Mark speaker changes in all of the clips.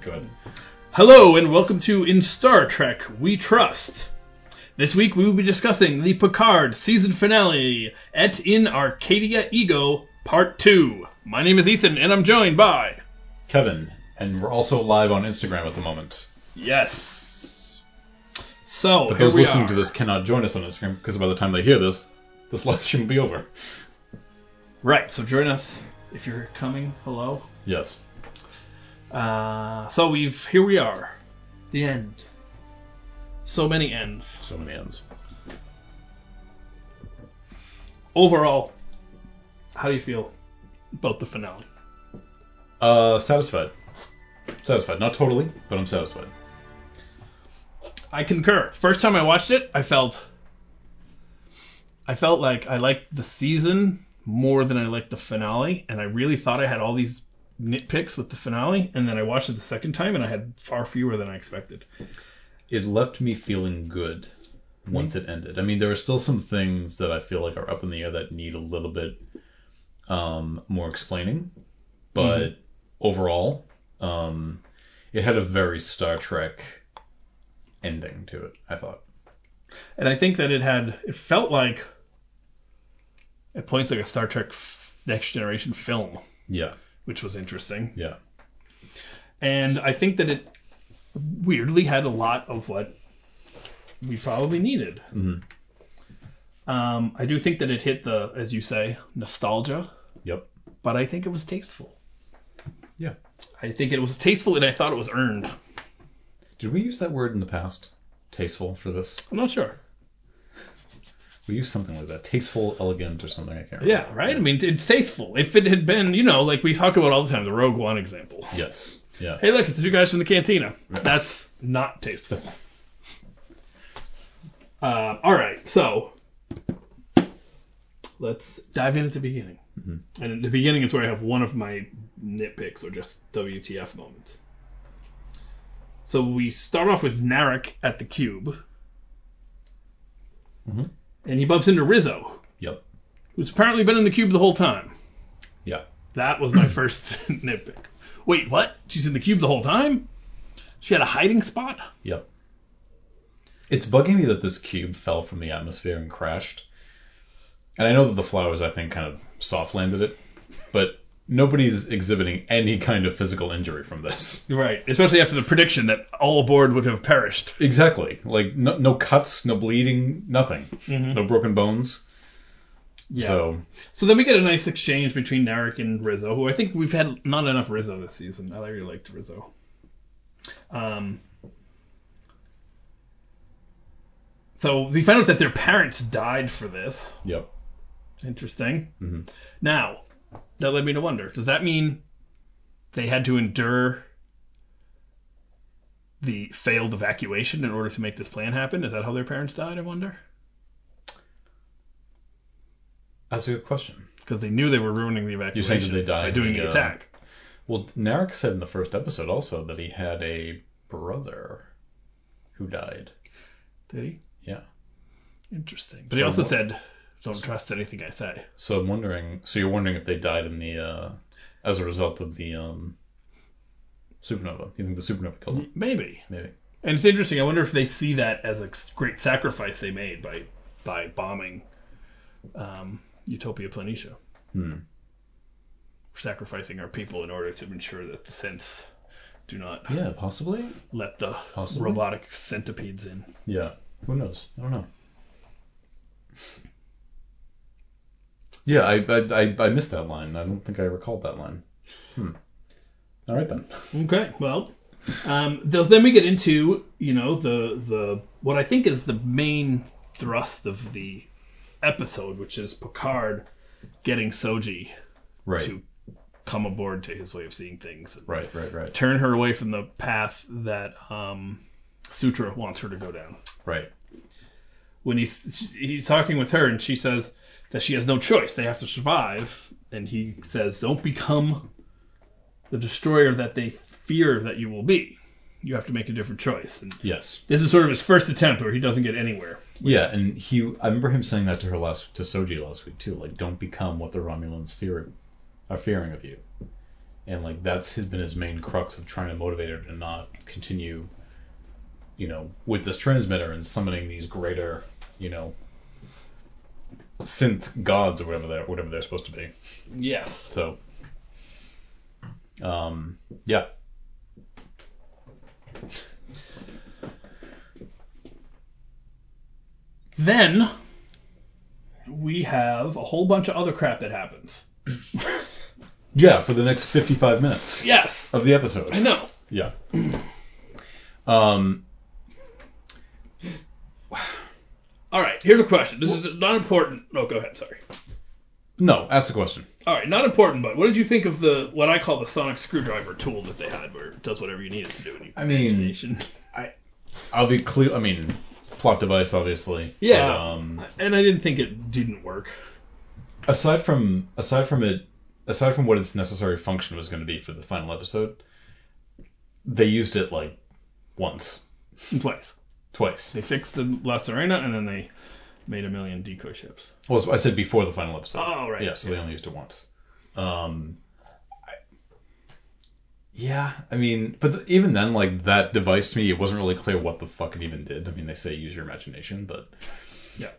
Speaker 1: Good.
Speaker 2: Hello and welcome to In Star Trek We Trust. This week we will be discussing the Picard season finale at In Arcadia Ego Part 2. My name is Ethan and I'm joined by.
Speaker 1: Kevin, and we're also live on Instagram at the moment.
Speaker 2: Yes. So,
Speaker 1: But
Speaker 2: here
Speaker 1: those
Speaker 2: we
Speaker 1: listening
Speaker 2: are.
Speaker 1: to this cannot join us on Instagram because by the time they hear this, this live stream will be over.
Speaker 2: Right, so join us if you're coming. Hello.
Speaker 1: Yes.
Speaker 2: Uh, so we've. Here we are. The end. So many ends.
Speaker 1: So many ends.
Speaker 2: Overall, how do you feel about the finale?
Speaker 1: Uh, satisfied. Satisfied. Not totally, but I'm satisfied.
Speaker 2: I concur. First time I watched it, I felt I felt like I liked the season more than I liked the finale, and I really thought I had all these nitpicks with the finale, and then I watched it the second time and I had far fewer than I expected.
Speaker 1: It left me feeling good once it ended. I mean, there are still some things that I feel like are up in the air that need a little bit um, more explaining, but overall, um, it had a very Star Trek ending to it. I thought.
Speaker 2: And I think that it had it felt like at points like a Star Trek f- Next Generation film,
Speaker 1: Yeah.
Speaker 2: which was interesting.
Speaker 1: Yeah.
Speaker 2: and I think that it weirdly had a lot of what we probably needed.
Speaker 1: Mhm.
Speaker 2: Um, I do think that it hit the, as you say, nostalgia,
Speaker 1: Yep.
Speaker 2: but I think it was tasteful.
Speaker 1: Yeah.
Speaker 2: I think it was tasteful, and I thought it was earned.
Speaker 1: Did we use that word in the past? Tasteful for this?
Speaker 2: I'm not sure.
Speaker 1: We used something like that. Tasteful, elegant, or something. I can't remember.
Speaker 2: Yeah, right. I mean, it's tasteful. If it had been, you know, like we talk about all the time, the Rogue One example.
Speaker 1: Yes. Yeah.
Speaker 2: Hey, look, it's two guys from the cantina. That's not tasteful. Uh, all right, so let's dive in at the beginning. And at the beginning is where I have one of my nitpicks or just WTF moments. So we start off with Narek at the cube,
Speaker 1: Mhm.
Speaker 2: and he bumps into Rizzo,
Speaker 1: Yep.
Speaker 2: who's apparently been in the cube the whole time.
Speaker 1: Yeah.
Speaker 2: That was my first nitpick. Wait, what? She's in the cube the whole time? She had a hiding spot?
Speaker 1: Yep. It's bugging me that this cube fell from the atmosphere and crashed. And I know that the flowers, I think, kind of soft landed it, but nobody's exhibiting any kind of physical injury from this.
Speaker 2: Right, especially after the prediction that all aboard would have perished.
Speaker 1: Exactly. Like, no, no cuts, no bleeding, nothing. No broken bones.
Speaker 2: Yeah. So.
Speaker 1: So,
Speaker 2: then we get a nice exchange between Narek and Rizzo, who I think we've had not enough Rizzo this season. I really liked Rizzo. Um, so we found out that their parents died for this.
Speaker 1: yep.
Speaker 2: Interesting.
Speaker 1: Mhm.
Speaker 2: Now, that led me to wonder does that mean they had to endure the failed evacuation in order to make this plan happen? Is that how their parents died, I wonder?
Speaker 1: That's a good question.
Speaker 2: Because they knew they were ruining the evacuation
Speaker 1: saying that they died
Speaker 2: by
Speaker 1: in
Speaker 2: doing the,
Speaker 1: the, uh,
Speaker 2: attack.
Speaker 1: Well, Narek said in the first episode also that he had a brother who died.
Speaker 2: Did he?
Speaker 1: Yeah.
Speaker 2: Interesting. But he
Speaker 1: So
Speaker 2: also
Speaker 1: what-
Speaker 2: said, don't trust anything I say.
Speaker 1: So I'm wondering. So you're wondering if they died in the uh, as a result of the um, supernova? You think the supernova killed them?
Speaker 2: Maybe.
Speaker 1: Maybe.
Speaker 2: And it's interesting. I wonder if they see that as a great sacrifice they made by by bombing um, Utopia Planitia.
Speaker 1: Hmm.
Speaker 2: sacrificing our people in order to ensure that the synths do not
Speaker 1: Yeah, possibly.
Speaker 2: let the
Speaker 1: Possibly.
Speaker 2: robotic centipedes in.
Speaker 1: Yeah. Who knows? I don't know. Yeah, I I, I I missed that line. I don't think I recalled that line. Hmm. All right then.
Speaker 2: Okay, well, um, th- then we get into you know the the what I think is the main thrust of the episode, which is Picard getting Soji
Speaker 1: Right.
Speaker 2: to come aboard to his way of seeing things, and
Speaker 1: Right. Right. Right.
Speaker 2: turn her away from the path that um, Sutra wants her to go down.
Speaker 1: Right.
Speaker 2: when he's he's talking with her and she says that she has no choice they have to survive and he says don't become the destroyer that they fear that you will be you have to make a different choice and
Speaker 1: Yes.
Speaker 2: this is sort of his first attempt where he doesn't get anywhere
Speaker 1: Yeah, and he I remember him saying that to her last to Soji last week too, like don't become what the Romulans fear are fearing of you. and like that's has been his main crux of trying to motivate her to not continue, you know, with this transmitter and summoning these greater, you know, synth gods or whatever they're whatever they're supposed to be.
Speaker 2: Yes.
Speaker 1: So, um, yeah.
Speaker 2: Then we have a whole bunch of other crap that happens.
Speaker 1: Yeah, for the next 55 minutes
Speaker 2: Yes.
Speaker 1: of the episode.
Speaker 2: I know.
Speaker 1: Yeah. Um,
Speaker 2: All right. Here's a question. This is not important. No, go ahead. Sorry.
Speaker 1: no, ask the question.
Speaker 2: All right, not important, but what did you think of the what I call the sonic screwdriver tool that they had, where it does whatever you need it to do in your
Speaker 1: I mean,
Speaker 2: imagination?
Speaker 1: I'll be clear. I mean, plot device, obviously.
Speaker 2: Yeah.
Speaker 1: But, um,
Speaker 2: And I didn't think it didn't work.
Speaker 1: aside from aside from it, aside from what its necessary function was going to be for the final episode, they used it like once,
Speaker 2: Twice,
Speaker 1: twice.
Speaker 2: they fixed the last arena, and then they made a million decoy ships.
Speaker 1: Well, I said before the final episode.
Speaker 2: Oh, right.
Speaker 1: Yeah, so they only used it once. Um, I- yeah, I mean, but th even then, like that device to me, it wasn't really clear what the fuck it even did. I mean, they say use your imagination, but
Speaker 2: Yeah.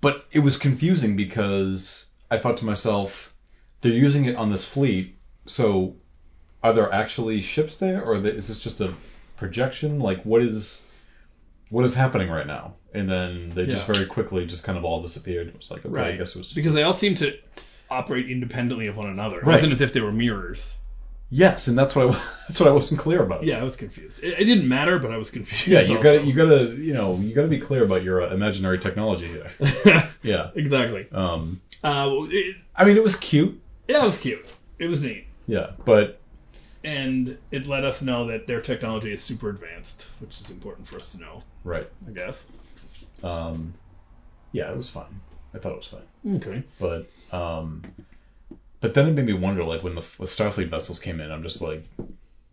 Speaker 1: but it was confusing because I thought to myself, they're using it on this fleet, so are there actually ships there, or th- is this just a projection? Like, what is what is happening right now? And then they just
Speaker 2: Yeah.
Speaker 1: very quickly just kind of all disappeared. It was like, okay, I guess it was just
Speaker 2: because they all seem to operate independently of one another. It
Speaker 1: Right.
Speaker 2: wasn't as if they were mirrors.
Speaker 1: Yes, and that's what I that's what I wasn't clear about.
Speaker 2: Yeah, I was confused. It, it didn't matter, but I was confused.
Speaker 1: yeah, you
Speaker 2: also.
Speaker 1: gotta you gotta you know you gotta be clear about your uh, imaginary technology here. yeah,
Speaker 2: exactly.
Speaker 1: um,
Speaker 2: Uh, well, it,
Speaker 1: I mean it was cute.
Speaker 2: yeah, it was cute. It was neat.
Speaker 1: Yeah, but
Speaker 2: and it let us know that their technology is super advanced, which is important for us to know,
Speaker 1: right.
Speaker 2: I guess.
Speaker 1: Um, yeah, it was fine. I thought it was fine,
Speaker 2: Okay.
Speaker 1: but um, but then it made me wonder like when the, f- the Starfleet vessels came in, I'm just like,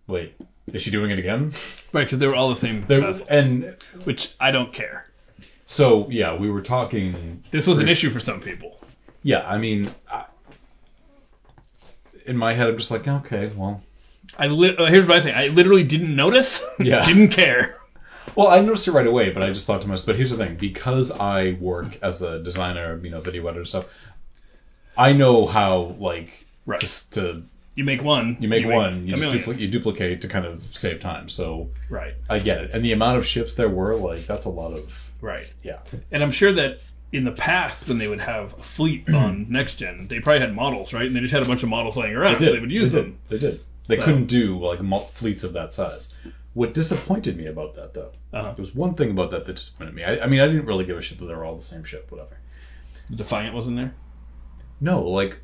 Speaker 1: wait, is she doing it again?
Speaker 2: Right, because they were all the same
Speaker 1: There,
Speaker 2: vessel,
Speaker 1: and
Speaker 2: which I don't care.
Speaker 1: so yeah, we were talking
Speaker 2: This was an issue for some people.
Speaker 1: Yeah, I mean, I, in my head, I'm just like, okay, well,
Speaker 2: I li- uh, here's what I think. I literally didn't notice.
Speaker 1: Yeah.
Speaker 2: didn't care.
Speaker 1: well, I noticed it right away, but I just thought to myself. But here's the thing: because I work as a designer, you know, video editor and stuff, I know how like
Speaker 2: Right.
Speaker 1: just to
Speaker 2: you make one.
Speaker 1: you make one, you
Speaker 2: a
Speaker 1: just
Speaker 2: million.
Speaker 1: dupli- you duplicate to kind of save time. So
Speaker 2: Right.
Speaker 1: I get it, and the amount of ships there were, like, that's a lot of
Speaker 2: Right.
Speaker 1: yeah,
Speaker 2: And I'm sure that in the past, when they would have a fleet on next gen, they probably had models, right? And they just had a bunch of models laying around, so they would use
Speaker 1: they
Speaker 2: them.
Speaker 1: Did. They did. They
Speaker 2: So-
Speaker 1: couldn't do like mul- fleets of that size. What disappointed me about that, though,
Speaker 2: Uh-huh.
Speaker 1: there was one thing about that that disappointed me. I, I mean, I didn't really give a shit that they were all the same ship, whatever.
Speaker 2: Defiant wasn't there.
Speaker 1: No, like,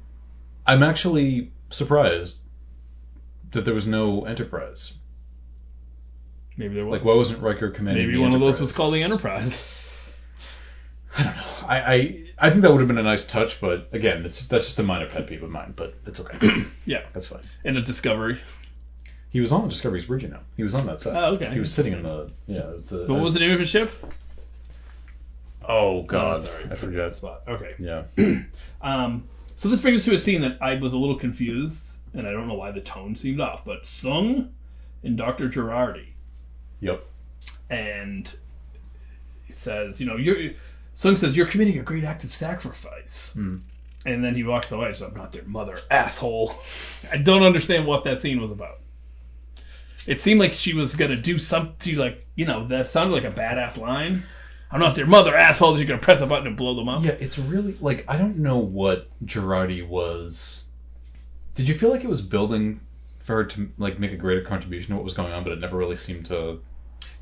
Speaker 1: I'm actually surprised that there was no Enterprise.
Speaker 2: Maybe there was.
Speaker 1: Like, why wasn't Riker commanding?
Speaker 2: Maybe
Speaker 1: the
Speaker 2: one of those
Speaker 1: Enterprise?
Speaker 2: was called the Enterprise.
Speaker 1: I don't know. I, I I think that would have been a nice touch, but again, it's that's just a minor pet peeve of mine. But it's okay.
Speaker 2: yeah.
Speaker 1: that's fine.
Speaker 2: And a Discovery.
Speaker 1: He was on Discovery's bridge, you know. He was on that side.
Speaker 2: Oh, okay.
Speaker 1: He was sitting in the yeah. It was a,
Speaker 2: But what was the name of his ship?
Speaker 1: Oh God,
Speaker 2: Oh, sorry.
Speaker 1: I forget.
Speaker 2: Okay.
Speaker 1: Yeah.
Speaker 2: Um, so this brings us to a scene that I was a little confused, and I don't know why the tone seemed off. But Sung and Dr. Girardi,
Speaker 1: Yep.
Speaker 2: and he says, you know, you're Sung says you're committing a great act of sacrifice,
Speaker 1: Hmm.
Speaker 2: and then he walks away. Says, I'm not their mother, asshole. I don't understand what that scene was about. It seemed like she was gonna do something like, you know, that sounded like a badass line. I'm not their mother, asshole. You're gonna press a button and blow them up.
Speaker 1: Yeah, it's really like I don't know what Girardi was. Did you feel like it was building for her to like make a greater contribution to what was going on, but it never really seemed to?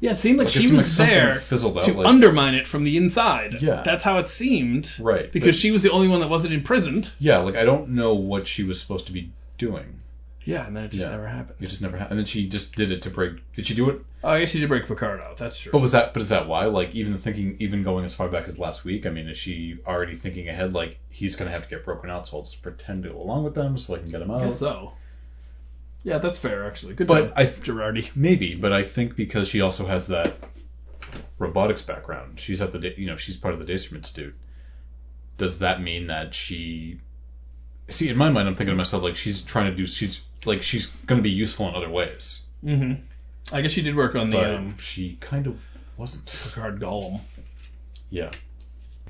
Speaker 2: Yeah, it seemed like,
Speaker 1: Like, it
Speaker 2: she
Speaker 1: seemed like
Speaker 2: was
Speaker 1: something
Speaker 2: there
Speaker 1: fizzled out,
Speaker 2: to
Speaker 1: like-
Speaker 2: undermine it from the inside.
Speaker 1: Yeah.
Speaker 2: that's how it seemed.
Speaker 1: Right, but-
Speaker 2: Because she was the only one that wasn't imprisoned.
Speaker 1: Yeah, like I don't know what she was supposed to be doing.
Speaker 2: Yeah, and then it just
Speaker 1: Yeah.
Speaker 2: never
Speaker 1: It
Speaker 2: happened.
Speaker 1: just never happened. And then she just did it to break. Did she do it?
Speaker 2: Oh, I guess she did break Picard out. That's true.
Speaker 1: But was that? But is that why? Like even thinking, even going as far back as last week. I mean, is she already thinking ahead? Like he's gonna have to get broken out, so I'll just pretend to go along with them so I can get him out.
Speaker 2: I guess so. Yeah, that's fair actually. Good
Speaker 1: But
Speaker 2: job,
Speaker 1: I th-
Speaker 2: Girardi.
Speaker 1: Maybe, but I think because she also has that robotics background, she's at the Da- you know she's part of the Daystrom Institute. Does that mean that she see in my mind I'm thinking to myself like she's trying to do she's like she's gonna be useful in other ways,
Speaker 2: Mm-hmm. I guess she did work on the
Speaker 1: but
Speaker 2: um,
Speaker 1: she kind of wasn't.
Speaker 2: Picard Golem.
Speaker 1: Yeah.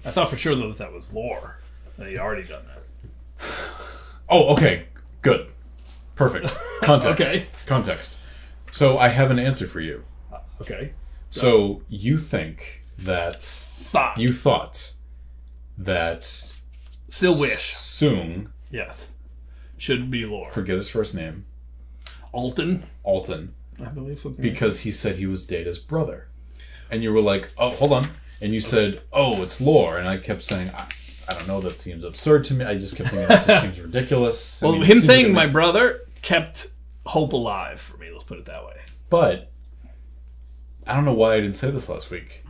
Speaker 2: I thought for sure though that that was lore. That he'd already done that.
Speaker 1: Oh, okay. Good. Perfect. Context.
Speaker 2: Okay.
Speaker 1: Context. So I have an answer for you.
Speaker 2: Okay.
Speaker 1: So you think that
Speaker 2: Thought.
Speaker 1: you thought that
Speaker 2: still wish.
Speaker 1: Soong,
Speaker 2: Yes. Should be lore.
Speaker 1: forget his first name,
Speaker 2: Alton,
Speaker 1: Alton,
Speaker 2: I believe something.
Speaker 1: because he said he was Data's brother. And you were like, oh, hold on. And you said, oh, it's lore. And I kept saying, I, I don't know, that seems absurd to me. I just kept thinking, that just seems ridiculous. I
Speaker 2: well,
Speaker 1: mean, it
Speaker 2: him
Speaker 1: seems like
Speaker 2: saying
Speaker 1: it
Speaker 2: my
Speaker 1: makes-
Speaker 2: brother kept hope alive for me. Let's put it that way.
Speaker 1: But I don't know why I didn't say this last week.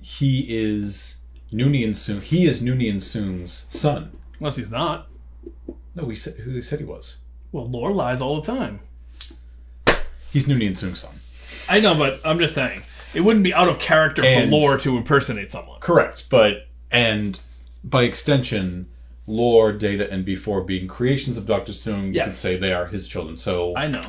Speaker 1: He is Noonien Soong. He is Noonien Soong's son.
Speaker 2: Unless he's not.
Speaker 1: No, we said who they said he was.
Speaker 2: Well, lore lies all the time.
Speaker 1: He's Noonien Soong's son.
Speaker 2: I know, but I'm just saying it wouldn't be out of character
Speaker 1: And-
Speaker 2: for lore to impersonate someone.
Speaker 1: Correct, but and by extension, lore, data, and before being creations of Doctor Soong, you could
Speaker 2: Yes.
Speaker 1: say they are his children. So,
Speaker 2: I know.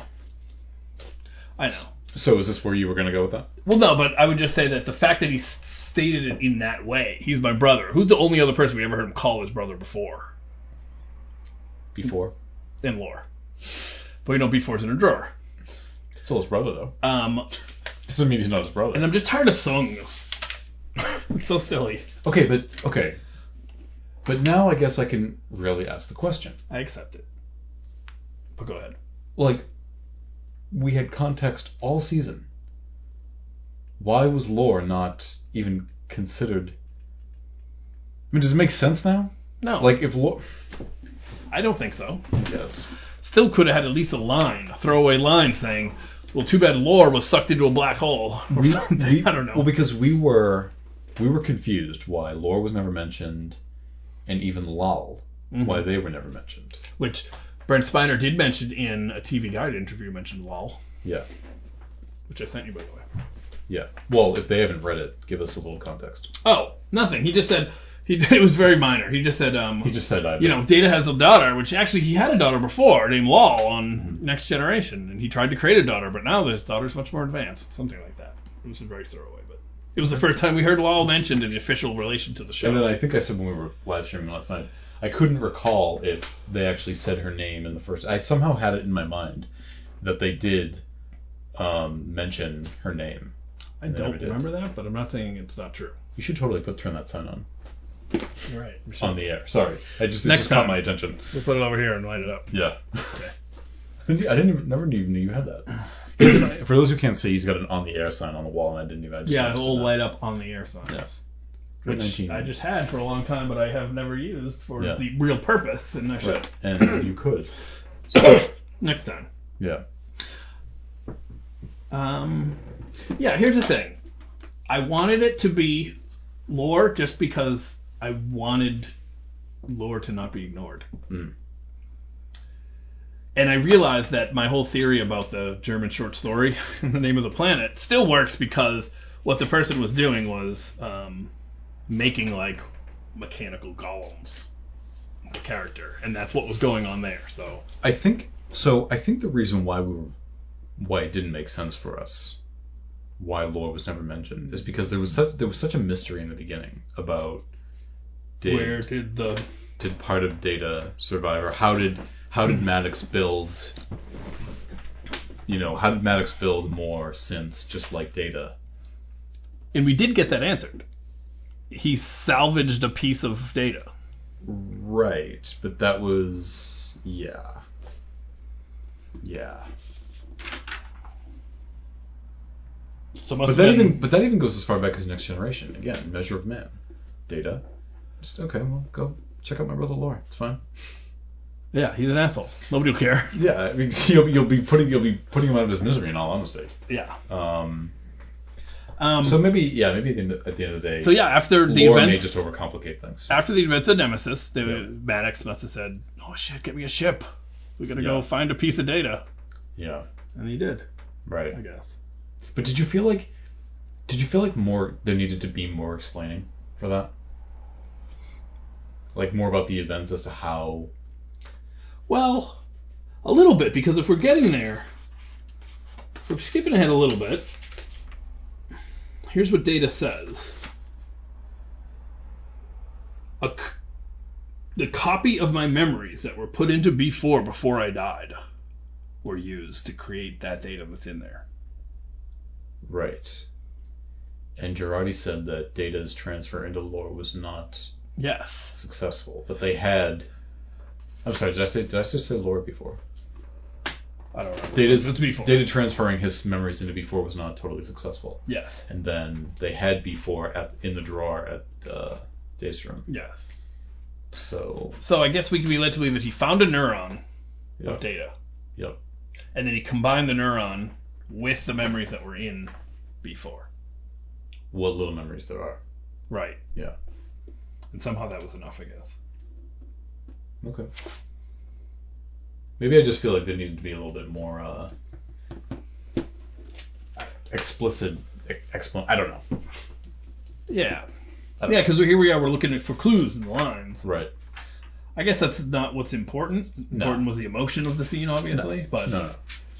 Speaker 2: I know.
Speaker 1: so is this where you were going to go with that?
Speaker 2: Well, no, but I would just say that the fact that he s- stated it in that way, he's my brother. Who's the only other person we ever heard him call his brother before
Speaker 1: Before,
Speaker 2: in lore? But you know, before's in a drawer.
Speaker 1: still his brother though.
Speaker 2: Um,
Speaker 1: Doesn't mean he's not his brother.
Speaker 2: and I'm just tired of songs. it's so silly.
Speaker 1: okay, but okay, but now I guess I can really ask the question.
Speaker 2: I accept it. But go ahead.
Speaker 1: like we had context all season. Why was lore not even considered? I mean, does it make sense now?
Speaker 2: No, like
Speaker 1: Like if lore,
Speaker 2: I don't think so.
Speaker 1: yes,
Speaker 2: Still could have had at least a line, a throwaway line saying, "Well, too bad lore was sucked into a black hole or something." I don't know.
Speaker 1: Well, because we were we were confused why lore was never mentioned, and even lol
Speaker 2: Mm-hmm.
Speaker 1: why they were never mentioned.
Speaker 2: Which Brent Spiner did mention in a TV Guide interview. Mentioned lol,
Speaker 1: Yeah,
Speaker 2: which I sent you by the way.
Speaker 1: yeah. Well, if they haven't read it, give us a little context.
Speaker 2: Oh, nothing. He just said he. It was very minor. He just said, um,
Speaker 1: He just said, I
Speaker 2: you know, Data has a daughter, which actually he had a daughter before named Lol on
Speaker 1: Mm-hmm.
Speaker 2: Next Generation, and he tried to create a daughter, but now this daughter's much more advanced, something like that. It was very throwaway, but it was the first time we heard Lol mentioned in the official relation to the show.
Speaker 1: And then I think I said when we were live streaming last night, I couldn't recall if they actually said her name in the first. I somehow had it in my mind that they did um, mention her name.
Speaker 2: I
Speaker 1: never
Speaker 2: don't
Speaker 1: did.
Speaker 2: remember that, but I'm not saying it's not true.
Speaker 1: You should totally put turn that sign on
Speaker 2: You're right. We should-
Speaker 1: on the air. Sorry, I just it
Speaker 2: Next
Speaker 1: just caught
Speaker 2: time.
Speaker 1: my attention.
Speaker 2: We'll put it over here and light it up.
Speaker 1: Yeah. I didn't, I didn't even, never even knew you had that. He's an- For those who can't see, he's got an on the air sign on the wall, and I didn't even. I just
Speaker 2: Yeah, the
Speaker 1: noticed
Speaker 2: whole
Speaker 1: that.
Speaker 2: light up on the air signs.
Speaker 1: Yeah.
Speaker 2: Which
Speaker 1: 19.
Speaker 2: I just had for a long time, but I have never used for
Speaker 1: Yeah.
Speaker 2: the real purpose, and I should.
Speaker 1: Right, and you could.
Speaker 2: Next time.
Speaker 1: Yeah.
Speaker 2: Um, yeah, here's the thing. I wanted it to be lore just because I wanted lore to not be ignored.
Speaker 1: Mm.
Speaker 2: And I realized that my whole theory about the German short story, The Name of the Planet, still works because what the person was doing was um, making like mechanical golems, the character, and that's what was going on there. So
Speaker 1: I think so. I think the reason why we were, why it didn't make sense for us, why lore was never mentioned, is because there was such there was such a mystery in the beginning about did
Speaker 2: where did the
Speaker 1: did part of Data survive or how did how did Maddox build, you know, how did Maddox build more synths just like Data?
Speaker 2: And we did get that answered. He salvaged a piece of data.
Speaker 1: Right, but that was yeah, yeah.
Speaker 2: So
Speaker 1: But that even but that even goes as far back as Next Generation. Again, Measure of Man, Data. Just okay. Well, go check out my brother Lore. It's fine.
Speaker 2: yeah, he's an asshole. Nobody will care.
Speaker 1: Yeah, I mean, you'll, you'll be putting you'll be putting him out of his misery. In all honesty.
Speaker 2: Yeah.
Speaker 1: Um.
Speaker 2: Um,
Speaker 1: So
Speaker 2: so,
Speaker 1: maybe yeah, maybe at the end of, at the, end of the day,
Speaker 2: yeah, after the
Speaker 1: lore may
Speaker 2: events, Uh,
Speaker 1: just overcomplicate things.
Speaker 2: after the events of Nemesis, the
Speaker 1: Yeah.
Speaker 2: Maddox must have said, "Oh shit, get me a ship. We gotta
Speaker 1: Yeah.
Speaker 2: go find a piece of data."
Speaker 1: Yeah.
Speaker 2: And he did,
Speaker 1: Right.
Speaker 2: I guess.
Speaker 1: But did you feel like did you feel like more there needed to be more explaining for that? Like more about the events as to how
Speaker 2: Well, a little bit because if we're getting there, if we're skipping ahead a little bit. Here's what data says. A c- the copy of my memories that were put into B4 before I died were used to create that data that's in there.
Speaker 1: Right. And Girardi said that data's transfer into lore was not
Speaker 2: Yes.
Speaker 1: successful, but they had. I'm sorry. Did I say did I just say lore before?
Speaker 2: I don't know.
Speaker 1: Data's,
Speaker 2: It's B4.
Speaker 1: Data transferring his memories into B4 was not totally successful,
Speaker 2: Yes.
Speaker 1: and then they had B4 at, in the drawer at uh, Dave's room.
Speaker 2: Yes.
Speaker 1: So
Speaker 2: So I guess we can be led to believe that he found a neuron
Speaker 1: yeah,
Speaker 2: of data.
Speaker 1: Yep.
Speaker 2: And then he combined the neuron with the memories that were in B4.
Speaker 1: what little memories there are.
Speaker 2: Right.
Speaker 1: Yeah.
Speaker 2: And somehow that was enough, I guess.
Speaker 1: Okay. Maybe I just feel like there needed to be a little bit more uh, explicit. Expl- I don't know.
Speaker 2: Yeah.
Speaker 1: I don't
Speaker 2: Yeah, because here we are, we're looking for clues in the lines.
Speaker 1: know. Right.
Speaker 2: I guess that's not what's important. Important was the emotion of the scene, obviously, but
Speaker 1: No, no.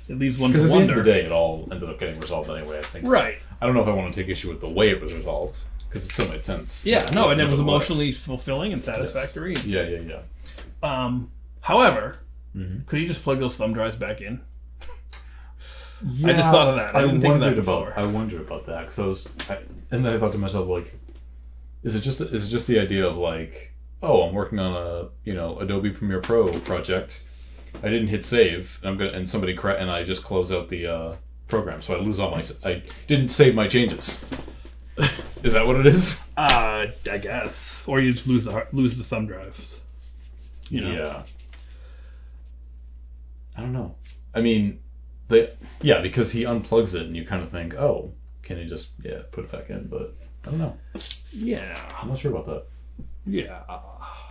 Speaker 2: it leaves one
Speaker 1: Because
Speaker 2: to
Speaker 1: at the end
Speaker 2: wonder.
Speaker 1: of the day, it all ended up getting resolved anyway. I think.
Speaker 2: Right.
Speaker 1: I don't know if I want to take issue with the way it was resolved because it still made sense.
Speaker 2: Yeah, no, and it was
Speaker 1: Nevertheless.
Speaker 2: emotionally fulfilling and
Speaker 1: Yes.
Speaker 2: satisfactory.
Speaker 1: Yeah, yeah, yeah.
Speaker 2: Um, however,
Speaker 1: Mm-hmm.
Speaker 2: could you just plug those thumb drives back in? I just thought of that. I didn't think of that
Speaker 1: wondered about.
Speaker 2: before.
Speaker 1: I wondered about that because I was, I, and then I thought to myself like, is it just is it just the idea of like, oh, I'm working on a you know Adobe Premiere Pro project, I didn't hit save, and I'm gonna and somebody cra- and I just close out the uh, program, so I lose all my I didn't save my changes. is that what it is?
Speaker 2: Uh, I guess, or you just lose the har- lose the thumb drives. You know.
Speaker 1: Yeah. I don't know. I mean, they yeah because he unplugs it and you kind of think, oh, can he just yeah put it back in? But I don't know.
Speaker 2: Yeah.
Speaker 1: I'm not sure about that.
Speaker 2: Yeah.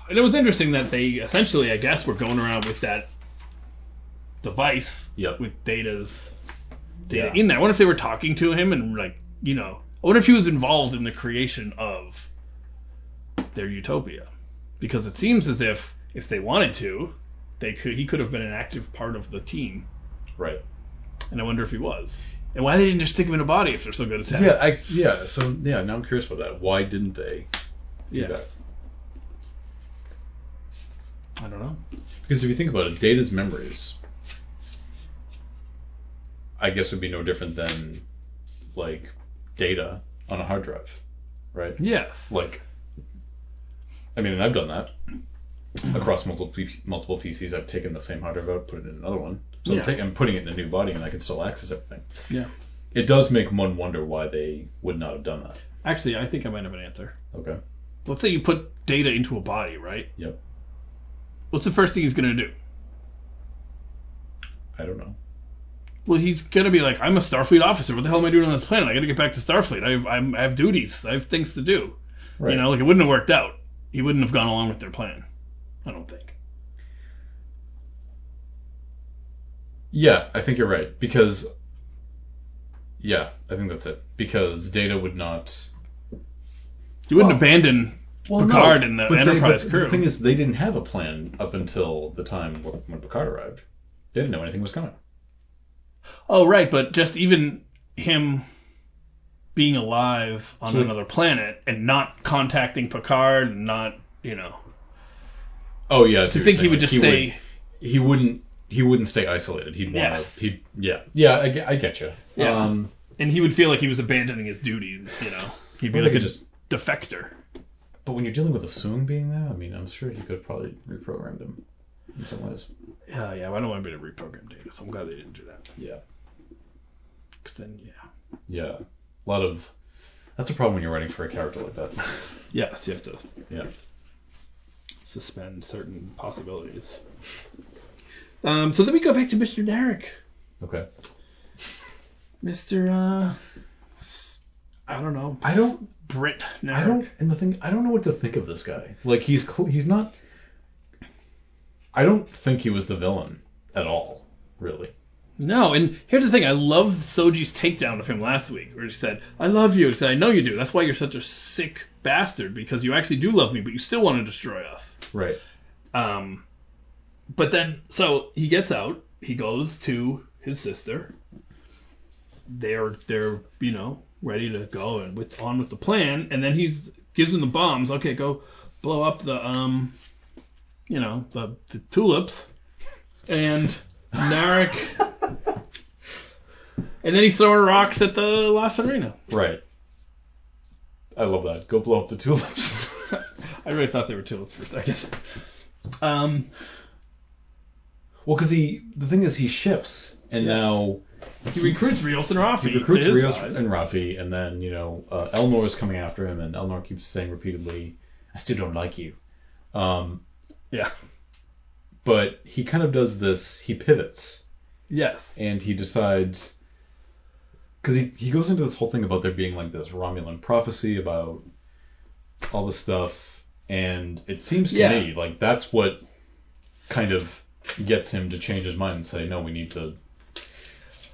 Speaker 2: And it was interesting that they essentially, I guess, were going around with that device
Speaker 1: Yep.
Speaker 2: with Data's data
Speaker 1: Yeah.
Speaker 2: in there. I wonder if they were talking to him and like, you know, I wonder if he was involved in the creation of their utopia, because it seems as if if they wanted to, they could. He could have been an active part of the team,
Speaker 1: Right.
Speaker 2: and I wonder if he was. And why they didn't just stick him in a body if they're so good at that?
Speaker 1: Yeah. I yeah. So yeah. Now I'm curious about that. Why didn't they?
Speaker 2: Yes. I don't know.
Speaker 1: Because if you think about it, Data's memories, I guess, would be no different than like data on a hard drive, right?
Speaker 2: Yes.
Speaker 1: like I mean, and I've done that across multiple P- multiple PCs. I've taken the same hard drive out, put it in another one. So
Speaker 2: Yeah.
Speaker 1: I'm, ta- I'm putting it in a new body, and I can still access everything.
Speaker 2: Yeah.
Speaker 1: It does make one wonder why they would not have done that.
Speaker 2: Actually, I think I might have an answer.
Speaker 1: Okay.
Speaker 2: Let's say you put data into a body, right?
Speaker 1: Yep.
Speaker 2: What's the first thing he's gonna do?
Speaker 1: I don't know.
Speaker 2: Well, he's gonna be like, I'm a Starfleet officer. What the hell am I doing on this planet? I gotta get back to Starfleet. I have, I'm, I have duties. I have things to do.
Speaker 1: Right.
Speaker 2: You know, like it wouldn't have worked out. He wouldn't have gone along with their plan. I don't think.
Speaker 1: Yeah, I think you're right because. Yeah, I think that's it. Because data would not.
Speaker 2: He wouldn't
Speaker 1: Well-
Speaker 2: abandon.
Speaker 1: Well, no,
Speaker 2: Picard and the
Speaker 1: but they-
Speaker 2: Enterprise
Speaker 1: but
Speaker 2: crew.
Speaker 1: The thing is, they didn't have a plan up until the time when when Picard arrived. They didn't know anything was coming.
Speaker 2: Oh, right, but just even him being alive on
Speaker 1: So-
Speaker 2: another planet and not contacting Picard and not, you know,
Speaker 1: Oh yeah, I
Speaker 2: to think he would just stay.
Speaker 1: he wouldn't he wouldn't stay isolated. He'd want to.
Speaker 2: Yes.
Speaker 1: He yeah yeah I, ge- I get you.
Speaker 2: Yeah.
Speaker 1: Um,
Speaker 2: and he would feel like he was abandoning his duty. You know, he'd be
Speaker 1: Well,
Speaker 2: like
Speaker 1: they could
Speaker 2: a
Speaker 1: just-
Speaker 2: defector.
Speaker 1: but when you're dealing with a Soong being there, I mean, I'm sure he could probably reprogram them in some ways.
Speaker 2: Yeah, yeah. I don't want to be to reprogram data, so I'm glad they didn't do that.
Speaker 1: Yeah.
Speaker 2: Because then, yeah.
Speaker 1: Yeah. A lot of that's a problem when you're writing for a character like that.
Speaker 2: Yes, you have to
Speaker 1: yeah.
Speaker 2: suspend certain possibilities. Um, so then we go back to Mr. Derek.
Speaker 1: Okay.
Speaker 2: Mr. Uh, s- I don't know.
Speaker 1: I don't.
Speaker 2: Brit. Derek.
Speaker 1: I don't. And the thing, I don't know what to think of this guy. Like he's cl- he's not. I don't think he was the villain at all, really.
Speaker 2: No, and here's the thing. I love Soji's takedown of him last week, where he said, "I love you." He said, "I know you do. That's why you're such a sick bastard because you actually do love me, but you still want to destroy us."
Speaker 1: Right.
Speaker 2: Um, but then so he gets out. He goes to his sister. They're they're you know ready to go and with on with the plan. And then he's gives him the bombs. Okay, go blow up the um you know the, the tulips and Narek. and then he's throwing rocks at the La Serena.
Speaker 1: Right. I love that. Go blow up the tulips.
Speaker 2: I really thought they were tulips for a second. Um,
Speaker 1: well, because he the thing is he shifts and
Speaker 2: Yes.
Speaker 1: now
Speaker 2: he recruits Rios and Rafi.
Speaker 1: he recruits
Speaker 2: to his
Speaker 1: Rios
Speaker 2: side.
Speaker 1: and Rafi, and then you know uh, Elnor is coming after him, and Elnor keeps saying repeatedly, "I still don't like you." Um,
Speaker 2: Yeah.
Speaker 1: but he kind of does this. He pivots
Speaker 2: Yes.
Speaker 1: and he decides because he he goes into this whole thing about there being like this Romulan prophecy about all this stuff, and it seems to
Speaker 2: Yeah.
Speaker 1: me like that's what kind of gets him to change his mind and say, "No, we need to."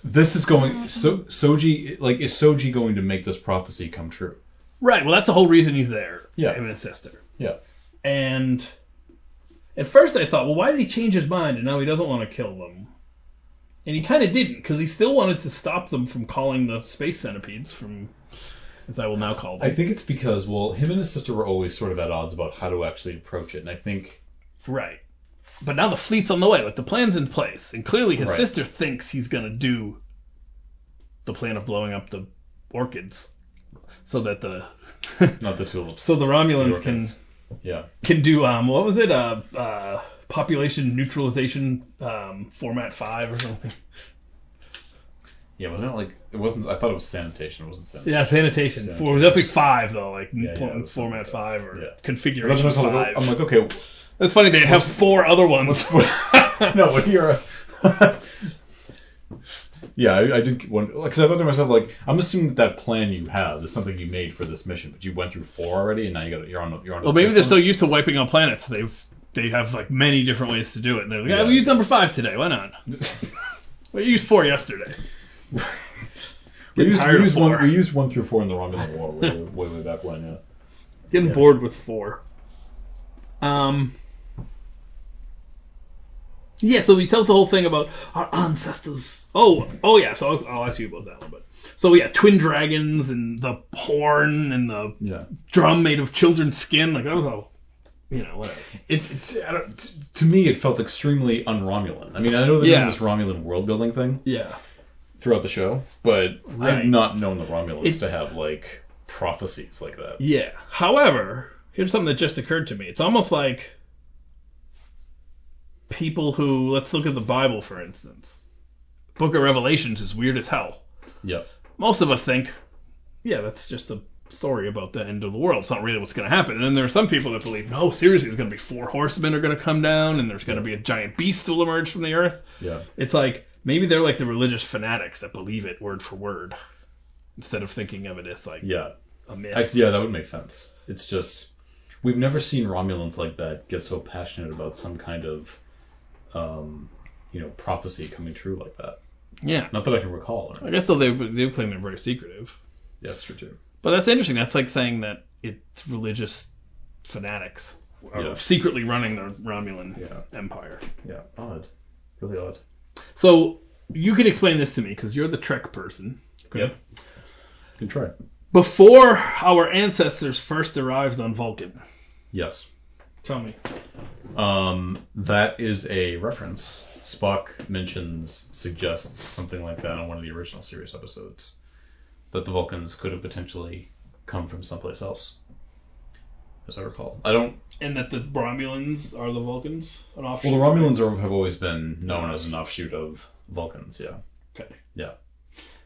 Speaker 1: This is going so Soji like is Soji going to make this prophecy come true?
Speaker 2: Right. Well, that's the whole reason he's there.
Speaker 1: Yeah.
Speaker 2: Him and his sister.
Speaker 1: Yeah.
Speaker 2: And at first I thought, well, why did he change his mind and now he doesn't want to kill them? And he kind of didn't because he still wanted to stop them from calling the space centipedes from, as I will now call them,
Speaker 1: I think it's because well, him and his sister were always sort of at odds about how to actually approach it, and I think
Speaker 2: Right. But now the fleet's on the way, like the plan's in place, and clearly his
Speaker 1: Right.
Speaker 2: sister thinks he's gonna do the plan of blowing up the orchids, so that the
Speaker 1: not the tulips.
Speaker 2: so the Romulans can
Speaker 1: orchids. yeah,
Speaker 2: can do um what was it uh uh population neutralization um format five or something
Speaker 1: yeah, wasn't it like it wasn't? I thought it was sanitation. It wasn't sanitation.
Speaker 2: yeah sanitation, four it was definitely five though like
Speaker 1: Yeah, yeah, it was
Speaker 2: format
Speaker 1: something
Speaker 2: five or
Speaker 1: Yeah. But
Speaker 2: configuration
Speaker 1: I'm, just
Speaker 2: five
Speaker 1: like, I'm like, okay,
Speaker 2: that's funny they have four other ones
Speaker 1: no, but you're. A... yeah, I, I did one because I thought to myself like, I'm assuming that that plan you have is something you made for this mission, but you went through four already, and now you got you're on you're on.
Speaker 2: Well, maybe they're so used to wiping out planets, they've they have like many different ways to do it. And they're like, yeah,
Speaker 1: Yeah.
Speaker 2: we used number five today. Why not? We used four yesterday.
Speaker 1: we used,
Speaker 2: tired
Speaker 1: we
Speaker 2: of
Speaker 1: used one
Speaker 2: four.
Speaker 1: we used one through four in the Romulan War way, way, way back when. Yeah.
Speaker 2: Getting
Speaker 1: Yeah.
Speaker 2: bored with four. Um. Yeah, so he tells the whole thing about our ancestors. Oh, oh yeah. So I'll, I'll ask you about that one. But so yeah, twin dragons and the horn and the
Speaker 1: Yeah.
Speaker 2: drum made of children's skin. Like that was all, you know, whatever.
Speaker 1: It's, it's I don't, t- to me it felt extremely un-Romulan. I mean, I know they're
Speaker 2: Yeah.
Speaker 1: doing this Romulan world building thing
Speaker 2: Yeah.
Speaker 1: throughout the show, but
Speaker 2: Right.
Speaker 1: I've not known the Romulans
Speaker 2: It-
Speaker 1: to have like prophecies like that.
Speaker 2: Yeah. However, here's something that just occurred to me. It's almost like people who let's look at the Bible for instance. Book of Revelations is weird as hell.
Speaker 1: Yeah.
Speaker 2: Most of us think, yeah, that's just a story about the end of the world. It's not really what's going to happen. And then there are some people that believe, no, seriously, there's going to be four horsemen are going to come down, and there's going to be a giant beast will emerge from the earth.
Speaker 1: Yeah.
Speaker 2: It's like maybe they're like the religious fanatics that believe it word for word, instead of thinking of it as like
Speaker 1: Yeah.
Speaker 2: a myth.
Speaker 1: I, yeah, that would make sense. It's just we've never seen Romulans like that get so passionate about some kind of, um, you know, prophecy coming true like that.
Speaker 2: yeah.
Speaker 1: Not that I can recall. Or
Speaker 2: I guess though they they claim they're very secretive,
Speaker 1: Yeah, that's true too.
Speaker 2: but that's interesting. That's like saying that it's religious fanatics are
Speaker 1: Yeah.
Speaker 2: secretly running the Romulan
Speaker 1: Yeah.
Speaker 2: empire.
Speaker 1: Yeah. Odd. Really odd.
Speaker 2: So you can explain this to me because you're the Trek person.
Speaker 1: Yep. Can try.
Speaker 2: Before our ancestors first arrived on Vulcan,
Speaker 1: Yes.
Speaker 2: tell me.
Speaker 1: Um, that is a reference. Spock mentions, suggests something like that on one of the original series episodes, that the Vulcans could have potentially come from someplace else, as I recall. I don't.
Speaker 2: And that the Romulans are the Vulcans, an
Speaker 1: Well,
Speaker 2: offshoot.
Speaker 1: the Romulans are, have always been known as an offshoot of Vulcans. Yeah.
Speaker 2: Okay.
Speaker 1: Yeah.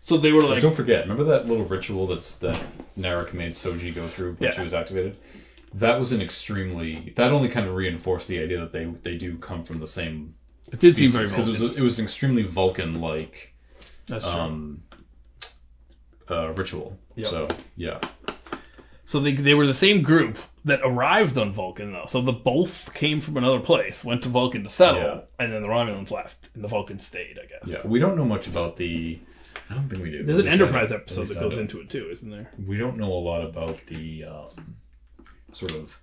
Speaker 2: So they were
Speaker 1: But
Speaker 2: like,
Speaker 1: don't forget. Remember that little ritual that's that Narek made Soji go through when
Speaker 2: Yeah.
Speaker 1: she was activated. That was an extremely. That only kind of reinforced the idea that they they do come from the same
Speaker 2: it did seem very
Speaker 1: because it was
Speaker 2: Vulcan.
Speaker 1: a- it was an extremely Vulcan like
Speaker 2: That's true.
Speaker 1: um, uh, ritual.
Speaker 2: Yep.
Speaker 1: So yeah,
Speaker 2: So they, they were the same group that arrived on Vulcan, though. So the both came from another place, went to Vulcan to settle,
Speaker 1: Yeah.
Speaker 2: and then the Romulans left, and the Vulcans stayed, I guess.
Speaker 1: yeah. We don't know much about the. I don't think we do.
Speaker 2: There's
Speaker 1: At
Speaker 2: an
Speaker 1: least I
Speaker 2: Enterprise
Speaker 1: don't- at
Speaker 2: episode
Speaker 1: least
Speaker 2: that
Speaker 1: I
Speaker 2: goes
Speaker 1: don't.
Speaker 2: into it, too, isn't there?
Speaker 1: We don't know a lot about the um, sort of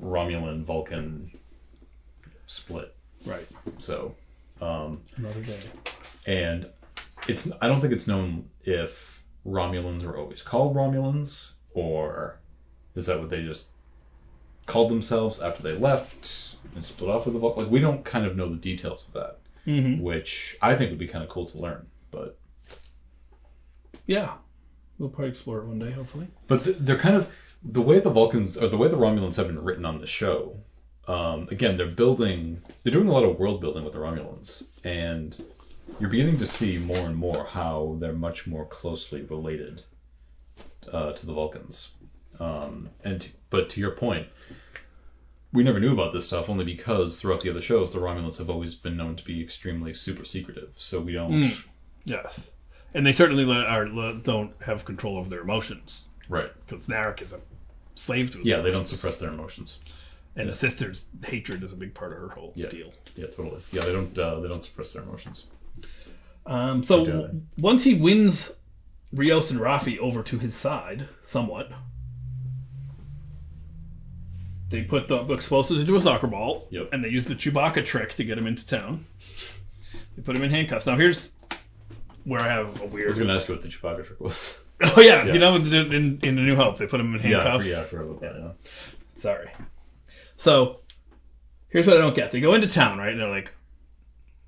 Speaker 1: Romulan Vulcan split.
Speaker 2: Right.
Speaker 1: So, um,
Speaker 2: Another day.
Speaker 1: and it's I don't think it's known if Romulans were always called Romulans or is that what they just called themselves after they left and split off with the Vul- like we don't kind of know the details of that,
Speaker 2: Mm-hmm.
Speaker 1: which I think would be kind of cool to learn, but.
Speaker 2: Yeah. We'll probably explore it one day, hopefully.
Speaker 1: But th- they're kind of the way the Vulcans or the way the Romulans have been written on the show. Um, again, they're building, they're doing a lot of world building with the Romulans, and you're beginning to see more and more how they're much more closely related uh, to the Vulcans. Um, and t- but to your point, we never knew about this stuff only because throughout the other shows, the Romulans have always been known to be extremely super secretive. So we don't,
Speaker 2: Mm. Yes. And they certainly let, are, let, don't have control over their emotions
Speaker 1: right?
Speaker 2: because Narek is a slave to his
Speaker 1: Yeah, they don't
Speaker 2: emotions.
Speaker 1: suppress their emotions.
Speaker 2: And his sister's hatred is a big part of her whole
Speaker 1: Yeah.
Speaker 2: deal.
Speaker 1: Yeah, totally. Yeah, they don't, uh, they don't suppress their emotions.
Speaker 2: Um, so
Speaker 1: Okay.
Speaker 2: w- once he wins Rios and Rafi over to his side, somewhat, they put the explosives into a soccer ball,
Speaker 1: Yep.
Speaker 2: and they use the Chewbacca trick to get him into town. They put him in handcuffs. Now here's where I have a
Speaker 1: I
Speaker 2: weird.
Speaker 1: was going to ask you what the Chewbacca trick was.
Speaker 2: Oh yeah,
Speaker 1: Yeah.
Speaker 2: you know, in, in, in the New Hope, they put him in handcuffs.
Speaker 1: yeah, I forgot about that. Yeah.
Speaker 2: Sorry. So, here's what I don't get. They go into town, right? And they're like,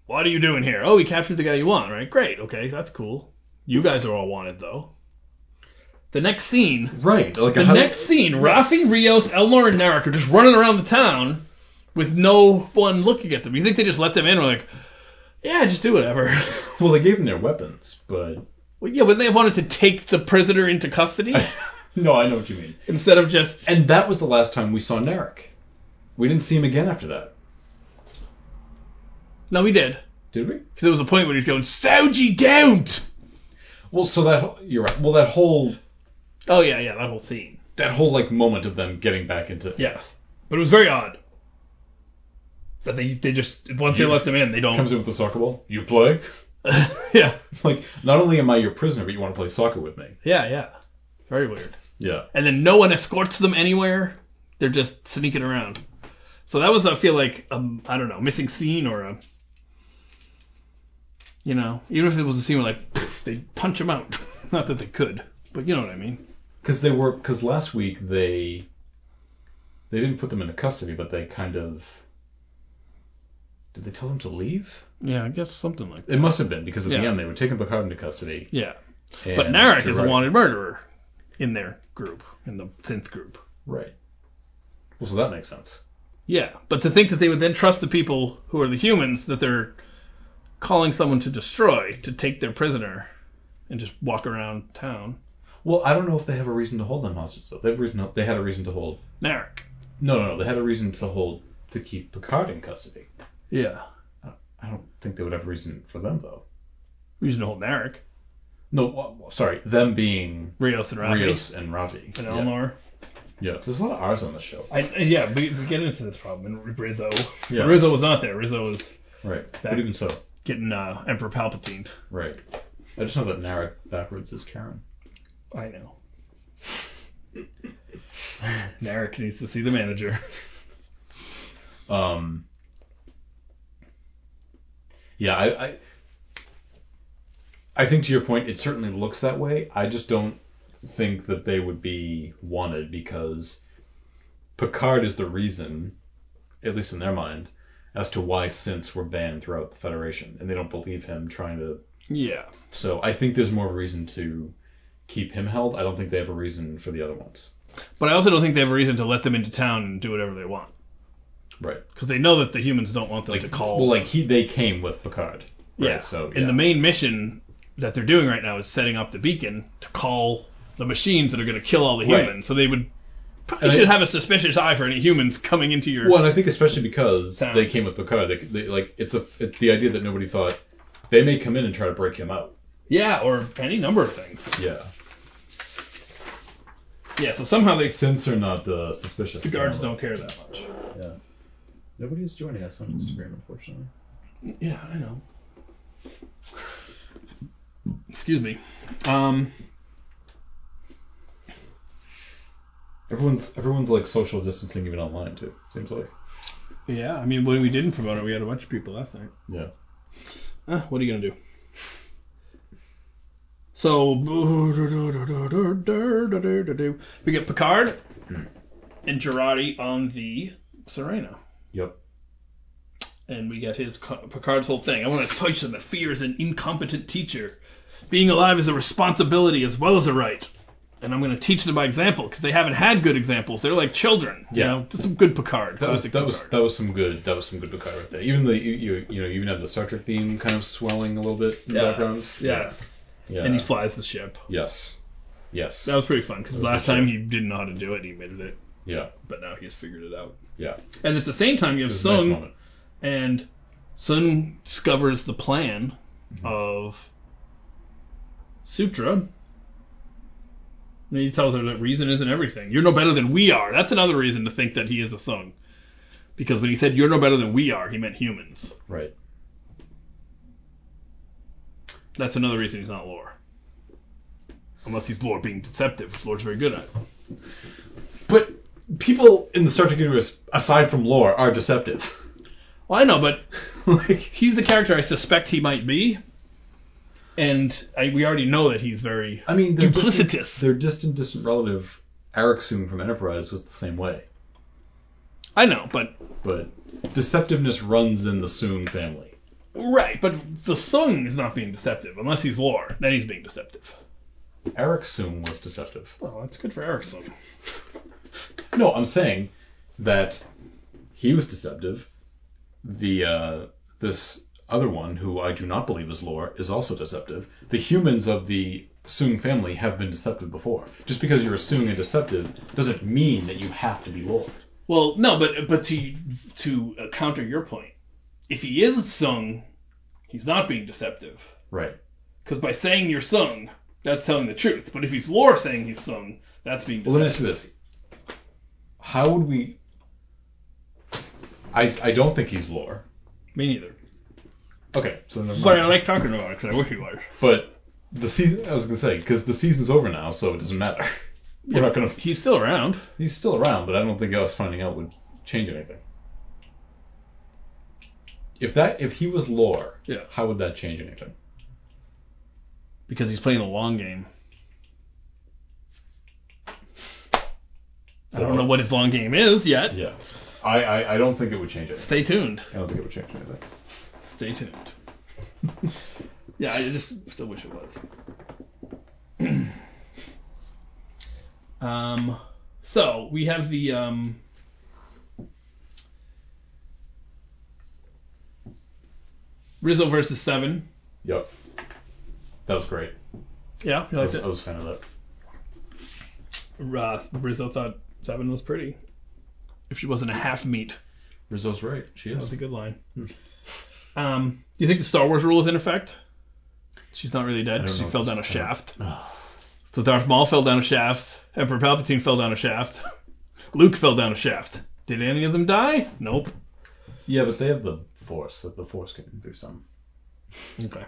Speaker 2: what are you doing here? Oh, we captured the guy you want, right? Great. Okay, that's cool. You guys are all wanted, though. The next scene,
Speaker 1: Right. Like
Speaker 2: the next scene, Rafi, Rios, Elnor, and Narek are just running around the town with no one looking at them. You think they just let them in? We're like, yeah, just do whatever.
Speaker 1: Well, they gave them their weapons, but
Speaker 2: well, yeah, wouldn't they have wanted to take the prisoner into custody
Speaker 1: no, I know what you mean.
Speaker 2: instead of just.
Speaker 1: And that was the last time we saw Narek. We didn't see him again after that,
Speaker 2: no, we did.
Speaker 1: did we?
Speaker 2: Because there was a point where he was going, Soji, don't!
Speaker 1: Well, so that you're right. Well, that whole
Speaker 2: Oh yeah, yeah, that whole scene.
Speaker 1: that whole like moment of them getting back into
Speaker 2: Yes, but it was very odd that they they just once
Speaker 1: You-
Speaker 2: they let them in, they don't.
Speaker 1: comes in with the soccer ball. You play?
Speaker 2: yeah,
Speaker 1: Like, not only am I your prisoner, but you want to play soccer with me?
Speaker 2: yeah, yeah. Very weird.
Speaker 1: Yeah.
Speaker 2: And then no one escorts them anywhere. They're just sneaking around. So that was, I feel like, um, I don't know, missing scene or a, you know, even if it was a scene where like they punch him out, not that they could, but you know what I mean.
Speaker 1: Because they were because last week they they didn't put them into custody, but they kind of did they tell them to leave?
Speaker 2: Yeah, I guess something like that.
Speaker 1: It must have been because at the
Speaker 2: Yeah.
Speaker 1: end they were taking Picard into custody.
Speaker 2: Yeah,
Speaker 1: And
Speaker 2: but Narek
Speaker 1: you're
Speaker 2: is
Speaker 1: right.
Speaker 2: a wanted murderer in their group, in the synth group.
Speaker 1: Right. Well, so that makes sense.
Speaker 2: Yeah, but to think that they would then trust the people who are the humans that they're calling someone to destroy to take their prisoner and just walk around town.
Speaker 1: Well, I don't know if they have a reason to hold them hostage though. They have reason. They had a reason to hold.
Speaker 2: Narek.
Speaker 1: No, no, no. They had a reason to hold to keep Picard in custody.
Speaker 2: Yeah.
Speaker 1: I don't think they would have a reason for them though.
Speaker 2: Reason to hold Narek.
Speaker 1: No, wa- wa- sorry. Them being
Speaker 2: Rios and Rafi.
Speaker 1: Rios and Ravi.
Speaker 2: And
Speaker 1: yeah.
Speaker 2: Elnor.
Speaker 1: Yeah. There's a lot of R's on the show.
Speaker 2: I, yeah, we, we get into this problem. And Rizzo.
Speaker 1: Yeah.
Speaker 2: Rizzo was not there. Rizzo was
Speaker 1: Right.
Speaker 2: That-
Speaker 1: But even so.
Speaker 2: getting uh, Emperor Palpatine.
Speaker 1: Right. I just know that Narek backwards is Karen.
Speaker 2: I know. Narek needs to see the manager.
Speaker 1: Um. Yeah, I, I. I think to your point, it certainly looks that way. I just don't think that they would be wanted because Picard is the reason, at least in their mind, as to why synths were banned throughout the Federation, and they don't believe him trying to.
Speaker 2: Yeah.
Speaker 1: So I think there's more of a reason to keep him held. I don't think they have a reason for the other ones.
Speaker 2: But I also don't think they have a reason to let them into town and do whatever they want.
Speaker 1: Right.
Speaker 2: Because they know that the humans don't want them
Speaker 1: Like
Speaker 2: to call.
Speaker 1: Well, like he, they came with Picard. Right?
Speaker 2: Yeah.
Speaker 1: So yeah.
Speaker 2: And the main mission that they're doing right now is setting up the beacon to call the machines that are going to kill all the
Speaker 1: Right.
Speaker 2: humans. So they would probably
Speaker 1: And I-
Speaker 2: should have a suspicious eye for any humans coming into your.
Speaker 1: Well, and I think especially because
Speaker 2: Sound.
Speaker 1: they came with Picard, they, they like it's a it's the idea that nobody thought they may come in and try to break him out.
Speaker 2: Yeah, or any number of things.
Speaker 1: Yeah,
Speaker 2: Yeah. So somehow they
Speaker 1: since they're not uh, suspicious.
Speaker 2: the guards don't care that much.
Speaker 1: Yeah, nobody is joining us on Instagram, unfortunately.
Speaker 2: Yeah, I know. Excuse me. Um.
Speaker 1: Everyone's everyone's like social distancing even online too. Seems like
Speaker 2: Yeah, I mean, when we didn't promote it, we had a bunch of people last night.
Speaker 1: Yeah.
Speaker 2: Uh, what are you gonna do? So we get Picard and Girardi on the Serena,
Speaker 1: Yep.
Speaker 2: and we get his Picard's whole thing. I want to teach them that fear is an incompetent teacher. Being alive is a responsibility as well as a right. And I'm going to teach them by example because they haven't had good examples. They're like children. You
Speaker 1: Yeah.
Speaker 2: know, just some good Picard.
Speaker 1: That was
Speaker 2: classic
Speaker 1: that was
Speaker 2: Picard.
Speaker 1: that was some good that was some good Picard right there. Even the you you, you know you even have the Star Trek theme kind of swelling a little bit in the
Speaker 2: Yes,
Speaker 1: background.
Speaker 2: Yes.
Speaker 1: Yeah.
Speaker 2: And he flies the ship.
Speaker 1: yes. Yes.
Speaker 2: That was pretty fun because
Speaker 1: was
Speaker 2: last
Speaker 1: good
Speaker 2: time he didn't know how to do it, he admitted it,
Speaker 1: yeah.
Speaker 2: but now he's figured it out.
Speaker 1: Yeah.
Speaker 2: And at the same time, you have
Speaker 1: It was a nice
Speaker 2: Sun,
Speaker 1: moment.
Speaker 2: and Sun discovers the plan
Speaker 1: Mm-hmm.
Speaker 2: of Sutra. And he tells her that reason isn't everything. You're no better than we are. That's another reason to think that he is a Sun. Because when he said you're no better than we are, he meant humans.
Speaker 1: Right.
Speaker 2: That's another reason he's not lore. Unless he's lore being deceptive, which lore's very good at.
Speaker 1: But people in the Star Trek universe, aside from lore, are deceptive.
Speaker 2: Well, I know, but
Speaker 1: like
Speaker 2: he's the character I suspect he might be, and I, we already know that he's very
Speaker 1: I mean, their
Speaker 2: Duplicitous.
Speaker 1: Distant, their distant, distant relative, Ericsoon from Enterprise, was the same way.
Speaker 2: I know, but
Speaker 1: But deceptiveness runs in the Soon family.
Speaker 2: right, but the Sung is not being deceptive unless he's lore. Then he's being deceptive.
Speaker 1: Ericsoon was deceptive.
Speaker 2: Well, Oh, that's good for Erickson.
Speaker 1: No, I'm saying that he was deceptive. The uh, this other one, who I do not believe is lore, is also deceptive. The humans of the Soong family have been deceptive before. Just because you're a Soong and deceptive doesn't mean that you have to be lore.
Speaker 2: Well, no, but but to to uh, counter your point, if he is Sung, he's not being deceptive
Speaker 1: Right.
Speaker 2: because by saying you're Sung, that's telling the truth. But if he's lore saying he's Sung, that's being
Speaker 1: Well, let me
Speaker 2: deceptive.
Speaker 1: ask you this: How would we? I I don't think he's lore.
Speaker 2: Me neither.
Speaker 1: Okay, so never
Speaker 2: But I
Speaker 1: mind.
Speaker 2: like talking about it because I wish he was.
Speaker 1: But the season, I was gonna say, because the season's over now, so it doesn't matter. We're not gonna.
Speaker 2: He's still around.
Speaker 1: He's still around, but I don't think us finding out would change anything. If that, if he was lore,
Speaker 2: Yeah.
Speaker 1: how would that change anything?
Speaker 2: because he's playing a long game. I don't know what his long game is yet.
Speaker 1: Yeah, I I, I don't think it would change anything.
Speaker 2: Stay tuned.
Speaker 1: I don't think it would change anything.
Speaker 2: Stay tuned. yeah, I just still wish it was. um, so we have the um. Rizzo versus Seven.
Speaker 1: Yep. That was great.
Speaker 2: Yeah, you
Speaker 1: I
Speaker 2: liked
Speaker 1: was,
Speaker 2: it.
Speaker 1: I was a fan of that.
Speaker 2: Uh, Rizzo thought Seven was pretty. If she wasn't a half meat,
Speaker 1: Rizzo's right. She
Speaker 2: that was
Speaker 1: is.
Speaker 2: a good line. Um, do you think the Star Wars rule is in effect? She's not really dead.
Speaker 1: don't
Speaker 2: She
Speaker 1: know
Speaker 2: fell
Speaker 1: if
Speaker 2: down a
Speaker 1: it's-
Speaker 2: shaft. so Darth Maul fell down a shaft. Emperor Palpatine fell down a shaft. Luke fell down a shaft. Did any of them die? Nope.
Speaker 1: Yeah, but they have the force. So the force can do some.
Speaker 2: Okay.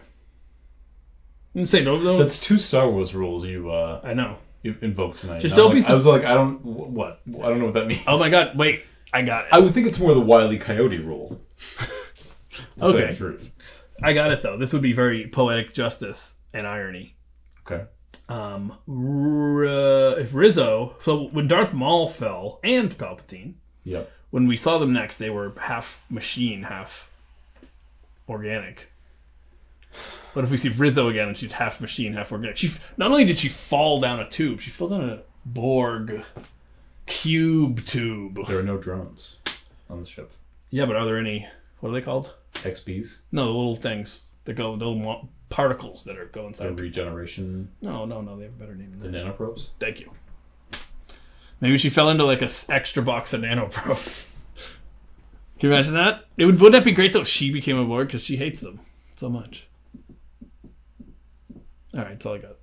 Speaker 2: I'm saying no, no.
Speaker 1: That's two Star Wars rules you uh
Speaker 2: I know.
Speaker 1: you invoked tonight.
Speaker 2: Just
Speaker 1: And I'm
Speaker 2: don't be
Speaker 1: like-
Speaker 2: su-
Speaker 1: I was like, I don't. wh- What? I don't know what that means.
Speaker 2: Oh my God! Wait, I got it.
Speaker 1: I would think it's more the Wily Coyote rule. to tell you
Speaker 2: Okay.
Speaker 1: the truth.
Speaker 2: I got it though. This would be very poetic justice and irony.
Speaker 1: Okay.
Speaker 2: um, R- uh, if Rizzo, so when Darth Maul fell and Palpatine,
Speaker 1: Yep.
Speaker 2: when we saw them next, they were half machine, half organic. But if we see Rizzo again and she's half machine, half organic, she not only did she fall down a tube, she fell down a Borg cube tube.
Speaker 1: There are no drones on the ship.
Speaker 2: Yeah, but are there any? What are they called?
Speaker 1: XBs.
Speaker 2: No, the little things that go, the little mo- particles that are go
Speaker 1: The
Speaker 2: inside.
Speaker 1: regeneration.
Speaker 2: No, no, no, they have a better name than that.
Speaker 1: The nanoprobes.
Speaker 2: Thank you. Maybe she fell into like a s- extra box of nanoprobes. Can you imagine that? It would wouldn't that be great though? If she became a Borg because she hates them so much. All right, that's all I got.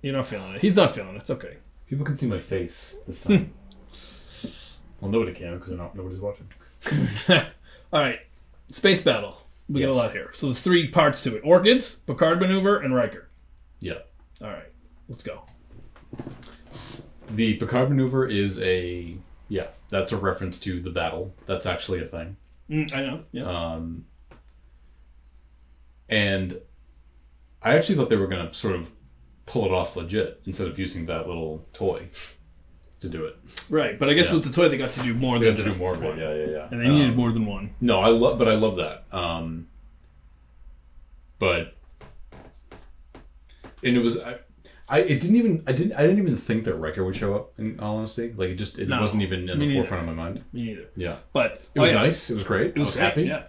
Speaker 2: You're not feeling it. He's not feeling it. It's okay.
Speaker 1: People can see my face this time. well, nobody can because not, nobody's watching.
Speaker 2: all right, space battle. We got
Speaker 1: Yes.
Speaker 2: a lot here. So there's three parts to it: Orchids, Picard maneuver, and Riker.
Speaker 1: Yeah.
Speaker 2: All right, let's go.
Speaker 1: The Picard maneuver is a Yeah, that's a reference to the battle. That's actually a thing.
Speaker 2: Mm, I know. Yeah.
Speaker 1: Um, and I actually thought they were going to sort of pull it off legit instead of using that little toy to do it.
Speaker 2: right. But I guess
Speaker 1: yeah.
Speaker 2: with the toy, they got to do more
Speaker 1: They
Speaker 2: than
Speaker 1: had to do
Speaker 2: just
Speaker 1: more of it.
Speaker 2: one.
Speaker 1: Yeah, yeah, yeah.
Speaker 2: And they
Speaker 1: Um,
Speaker 2: needed more than one.
Speaker 1: No, I love, but I love that. Um, but and it was I, I it didn't even I didn't I didn't even think that Riker would show up. In all honesty, like it just it
Speaker 2: No,
Speaker 1: wasn't even in
Speaker 2: me
Speaker 1: the
Speaker 2: neither.
Speaker 1: forefront of my mind.
Speaker 2: Me neither.
Speaker 1: Yeah,
Speaker 2: But oh,
Speaker 1: it was nice. It was great.
Speaker 2: It was,
Speaker 1: I was
Speaker 2: great,
Speaker 1: happy.
Speaker 2: Yeah.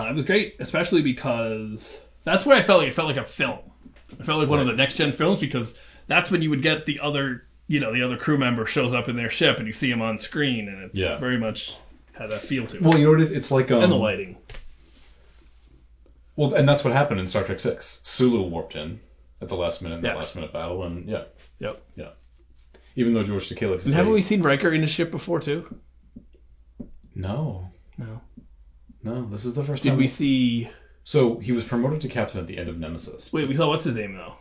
Speaker 2: Uh, it was great, especially because that's what I felt like. It felt like a film. It felt like one of
Speaker 1: Right.
Speaker 2: the next gen films because that's when you would get the other, you know, the other crew member shows up in their ship and you see him on screen and it's
Speaker 1: Yeah.
Speaker 2: very much had that feel to it.
Speaker 1: Well, you know what it is? It's like um,
Speaker 2: and the lighting.
Speaker 1: Well, and that's what happened in Star Trek Six. Sulu warped in at the last minute in
Speaker 2: Yes.
Speaker 1: the last minute battle, and yeah,
Speaker 2: Yep.
Speaker 1: yeah. Even though George Takeilis is
Speaker 2: And haven't
Speaker 1: a-
Speaker 2: we seen Riker in a ship before too?
Speaker 1: no,
Speaker 2: No.
Speaker 1: no, this is the first
Speaker 2: Did
Speaker 1: time
Speaker 2: we see?
Speaker 1: So he was promoted to captain at the end of Nemesis.
Speaker 2: Wait, we saw what's his name though.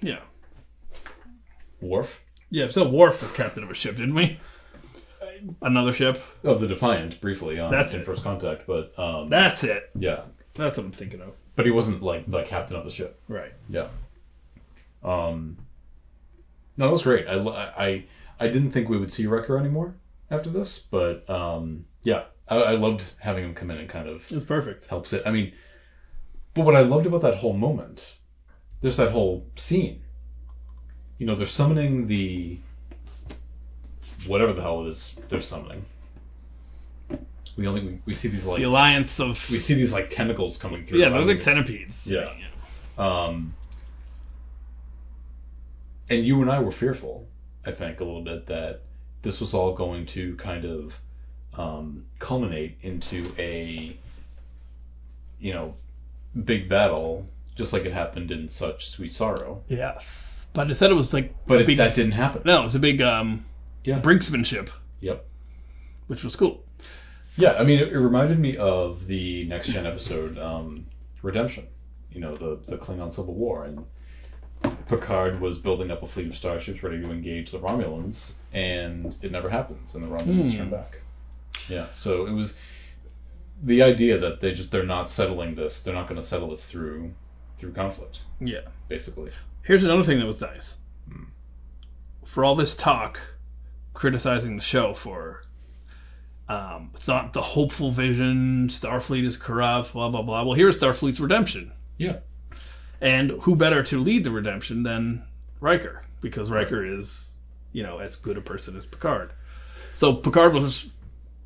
Speaker 2: Yeah.
Speaker 1: Worf.
Speaker 2: Yeah. So Worf was captain of a ship, didn't we? Another ship.
Speaker 1: of the Defiant briefly on
Speaker 2: That's
Speaker 1: in
Speaker 2: it.
Speaker 1: First Contact, but um,
Speaker 2: That's it.
Speaker 1: yeah,
Speaker 2: That's what I'm thinking of.
Speaker 1: but he wasn't like the captain of the ship.
Speaker 2: Right.
Speaker 1: Yeah. Um. No, that was great. I lo- I I- I didn't think we would see Wrecker anymore after this, but um, yeah, I, I loved having him come in and kind of
Speaker 2: It was perfect.
Speaker 1: helps it. I mean, but what I loved about that whole moment, there's that whole scene. You know, they're summoning the whatever the hell it is they're summoning. We only we, we see these like
Speaker 2: The alliance of
Speaker 1: we see these like tentacles coming through.
Speaker 2: yeah,
Speaker 1: I
Speaker 2: they're like
Speaker 1: don't
Speaker 2: centipedes.
Speaker 1: Yeah. um, and you and I were fearful, I think, a little bit that this was all going to kind of um, culminate into a, you know, big battle, just like it happened in such Sweet Sorrow.
Speaker 2: Yes. But instead it was like
Speaker 1: But
Speaker 2: a
Speaker 1: it,
Speaker 2: big,
Speaker 1: that didn't happen.
Speaker 2: no, it was a big um
Speaker 1: Yeah.
Speaker 2: brinksmanship,
Speaker 1: Yep.
Speaker 2: which was cool.
Speaker 1: Yeah. I mean, it, it reminded me of the next gen episode, um, Redemption. You know, the the Klingon Civil War and. Picard was building up a fleet of starships ready to engage the Romulans, and it never happens, and the Romulans
Speaker 2: Hmm.
Speaker 1: turn back. Yeah, so it was the idea that they just they're not settling this, they're not going to settle this through through conflict,
Speaker 2: Yeah.
Speaker 1: basically.
Speaker 2: Here's another thing that was nice.
Speaker 1: Hmm.
Speaker 2: For all this talk criticizing the show for um, thought the hopeful vision, Starfleet is corrupt, blah blah blah. Well, here's Starfleet's redemption.
Speaker 1: Yeah.
Speaker 2: And who better to lead the redemption than Riker? Because Riker is, you know, as good a person as Picard. So Picard was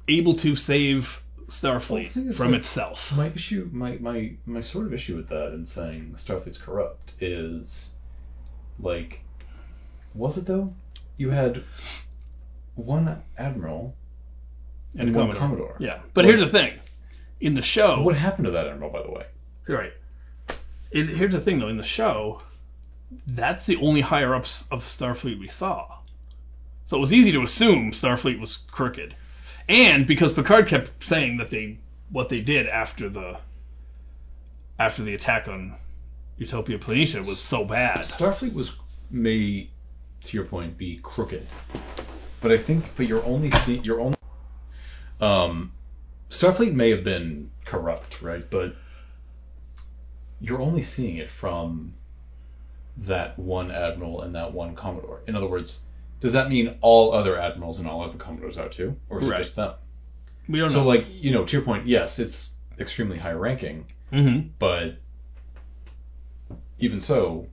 Speaker 2: able to save
Speaker 1: Well, the thing
Speaker 2: Starfleet
Speaker 1: is
Speaker 2: from
Speaker 1: that-
Speaker 2: itself.
Speaker 1: My issue, my my my sort of issue with that and saying Starfleet's corrupt is like, was it though? You had one admiral and, one commodore.
Speaker 2: Yeah. But
Speaker 1: Like-
Speaker 2: here's the thing. In the show,
Speaker 1: What happened to that admiral, by the way?
Speaker 2: Right. It, here's the thing, though. In the show, that's the only higher ups of Starfleet we saw. So it was easy to assume Starfleet was crooked, and because Picard kept saying that they what they did after the after the attack on Utopia Planitia was so bad.
Speaker 1: Starfleet was may, to your point, be crooked, but I think but you're only see you're only um, Starfleet may have been corrupt, right? But you're only seeing it from that one admiral and that one commodore. In other words, does that mean all other admirals and all other commodores are too, or is
Speaker 2: Right.
Speaker 1: it just them?
Speaker 2: We don't
Speaker 1: So
Speaker 2: know.
Speaker 1: like you know, to your point, yes, it's extremely high ranking,
Speaker 2: mm-hmm.
Speaker 1: but even so,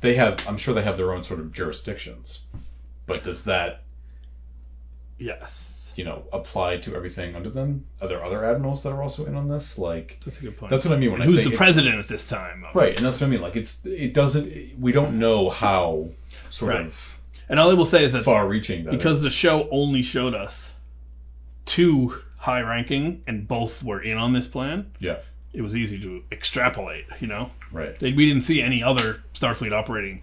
Speaker 1: they have. I'm sure they have their own sort of jurisdictions. But does that,
Speaker 2: Yes,
Speaker 1: you know, apply to everything under them? Are there other admirals that are also in on this? Like,
Speaker 2: that's a good point.
Speaker 1: that's what I mean when
Speaker 2: And Who's
Speaker 1: I say
Speaker 2: the
Speaker 1: it's-
Speaker 2: president at this time?
Speaker 1: Right, and that's what I mean. Like, it's it doesn't. We don't know how sort
Speaker 2: Right.
Speaker 1: of
Speaker 2: And all I will say is that
Speaker 1: far-reaching that
Speaker 2: because
Speaker 1: is.
Speaker 2: the show only showed us two high ranking and both were in on this plan
Speaker 1: yeah,
Speaker 2: it was easy to extrapolate you know
Speaker 1: right.
Speaker 2: They- we didn't see any other starfleet operating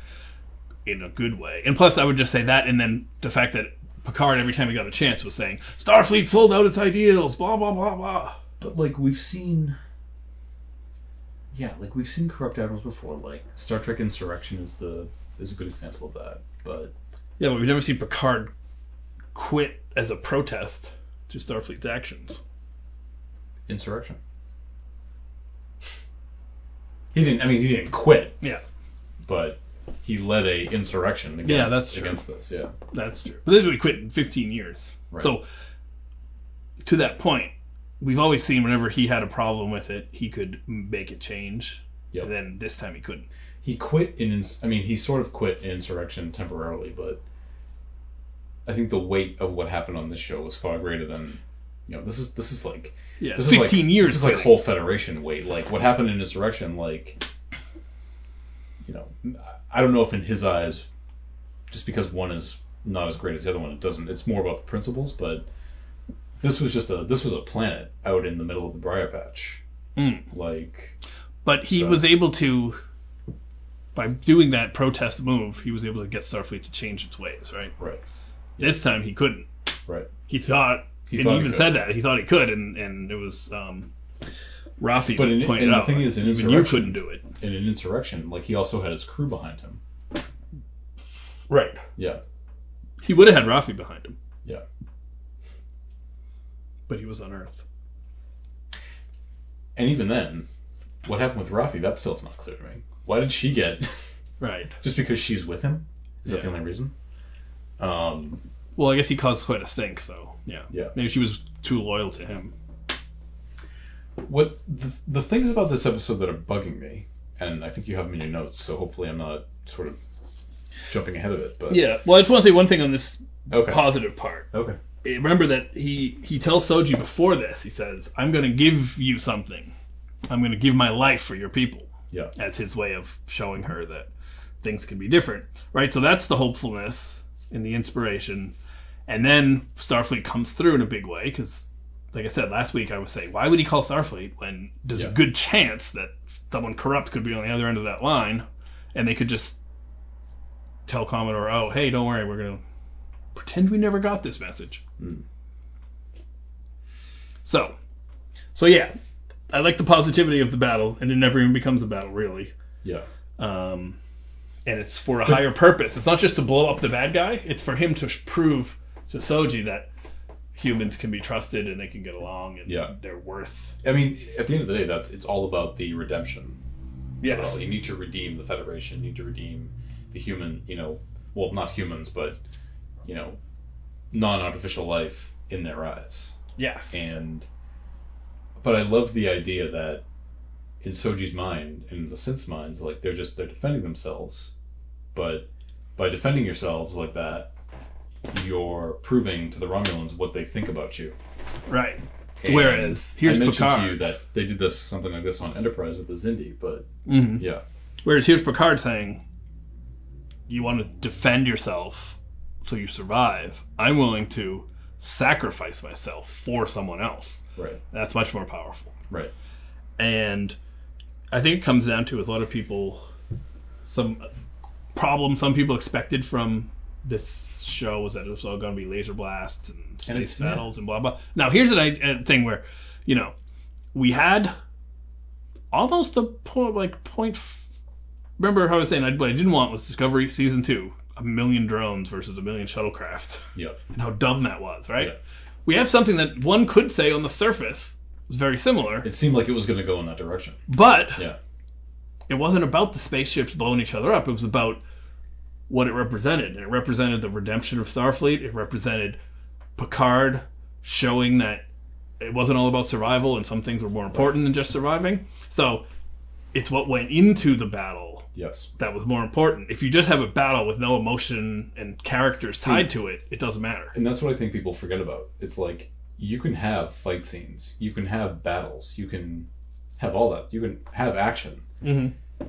Speaker 2: in a good way and plus i would just say that and then the fact that picard every time he got a chance was saying starfleet sold out its ideals blah blah blah blah
Speaker 1: But like we've seen, yeah, like we've seen corrupt admirals before. Like Star Trek Insurrection is the is a good example of that. But
Speaker 2: Yeah, but we've never seen Picard quit as a protest to Starfleet's actions.
Speaker 1: insurrection. He didn't. I mean, he didn't quit,
Speaker 2: Yeah,
Speaker 1: but he led a insurrection against
Speaker 2: Yeah, that's true.
Speaker 1: against this. Yeah.
Speaker 2: that's true. But then we quit in 15 years.
Speaker 1: Right.
Speaker 2: So to that point, we've always seen whenever he had a problem with it, he could make a change.
Speaker 1: Yep.
Speaker 2: And then this time he couldn't.
Speaker 1: he quit in ins- I mean he sort of quit in insurrection temporarily, but I think the weight of what happened on this show was far greater than you know this is this is like
Speaker 2: Yeah,
Speaker 1: this
Speaker 2: 15
Speaker 1: is like,
Speaker 2: years.
Speaker 1: This is like
Speaker 2: really.
Speaker 1: whole federation weight. Like what happened in insurrection, like you know I don't know if in his eyes just because one is not as great as the other one, it doesn't. It's more about the principles, but this was just a this was a planet out in the middle of the briar patch.
Speaker 2: Mm.
Speaker 1: Like
Speaker 2: But he
Speaker 1: So-
Speaker 2: was able to, by doing that protest move, he was able to get Starfleet to change its ways, right?
Speaker 1: right,
Speaker 2: This time he couldn't.
Speaker 1: right.
Speaker 2: He thought,
Speaker 1: He
Speaker 2: and
Speaker 1: thought
Speaker 2: he
Speaker 1: he
Speaker 2: even
Speaker 1: could.
Speaker 2: said that. He thought he could, and, and it was um, Rafi
Speaker 1: But in-
Speaker 2: that pointed
Speaker 1: and the
Speaker 2: out.
Speaker 1: thing is, in
Speaker 2: even you
Speaker 1: Insurrection-
Speaker 2: couldn't do it.
Speaker 1: in an insurrection, like he also had his crew behind him.
Speaker 2: Right.
Speaker 1: Yeah,
Speaker 2: He would have had Rafi behind him,
Speaker 1: yeah.
Speaker 2: but he was on Earth.
Speaker 1: And even then, what happened with Rafi? That still's not clear to me. Why did she get
Speaker 2: Right.
Speaker 1: just because she's with him? Is that the
Speaker 2: Yeah.
Speaker 1: only reason? Um,
Speaker 2: Well, I guess he caused quite a stink, so yeah.
Speaker 1: Yeah.
Speaker 2: Maybe she was too loyal to him.
Speaker 1: what the, the things about this episode that are bugging me, and I think you have them in your notes, so hopefully I'm not sort of jumping ahead of it. But
Speaker 2: Yeah. Well, I just want to say one thing on this
Speaker 1: okay,
Speaker 2: positive part.
Speaker 1: okay,
Speaker 2: remember that he he tells Soji before this. He says, "I'm going to give you something. I'm going to give my life for your people."
Speaker 1: yeah,
Speaker 2: As his way of showing her that things can be different, right? So that's the hopefulness and the inspiration. And then Starfleet comes through in a big way because, like I said last week, I was saying, why would he call Starfleet when there's
Speaker 1: Yeah.
Speaker 2: a good chance that someone corrupt could be on the other end of that line, and they could just tell Commodore, "Oh, hey, don't worry, we're going to pretend we never got this message."
Speaker 1: Mm.
Speaker 2: So, so yeah, I like the positivity of the battle, and it never even becomes a battle really.
Speaker 1: yeah,
Speaker 2: Um, and it's for a higher purpose. It's not just to blow up the bad guy. It's for him to sh- prove to Soji that humans can be trusted and they can get along and
Speaker 1: Yeah.
Speaker 2: they're worth.
Speaker 1: I mean, at the end of the day, that's it's all about the redemption.
Speaker 2: Yes.
Speaker 1: Well, you need to redeem the Federation. You need to redeem the human, you know, well, not humans, but you know, non-artificial life in their eyes.
Speaker 2: Yes.
Speaker 1: And but I love the idea that in Soji's mind and in the synth's minds, like they're just they're defending themselves, but by defending yourselves like that, you're proving to the Romulans what they think about you.
Speaker 2: right.
Speaker 1: And
Speaker 2: Whereas, here's
Speaker 1: I mentioned
Speaker 2: Picard.
Speaker 1: to you that they did this something like this on Enterprise with the Zindi, but
Speaker 2: Mhm.
Speaker 1: yeah,
Speaker 2: Whereas here's Picard saying, "You want to defend yourself so you survive. I'm willing to sacrifice myself for someone else.
Speaker 1: right,
Speaker 2: That's much more powerful."
Speaker 1: right,
Speaker 2: and I think it comes down to with a lot of people some problem some people expected from this show was that it was all going to be laser blasts and
Speaker 1: it's-
Speaker 2: space battles and blah blah. Now here's an i- a thing where you know we had almost a point like point. f- Remember how I was saying I, what I didn't want was Discovery season two, a million drones versus a million shuttlecraft
Speaker 1: yeah,
Speaker 2: and how dumb that was, right?
Speaker 1: Yeah.
Speaker 2: We have something that one could say on the surface was very similar,
Speaker 1: it seemed like it was going to go in that direction.
Speaker 2: but
Speaker 1: Yeah.
Speaker 2: it wasn't about the spaceships blowing each other up. It was about what it represented. And it represented the redemption of Starfleet. It represented Picard showing that it wasn't all about survival and some things were more important than just surviving. So it's what went into the battle
Speaker 1: Yes.
Speaker 2: that was more important. If you just have a battle with no emotion and characters tied to it, it doesn't matter.
Speaker 1: And that's what I think people forget about. It's like you can have fight scenes, you can have battles, you can have all that. You can have action.
Speaker 2: Mm-hmm.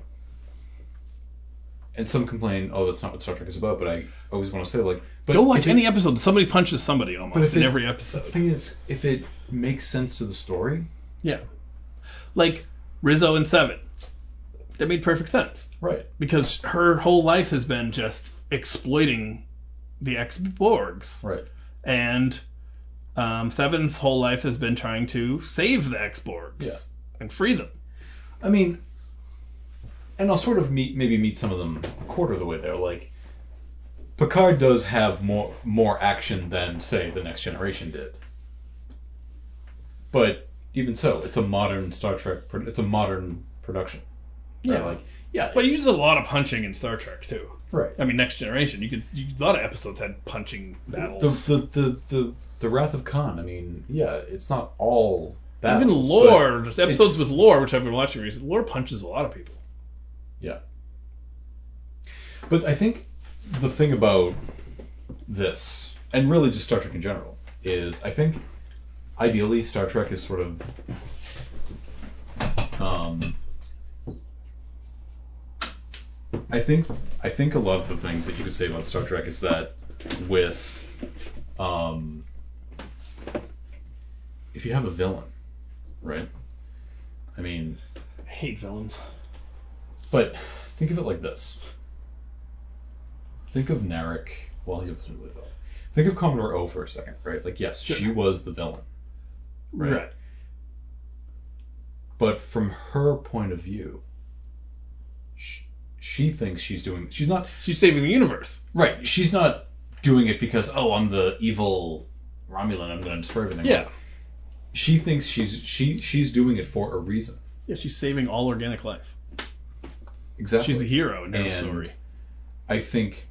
Speaker 1: And some complain, oh, that's not what Star Trek is about. But I always want to say, like, but
Speaker 2: Go watch
Speaker 1: if it-
Speaker 2: any episode. Somebody punches somebody
Speaker 1: But
Speaker 2: almost
Speaker 1: if
Speaker 2: in
Speaker 1: it-
Speaker 2: every
Speaker 1: The
Speaker 2: episode.
Speaker 1: thing is, if it makes sense to the story,
Speaker 2: Yeah. Like Rizzo and Seven. That made perfect sense
Speaker 1: right?
Speaker 2: because her whole life has been just exploiting the ex Borgs.
Speaker 1: Right.
Speaker 2: And um, Seven's whole life has been trying to save the ex Borgs
Speaker 1: Yeah.
Speaker 2: and free them.
Speaker 1: I mean, and I'll sort of meet maybe meet some of them a quarter of the way there. Like Picard does have more more action than say the Next Generation did, but even so, it's a modern Star Trek. pro- It's a modern production.
Speaker 2: Yeah.
Speaker 1: like yeah,
Speaker 2: But you use a lot of punching in Star Trek too.
Speaker 1: right.
Speaker 2: I mean, Next Generation. You could you, a lot of episodes had punching
Speaker 1: The,
Speaker 2: battles.
Speaker 1: the the the the Wrath of Khan. I mean, yeah, it's not all battles,
Speaker 2: Even
Speaker 1: but-
Speaker 2: lore, there's episodes
Speaker 1: it's-
Speaker 2: with lore, which I've been watching recently. Lore punches a lot of people.
Speaker 1: Yeah. But I think the thing about this, and really just Star Trek in general, is I think ideally Star Trek is sort of um, I think I think a lot of the things that you could say about Star Trek is that with um, if you have a villain, right? I mean,
Speaker 2: I hate villains.
Speaker 1: but think of it like this. Think of Narek. Well, he wasn't really a villain. Think of Commodore O for a second, right? Like, yes,
Speaker 2: Sure.
Speaker 1: she was the villain,
Speaker 2: Right.
Speaker 1: right? But from her point of view, she, she thinks she's doing. She's not.
Speaker 2: She's saving the universe.
Speaker 1: Right. She's not doing it because oh, I'm the evil Romulan. I'm going to destroy everything.
Speaker 2: Yeah.
Speaker 1: She thinks she's she she's doing it for a reason.
Speaker 2: Yeah, she's saving all organic life.
Speaker 1: Exactly.
Speaker 2: She's the hero in her
Speaker 1: And-
Speaker 2: story.
Speaker 1: I think,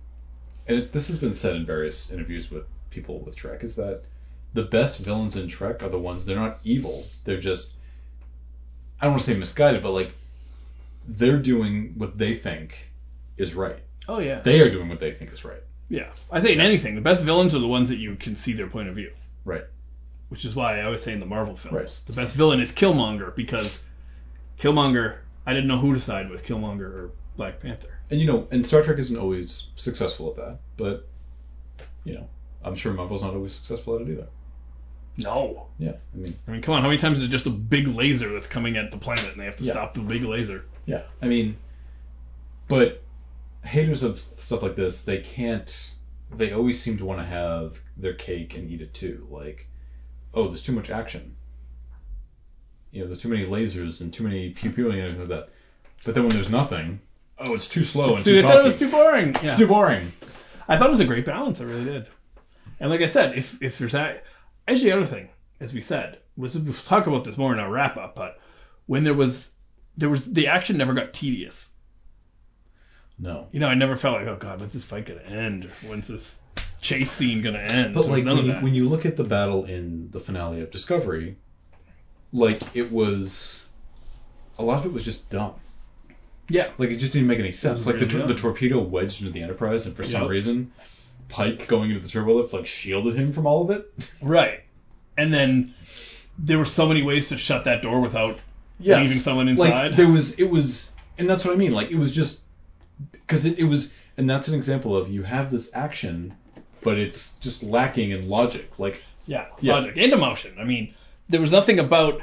Speaker 1: and it, this has been said in various interviews with people with Trek, is that the best villains in Trek are the ones they're not evil. They're just, I don't want to say misguided, but like they're doing what they think is right.
Speaker 2: Oh yeah.
Speaker 1: They are doing what they think is right.
Speaker 2: Yeah. I say in anything, the best villains are the ones that you can see their point of view.
Speaker 1: Right.
Speaker 2: Which is why I always say in the Marvel films,
Speaker 1: Right.
Speaker 2: the best villain is Killmonger because Killmonger, I didn't know who to side with, Killmonger or Black Panther.
Speaker 1: And you know, and Star Trek isn't always successful at that, but you know, I'm sure Marvel's not always successful at it either.
Speaker 2: No.
Speaker 1: Yeah, I mean,
Speaker 2: I mean, come on, how many times is it just a big laser that's coming at the planet and they have to
Speaker 1: Yeah.
Speaker 2: stop the big laser?
Speaker 1: Yeah, I mean, but haters of stuff like this, they can't. They always seem to want to have their cake and eat it too. Like, oh, there's too much action. You know, there's too many lasers and too many pew pewing and everything like that. But then when there's nothing, oh, it's too slow and
Speaker 2: Dude,
Speaker 1: too
Speaker 2: I thought it
Speaker 1: talky.
Speaker 2: was too boring.
Speaker 1: It's
Speaker 2: Yeah.
Speaker 1: too boring.
Speaker 2: I thought it was a great balance. I really did. And like I said, if if there's that, actually, the other thing, as we said, was we'll talk about this more in our wrap up. But when there was there was the action never got tedious.
Speaker 1: No.
Speaker 2: You know, I never felt like, oh god, when's this fight gonna end? When's this chase scene gonna end?
Speaker 1: But
Speaker 2: There was
Speaker 1: like
Speaker 2: none
Speaker 1: when
Speaker 2: of
Speaker 1: you,
Speaker 2: that.
Speaker 1: when you look at the battle in the finale of Discovery, like it was, a lot of it was just dumb.
Speaker 2: yeah,
Speaker 1: Like it just didn't make any sense.
Speaker 2: was
Speaker 1: Like the,
Speaker 2: really
Speaker 1: tor- the
Speaker 2: dumb.
Speaker 1: torpedo wedged into the Enterprise, and for some
Speaker 2: Yep.
Speaker 1: reason, Pike going into the turbo lift like shielded him from all of it.
Speaker 2: right. And then there were so many ways to shut that door without.
Speaker 1: Yes.
Speaker 2: Leaving someone
Speaker 1: Like
Speaker 2: inside.
Speaker 1: there was, it was, and that's what I mean. Like it was just because it, it was, and that's an example of you have this action, but it's just lacking in logic. Like
Speaker 2: Yeah,
Speaker 1: Yeah.
Speaker 2: logic and emotion. I mean, there was nothing about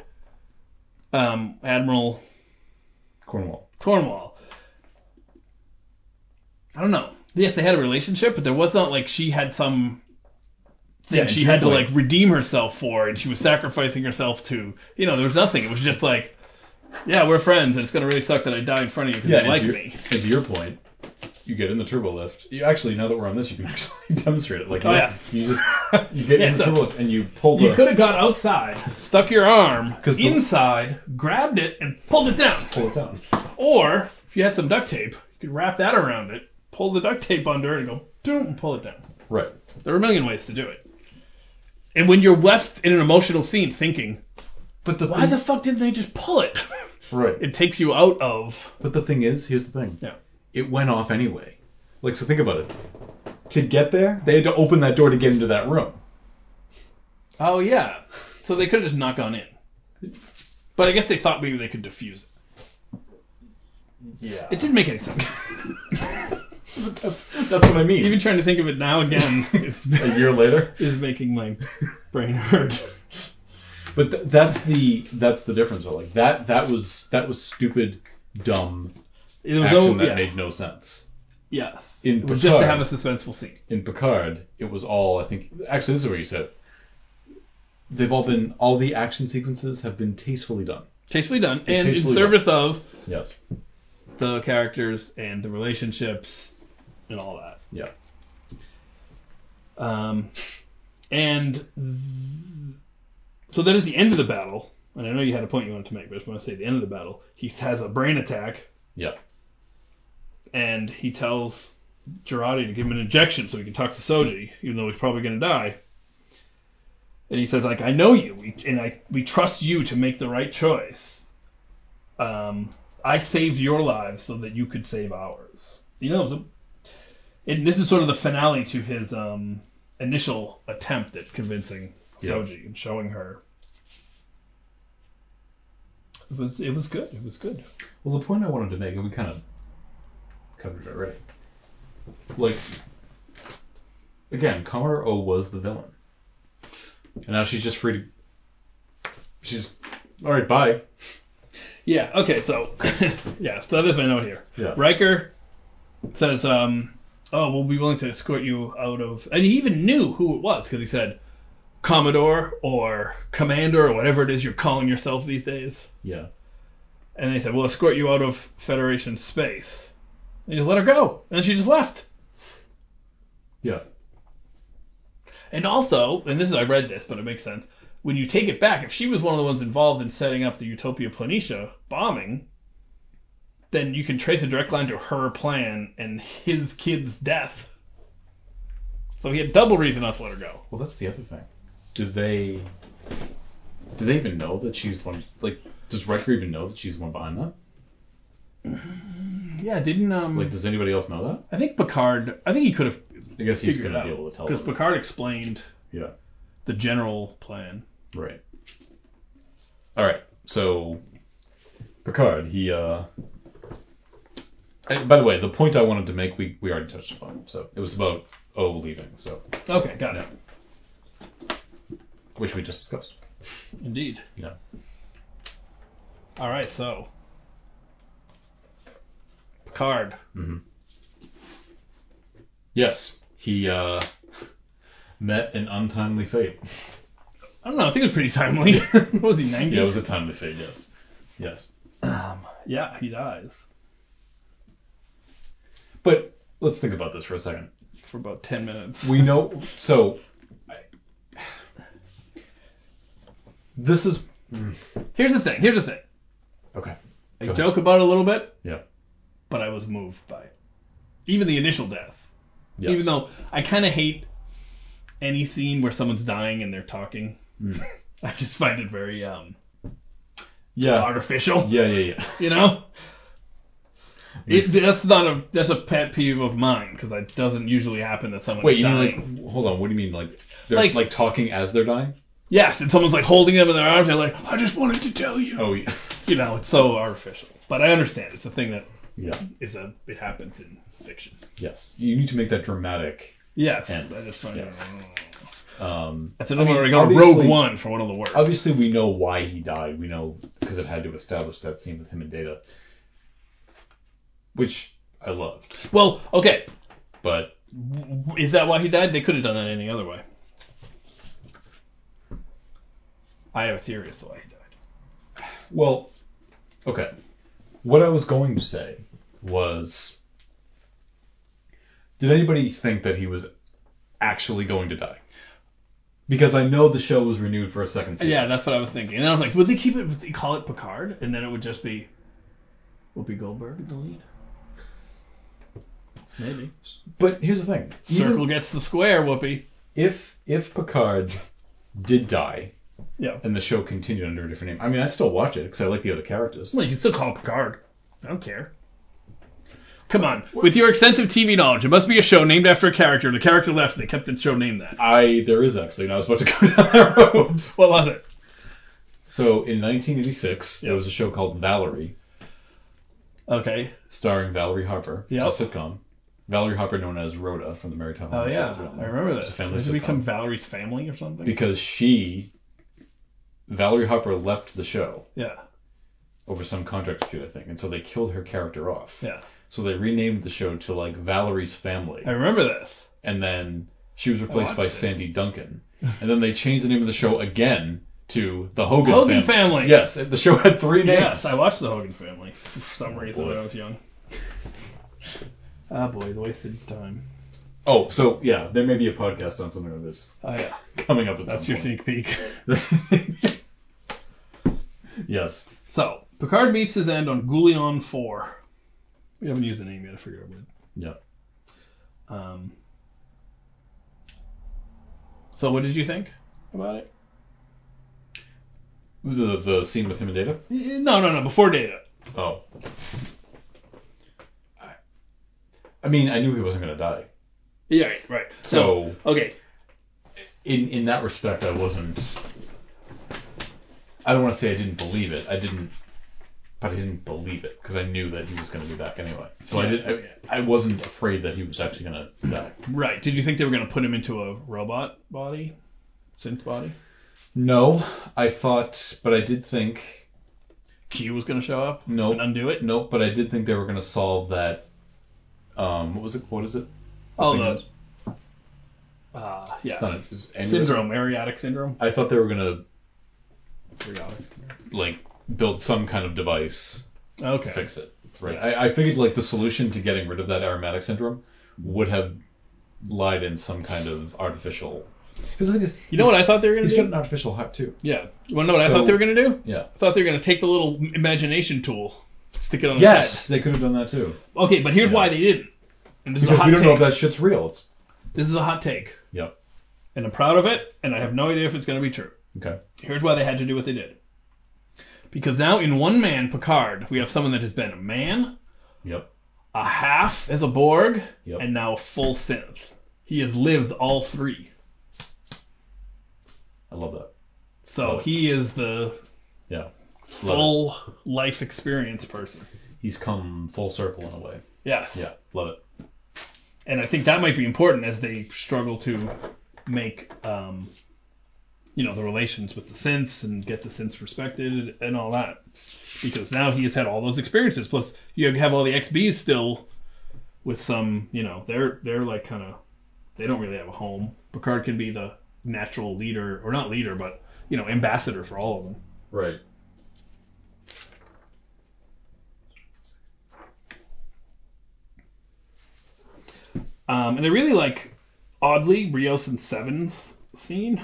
Speaker 2: um, Admiral
Speaker 1: Cornwall.
Speaker 2: Cornwall. I don't know. Yes, they had a relationship, but there was not like she had some thing
Speaker 1: Yeah,
Speaker 2: she had to
Speaker 1: exactly.
Speaker 2: like redeem herself for, and she was sacrificing herself to. You know, there was nothing. It was just like, yeah, we're friends, and it's gonna really suck that I die in front of you because you
Speaker 1: and
Speaker 2: like
Speaker 1: to your,
Speaker 2: me.
Speaker 1: And to your point, you get in the turbo lift. You actually, now that we're on this, you can actually demonstrate it. Like
Speaker 2: Oh,
Speaker 1: you,
Speaker 2: yeah.
Speaker 1: you just you get
Speaker 2: Yeah,
Speaker 1: in the
Speaker 2: so-
Speaker 1: turbo lift and you pull the
Speaker 2: You could have gone outside, stuck your arm
Speaker 1: 'Cause the-
Speaker 2: inside, grabbed it, and pulled it down.
Speaker 1: pull it down.
Speaker 2: Or if you had some duct tape, you could wrap that around it, pull the duct tape under it, and go doom, and pull it down.
Speaker 1: Right.
Speaker 2: There are a million ways to do it. And when you're left in an emotional scene thinking,
Speaker 1: But the
Speaker 2: why the fuck didn't they just pull it?
Speaker 1: right.
Speaker 2: it takes you out of.
Speaker 1: But the thing is, here's the thing.
Speaker 2: Yeah.
Speaker 1: It went off anyway. Like, so think about it. To get there, they had to open that door to get into that room.
Speaker 2: Oh, yeah. So they could have just not gone in. But I guess they thought maybe they could defuse it.
Speaker 1: Yeah.
Speaker 2: It didn't make any sense.
Speaker 1: that's, that's what I mean.
Speaker 2: Even trying to think of it now again is,
Speaker 1: a year later.
Speaker 2: is making my brain hurt.
Speaker 1: But th- that's the that's the difference. Though. Like that that was that was stupid, dumb
Speaker 2: It was
Speaker 1: action
Speaker 2: all-
Speaker 1: that
Speaker 2: yes.
Speaker 1: made no sense.
Speaker 2: Yes.
Speaker 1: In
Speaker 2: it was just to
Speaker 1: Picard.
Speaker 2: have a suspenseful scene.
Speaker 1: In Picard, it was all I think. Actually, this is where you said. it. They've all been all the action sequences have been tastefully done.
Speaker 2: Tastefully done. And
Speaker 1: tastefully
Speaker 2: in
Speaker 1: done.
Speaker 2: service of
Speaker 1: Yes.
Speaker 2: the characters and the relationships and all that.
Speaker 1: Yeah.
Speaker 2: Um, and th- so then at the end of the battle, and I know you had a point you wanted to make, but I just want to say at the end of the battle, he has a brain attack
Speaker 1: Yeah.
Speaker 2: and he tells Girardi to give him an injection so he can talk to Soji, even though he's probably going to die. And he says, like, I know you, we- and I we trust you to make the right choice. Um, I saved your lives so that you could save ours. You know, it was a, and this is sort of the finale to his um, initial attempt at convincing
Speaker 1: Yeah.
Speaker 2: Soji and showing her. It was it was good. It was good.
Speaker 1: Well, the point I wanted to make, and we kind of covered it already. Like, again, Kamara O was the villain, and now she's just free to. She's all right. Bye.
Speaker 2: Yeah, okay, so yeah, so that is my note here.
Speaker 1: Yeah.
Speaker 2: Riker says, um, oh, we'll be willing to escort you out of and he even knew who it was because he said Commodore or Commander or whatever it is you're calling yourself these days.
Speaker 1: Yeah.
Speaker 2: And they said, We'll escort you out of Federation space. And he just let her go. And she just left.
Speaker 1: Yeah.
Speaker 2: And also, and this is I read this, but it makes sense. When you take it back, if she was one of the ones involved in setting up the Utopia Planitia bombing, then you can trace a direct line to her plan and his kid's death. So he had double reason not to let her go.
Speaker 1: Well, that's the other thing. Do they? Do they even know that she's the one? Like, does Riker even know that she's the one behind that?
Speaker 2: Yeah, didn't um
Speaker 1: Like, does anybody else know that?
Speaker 2: I think Picard I think he could have
Speaker 1: I guess he's
Speaker 2: figured it
Speaker 1: gonna
Speaker 2: out
Speaker 1: be able to tell
Speaker 2: because
Speaker 1: them.
Speaker 2: Picard explained
Speaker 1: Yeah.
Speaker 2: the general plan.
Speaker 1: Right. All right. So Picard, he. uh and By the way, the point I wanted to make, we we already touched upon. So it was about O leaving. So
Speaker 2: Okay, got it.
Speaker 1: which we just discussed.
Speaker 2: Indeed.
Speaker 1: Yeah.
Speaker 2: All right, so Picard.
Speaker 1: Yes, he uh met an untimely fate.
Speaker 2: I don't know. I think it was pretty timely. what was he, 90?
Speaker 1: Yeah, it was a timely fate. Yes. Yes.
Speaker 2: Yeah, he dies
Speaker 1: But let's think about this for a second.
Speaker 2: for about 10 minutes.
Speaker 1: We know. So. I- This is
Speaker 2: Here's the thing. Here's the thing.
Speaker 1: okay.
Speaker 2: I
Speaker 1: Go ahead.
Speaker 2: joke about it a little bit,
Speaker 1: Yeah.
Speaker 2: but I was moved by it. Even the initial death.
Speaker 1: Yes.
Speaker 2: Even though I kind of hate any scene where someone's dying and they're talking.
Speaker 1: Mm.
Speaker 2: I just find it very um,
Speaker 1: Yeah.
Speaker 2: artificial,
Speaker 1: Yeah, yeah, yeah.
Speaker 2: you know? It, that's not a that's a pet peeve of mine because it doesn't usually happen that someone's
Speaker 1: Wait, you
Speaker 2: dying.
Speaker 1: mean like? Hold on. What do you mean like? They're
Speaker 2: Like-
Speaker 1: like, talking as they're dying?
Speaker 2: Yes, and someone's like holding them in their arms. They're like, I just wanted to tell you.
Speaker 1: Oh, yeah.
Speaker 2: You know, it's so artificial. But I understand. It's a thing that
Speaker 1: yeah.
Speaker 2: is a it happens in fiction.
Speaker 1: Yes. You need to make that dramatic.
Speaker 2: Yes,
Speaker 1: And-
Speaker 2: I just find
Speaker 1: yes.
Speaker 2: it.
Speaker 1: Um,
Speaker 2: That's another
Speaker 1: I mean,
Speaker 2: one where I go
Speaker 1: obviously-
Speaker 2: Rogue One for one of the worst.
Speaker 1: obviously, we know why he died. We know because it had to establish that scene with him and Data, which I loved.
Speaker 2: Well, okay,
Speaker 1: But
Speaker 2: W- is that why he died? They could have done that any other way. I have a theory as to why he died.
Speaker 1: well, okay. What I was going to say was, did anybody think that he was actually going to die? Because I know the show was renewed for a second season.
Speaker 2: Yeah, that's what I was thinking. And then I was like, would they keep it? Would they call it Picard? And then it would just be Whoopi Goldberg in the lead. Maybe.
Speaker 1: But here's the thing. Even-
Speaker 2: Circle gets the square, Whoopi.
Speaker 1: if if Picard did die
Speaker 2: Yeah.
Speaker 1: and the show continued under a different name, I mean, I'd still watch it because I like the other characters.
Speaker 2: Well, you can still call it Picard. I don't care. Come on. With your extensive TV knowledge, it must be a show named after a character. The character left, and they kept the show named that.
Speaker 1: I there is actually, and I was about to go down that road.
Speaker 2: What was it?
Speaker 1: So in 1986, there was a show called Valerie,
Speaker 2: Okay.
Speaker 1: starring Valerie Harper. It's a
Speaker 2: Yep.
Speaker 1: sitcom. Valerie Harper, known as Rhoda from the Mary Tyler
Speaker 2: Oh
Speaker 1: Moore
Speaker 2: yeah,
Speaker 1: show.
Speaker 2: I remember
Speaker 1: It's
Speaker 2: that.
Speaker 1: a family
Speaker 2: Does it
Speaker 1: sitcom.
Speaker 2: become Valerie's family or something?
Speaker 1: because she, Valerie Harper, left the show
Speaker 2: yeah.
Speaker 1: over some contract dispute, I think, and so they killed her character off.
Speaker 2: Yeah.
Speaker 1: So they renamed the show to like Valerie's Family.
Speaker 2: I remember this.
Speaker 1: and then she was replaced by
Speaker 2: watched it.
Speaker 1: Sandy Duncan. And then they changed the name of the show again to the Hogan,
Speaker 2: Hogan family.
Speaker 1: Yes, the show had three names.
Speaker 2: Yes, I watched the Hogan Family for some reason
Speaker 1: boy.
Speaker 2: when I was young. Oh, Ah, boy, the wasted time.
Speaker 1: oh, so yeah, there may be a podcast on something like this
Speaker 2: Oh, yeah.
Speaker 1: coming up at
Speaker 2: That's
Speaker 1: some
Speaker 2: your
Speaker 1: point.
Speaker 2: sneak peek.
Speaker 1: yes.
Speaker 2: So, Picard meets his end on Goulion 4. We haven't used the name yet, I figured I would.
Speaker 1: Yeah.
Speaker 2: Um, so, what did you think about it?
Speaker 1: The, the scene with him and Data.
Speaker 2: Eh, No, no, no, before Data.
Speaker 1: Oh. I- I mean, I knew he wasn't gonna die.
Speaker 2: Yeah, right, right. So,
Speaker 1: So-
Speaker 2: okay.
Speaker 1: in in that respect, I wasn't. I don't want to say I didn't believe it. I didn't, but I didn't believe it because I knew that he was going to be back anyway. So I did. I, I wasn't afraid that he was actually going to die.
Speaker 2: Right. Did you think they were going to put him into a robot body? Synth body?
Speaker 1: No, I thought, but I did think
Speaker 2: Q was going to show up
Speaker 1: no,
Speaker 2: and undo it?
Speaker 1: no, but I did think they were going to solve that. Um, what was it? What is it?
Speaker 2: Oh,
Speaker 1: Thing
Speaker 2: the,
Speaker 1: is-
Speaker 2: uh,
Speaker 1: it's
Speaker 2: yeah.
Speaker 1: not- it's aneurysm.
Speaker 2: Syndrome, Ariatic syndrome.
Speaker 1: I thought they were going
Speaker 2: Ariatic
Speaker 1: to like build some kind of device
Speaker 2: syndrome. Okay.
Speaker 1: fix it. Right. I, I figured like the solution to getting rid of that aromatic syndrome would have lied in some kind of artificial. Because the thing is,
Speaker 2: You know what I thought they were going
Speaker 1: He's
Speaker 2: to
Speaker 1: got
Speaker 2: do?
Speaker 1: an artificial heart too.
Speaker 2: Yeah. You want to know what I
Speaker 1: So-
Speaker 2: thought they were going to do?
Speaker 1: Yeah.
Speaker 2: I thought they were going to take the little imagination tool, stick it on his
Speaker 1: Yes, they could have done that too.
Speaker 2: head. Okay, but here's
Speaker 1: Yeah.
Speaker 2: why they didn't. And this is a
Speaker 1: Because
Speaker 2: hot
Speaker 1: we don't know
Speaker 2: take.
Speaker 1: if that shit's real. It's
Speaker 2: This is a hot take,
Speaker 1: yep.
Speaker 2: and I'm proud of it, and I have no idea if it's going to be true.
Speaker 1: Okay.
Speaker 2: Here's why they had to do what they did. Because now in one man, Picard, we have someone that has been a man,
Speaker 1: Yep.
Speaker 2: a half as a Borg,
Speaker 1: Yep.
Speaker 2: and now a full synth. He has lived all three.
Speaker 1: I love that.
Speaker 2: So
Speaker 1: Oh.
Speaker 2: he is the
Speaker 1: Yeah. Love it.
Speaker 2: full life experience person.
Speaker 1: He's come full circle in a way.
Speaker 2: Yes.
Speaker 1: Yeah. Love it.
Speaker 2: and I think that might be important as they struggle to make, um, you know, the relations with the synths and get the synths respected and all that, because now he has had all those experiences. Plus, you have all the XBs still with some, you know, they're they're like kind of they don't really have a home. Picard can be the natural leader, or not leader, but you know, ambassador for all of them.
Speaker 1: Right.
Speaker 2: Um, and I really like, oddly, Rios and Seven's scene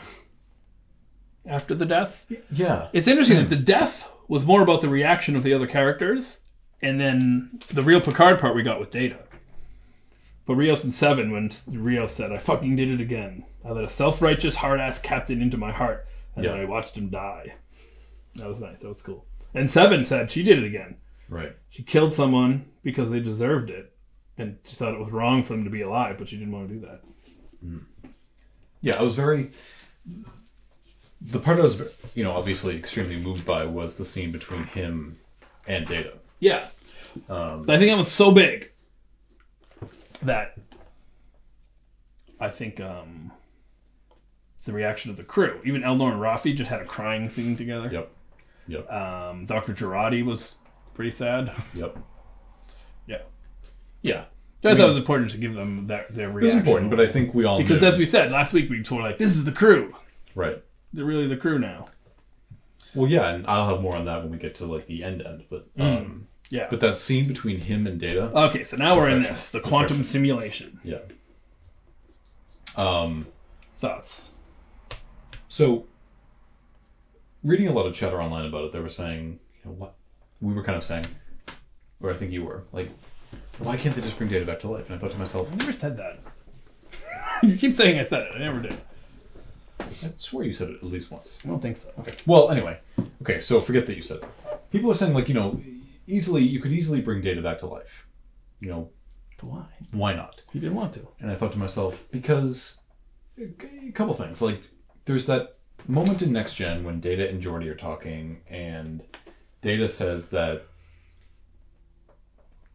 Speaker 2: after the death.
Speaker 1: Yeah.
Speaker 2: It's interesting that the death was more about the reaction of the other characters, and then the real Picard part we got with Data. But Rios in Seven, when Rios said, "I fucking did it again. I let a self-righteous, hard-ass captain into my heart, and
Speaker 1: Yeah.
Speaker 2: then I watched him die." That was nice. That was cool. And Seven said she did it again.
Speaker 1: right.
Speaker 2: She killed someone because they deserved it, and she thought it was wrong for them to be alive, but she didn't want to do that.
Speaker 1: Yeah, I was very. The part I was, ve- you know, obviously extremely moved by was the scene between him and Data.
Speaker 2: Yeah,
Speaker 1: Um,
Speaker 2: But I think that was so big that I think um, the reaction of the crew, even Eldor and Rafi, just had a crying scene together.
Speaker 1: Yep. Yep.
Speaker 2: Um, Dr. Girardi was pretty sad.
Speaker 1: Yep.
Speaker 2: Yeah.
Speaker 1: Yeah.
Speaker 2: I
Speaker 1: I
Speaker 2: thought
Speaker 1: mean-
Speaker 2: it was important to give them that their
Speaker 1: It was
Speaker 2: reaction.
Speaker 1: important, but I think we all
Speaker 2: because
Speaker 1: knew.
Speaker 2: as we said last week, we sort of like this is the crew.
Speaker 1: right.
Speaker 2: They're really the crew now.
Speaker 1: Well, yeah, and I'll have more on that when we get to like the end end. But um,
Speaker 2: Yeah.
Speaker 1: but that scene between him and Data.
Speaker 2: okay, so now we're in
Speaker 1: Perfection.
Speaker 2: this the quantum
Speaker 1: Perfection.
Speaker 2: simulation
Speaker 1: yeah. Um.
Speaker 2: thoughts.
Speaker 1: So, reading a lot of chatter online about it, they were saying, you know, what we were kind of saying, or I think you were like, why can't they just bring Data back to life? And I thought to myself,
Speaker 2: I never said that. you keep saying I said it. I never did.
Speaker 1: I swear you said it at least once.
Speaker 2: I don't think so.
Speaker 1: Okay. Well, anyway. Okay, so forget that you said it. People are saying like, you know, easily you could easily bring Data back to life. You know,
Speaker 2: But why?
Speaker 1: why not?
Speaker 2: He didn't want to.
Speaker 1: And I thought to myself, because a couple things. Like, there's that moment in Next Gen when Data and Geordi are talking, and Data says that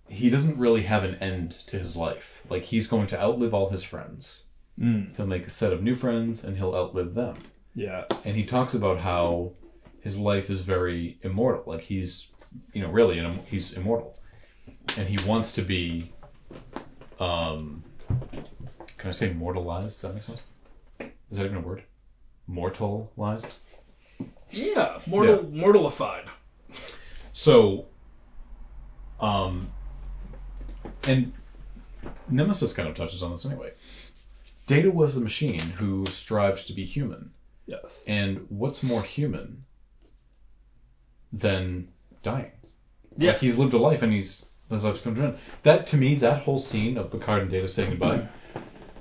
Speaker 1: he doesn't really have an end to his life. Like, he's going to outlive all his friends.
Speaker 2: Mm.
Speaker 1: He'll make a set of new friends, and he'll outlive them.
Speaker 2: Yeah.
Speaker 1: And he talks about how his life is very immortal. Like, he's, you know, really, an, he's immortal. And he wants to be, um, can I say mortalized? Does that make sense? Is that even a word? Mortalized?
Speaker 2: Yeah, mortal mortalified.
Speaker 1: So, um, and Nemesis kind of touches on this anyway. Data was a machine who strives to be human.
Speaker 2: Yes.
Speaker 1: And what's more human than dying?
Speaker 2: Yes.
Speaker 1: Like he's lived a life and he's his life's come to an end. That to me, that whole scene of Picard and Data saying goodbye,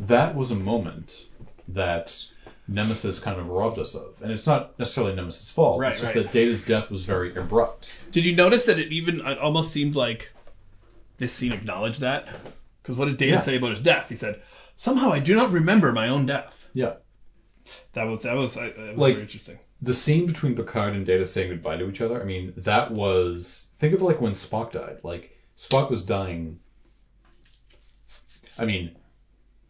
Speaker 1: that was a moment that Nemesis kind of robbed us of. And it's not necessarily Nemesis' fault.
Speaker 2: Right,
Speaker 1: it's just
Speaker 2: right.
Speaker 1: that Data's death was very abrupt.
Speaker 2: Did you notice that it even it almost seemed like this scene acknowledged that? Because what did Data
Speaker 1: Yeah.
Speaker 2: say about his death? He said, "Somehow I do not remember my own death."
Speaker 1: Yeah.
Speaker 2: That was that was, I, that was
Speaker 1: Like-
Speaker 2: very interesting.
Speaker 1: The scene between Picard and Data saying goodbye to each other, I mean, that was think of like when Spock died. Like Spock was dying I mean,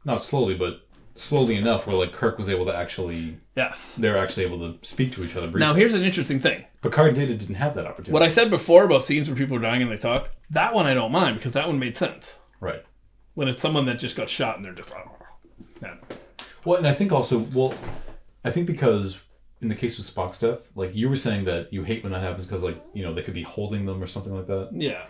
Speaker 1: not slowly, but slowly enough where like Kirk was able to actually
Speaker 2: Yes.
Speaker 1: they're actually able to speak to each other briefly.
Speaker 2: Now here's an interesting thing.
Speaker 1: Picard and Data didn't have that opportunity.
Speaker 2: What I said before about scenes where people are dying and they talk, that one I don't mind because that one made sense.
Speaker 1: right.
Speaker 2: When it's someone that just got shot and they're just like, yeah.
Speaker 1: Well, and I think also, well, I think because in the case with Spock's death, like you were saying that you hate when that happens because, like, you know, they could be holding them or something like that.
Speaker 2: yeah.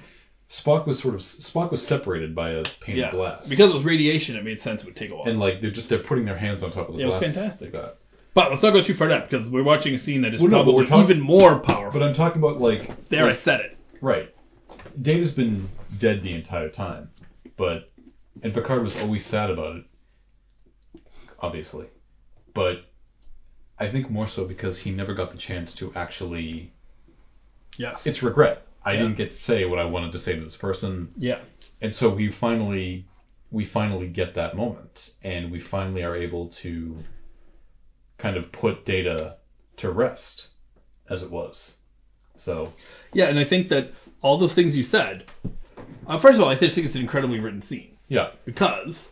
Speaker 1: Spock was sort of Spock was separated by a pane
Speaker 2: Yes.
Speaker 1: of glass
Speaker 2: Because it was radiation, it made sense it would take a while.
Speaker 1: and like they're just they're putting their hands on top of the
Speaker 2: It was
Speaker 1: glass.
Speaker 2: fantastic.
Speaker 1: Like that.
Speaker 2: but let's not go too far down because we're watching a scene that is
Speaker 1: Well, no, but
Speaker 2: probably
Speaker 1: we're talking-
Speaker 2: even more powerful.
Speaker 1: But I'm talking about like
Speaker 2: there, I
Speaker 1: like,
Speaker 2: said it.
Speaker 1: right. Data's been dead the entire time, but and Picard was always sad about it, obviously, but. I think more so because he never got the chance to actually
Speaker 2: Yes.
Speaker 1: it's regret. I
Speaker 2: Yeah.
Speaker 1: didn't get to say what I wanted to say to this person,
Speaker 2: yeah.
Speaker 1: and so we finally, we finally get that moment, and we finally are able to, kind of put data to rest, as it was. So
Speaker 2: Yeah, and I think that all those things you said. Uh, first of all, I just think it's an incredibly written scene
Speaker 1: yeah,
Speaker 2: because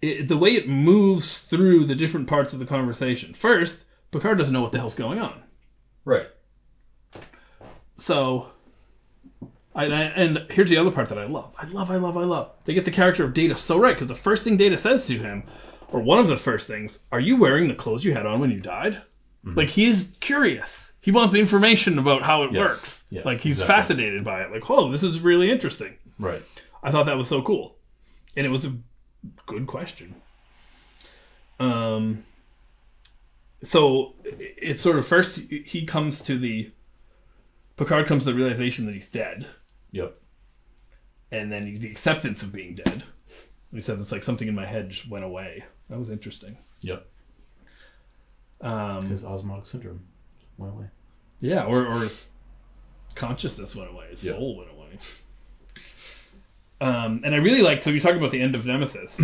Speaker 2: it, the way it moves through the different parts of the conversation. First, Picard doesn't know what the hell's going on,
Speaker 1: right,
Speaker 2: so. And, I, and here's the other part that I love. I love, I love, I love. They get the character of Data so right because the first thing Data says to him, or one of the first things, are you wearing the clothes you had on when you died?
Speaker 1: Mm-hmm.
Speaker 2: Like he's curious. He wants information about how it
Speaker 1: Yes,
Speaker 2: works.
Speaker 1: yes,
Speaker 2: like he's
Speaker 1: exactly.
Speaker 2: fascinated by it. Like, oh, this is really interesting.
Speaker 1: right.
Speaker 2: I thought that was so cool, and it was a good question. Um, so it- it's sort of first he comes to the Picard comes to the realization that he's dead,
Speaker 1: Yep.
Speaker 2: and then the acceptance of being dead. He says it's like something in my head just went away. That was interesting.
Speaker 1: Yep.
Speaker 2: Um,
Speaker 1: His osmotic syndrome. Went away.
Speaker 2: Yeah, or, or his consciousness went away, his
Speaker 1: Yeah.
Speaker 2: soul went away. Um, and I really like, so you're talking about the end of Nemesis.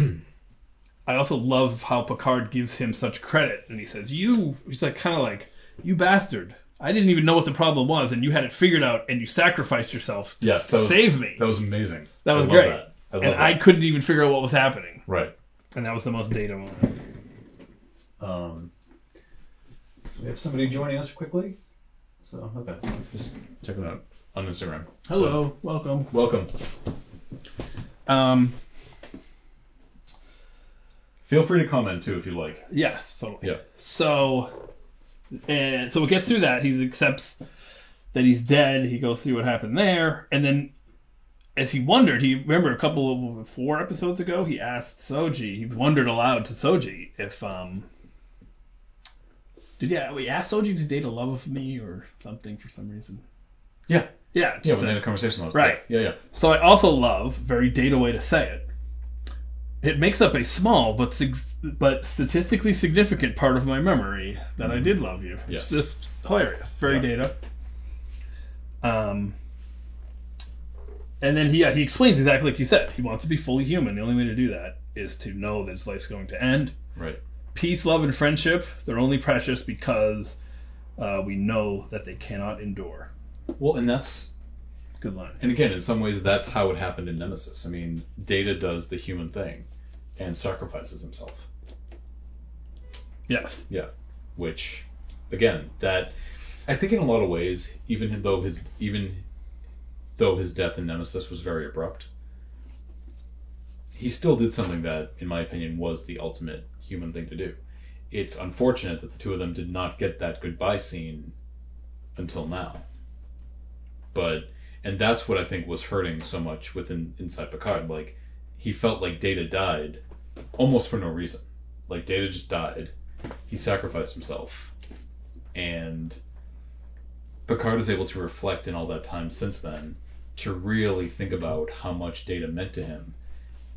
Speaker 2: I also love how Picard gives him such credit, and he says, "You," he's like, kind of like, "You bastard! I didn't even know what the problem was, and you had it figured out, and you sacrificed yourself to
Speaker 1: Yes, that was,
Speaker 2: save me."
Speaker 1: That was amazing.
Speaker 2: That was
Speaker 1: I love
Speaker 2: great.
Speaker 1: That. I love
Speaker 2: and I
Speaker 1: that.
Speaker 2: couldn't even figure out what was happening,
Speaker 1: right.
Speaker 2: and that was the most data moment.
Speaker 1: Um, we have somebody joining us quickly. So okay, just checking out on Instagram.
Speaker 2: Hello, welcome.
Speaker 1: Welcome.
Speaker 2: Um,
Speaker 1: Feel free to comment too if you like.
Speaker 2: Yes, totally.
Speaker 1: Yeah.
Speaker 2: So, and so it gets through that. He accepts that he's dead. He goes through what happened there, and then as he wondered, he remember a couple of four episodes ago, he asked Soji. He wondered aloud to Soji if um. Did yeah we asked Soji to date a love of me or something for some reason?
Speaker 1: Yeah.
Speaker 2: Yeah.
Speaker 1: Yeah, when
Speaker 2: just
Speaker 1: they
Speaker 2: a-
Speaker 1: had a conversation. About
Speaker 2: Right.
Speaker 1: Yeah, yeah.
Speaker 2: so I also love very data way to say it. It makes up a small but sig- but statistically significant part of my memory that I did love you.
Speaker 1: Yes.
Speaker 2: It's just hilarious. Very data. Um. And then he yeah, he explains exactly like you said. He wants to be fully human. The only way to do that is to know that his life's going to end.
Speaker 1: Right.
Speaker 2: Peace, love, and friendship, they're only precious because uh, we know that they cannot endure.
Speaker 1: Well, and that's
Speaker 2: Good line.
Speaker 1: and again, in some ways, that's how it happened in Nemesis. I mean, Data does the human thing and sacrifices himself,
Speaker 2: Yes.
Speaker 1: which, again, that I think in a lot of ways, even though his even though his death in Nemesis was very abrupt, he still did something that, in my opinion, was the ultimate human thing to do. it's unfortunate that the two of them did not get that goodbye scene until now. But and that's what I think was hurting so much within inside Picard. Like he felt like Data died almost for no reason. Like Data just died. He sacrificed himself. And Picard is able to reflect in all that time since then to really think about how much Data meant to him.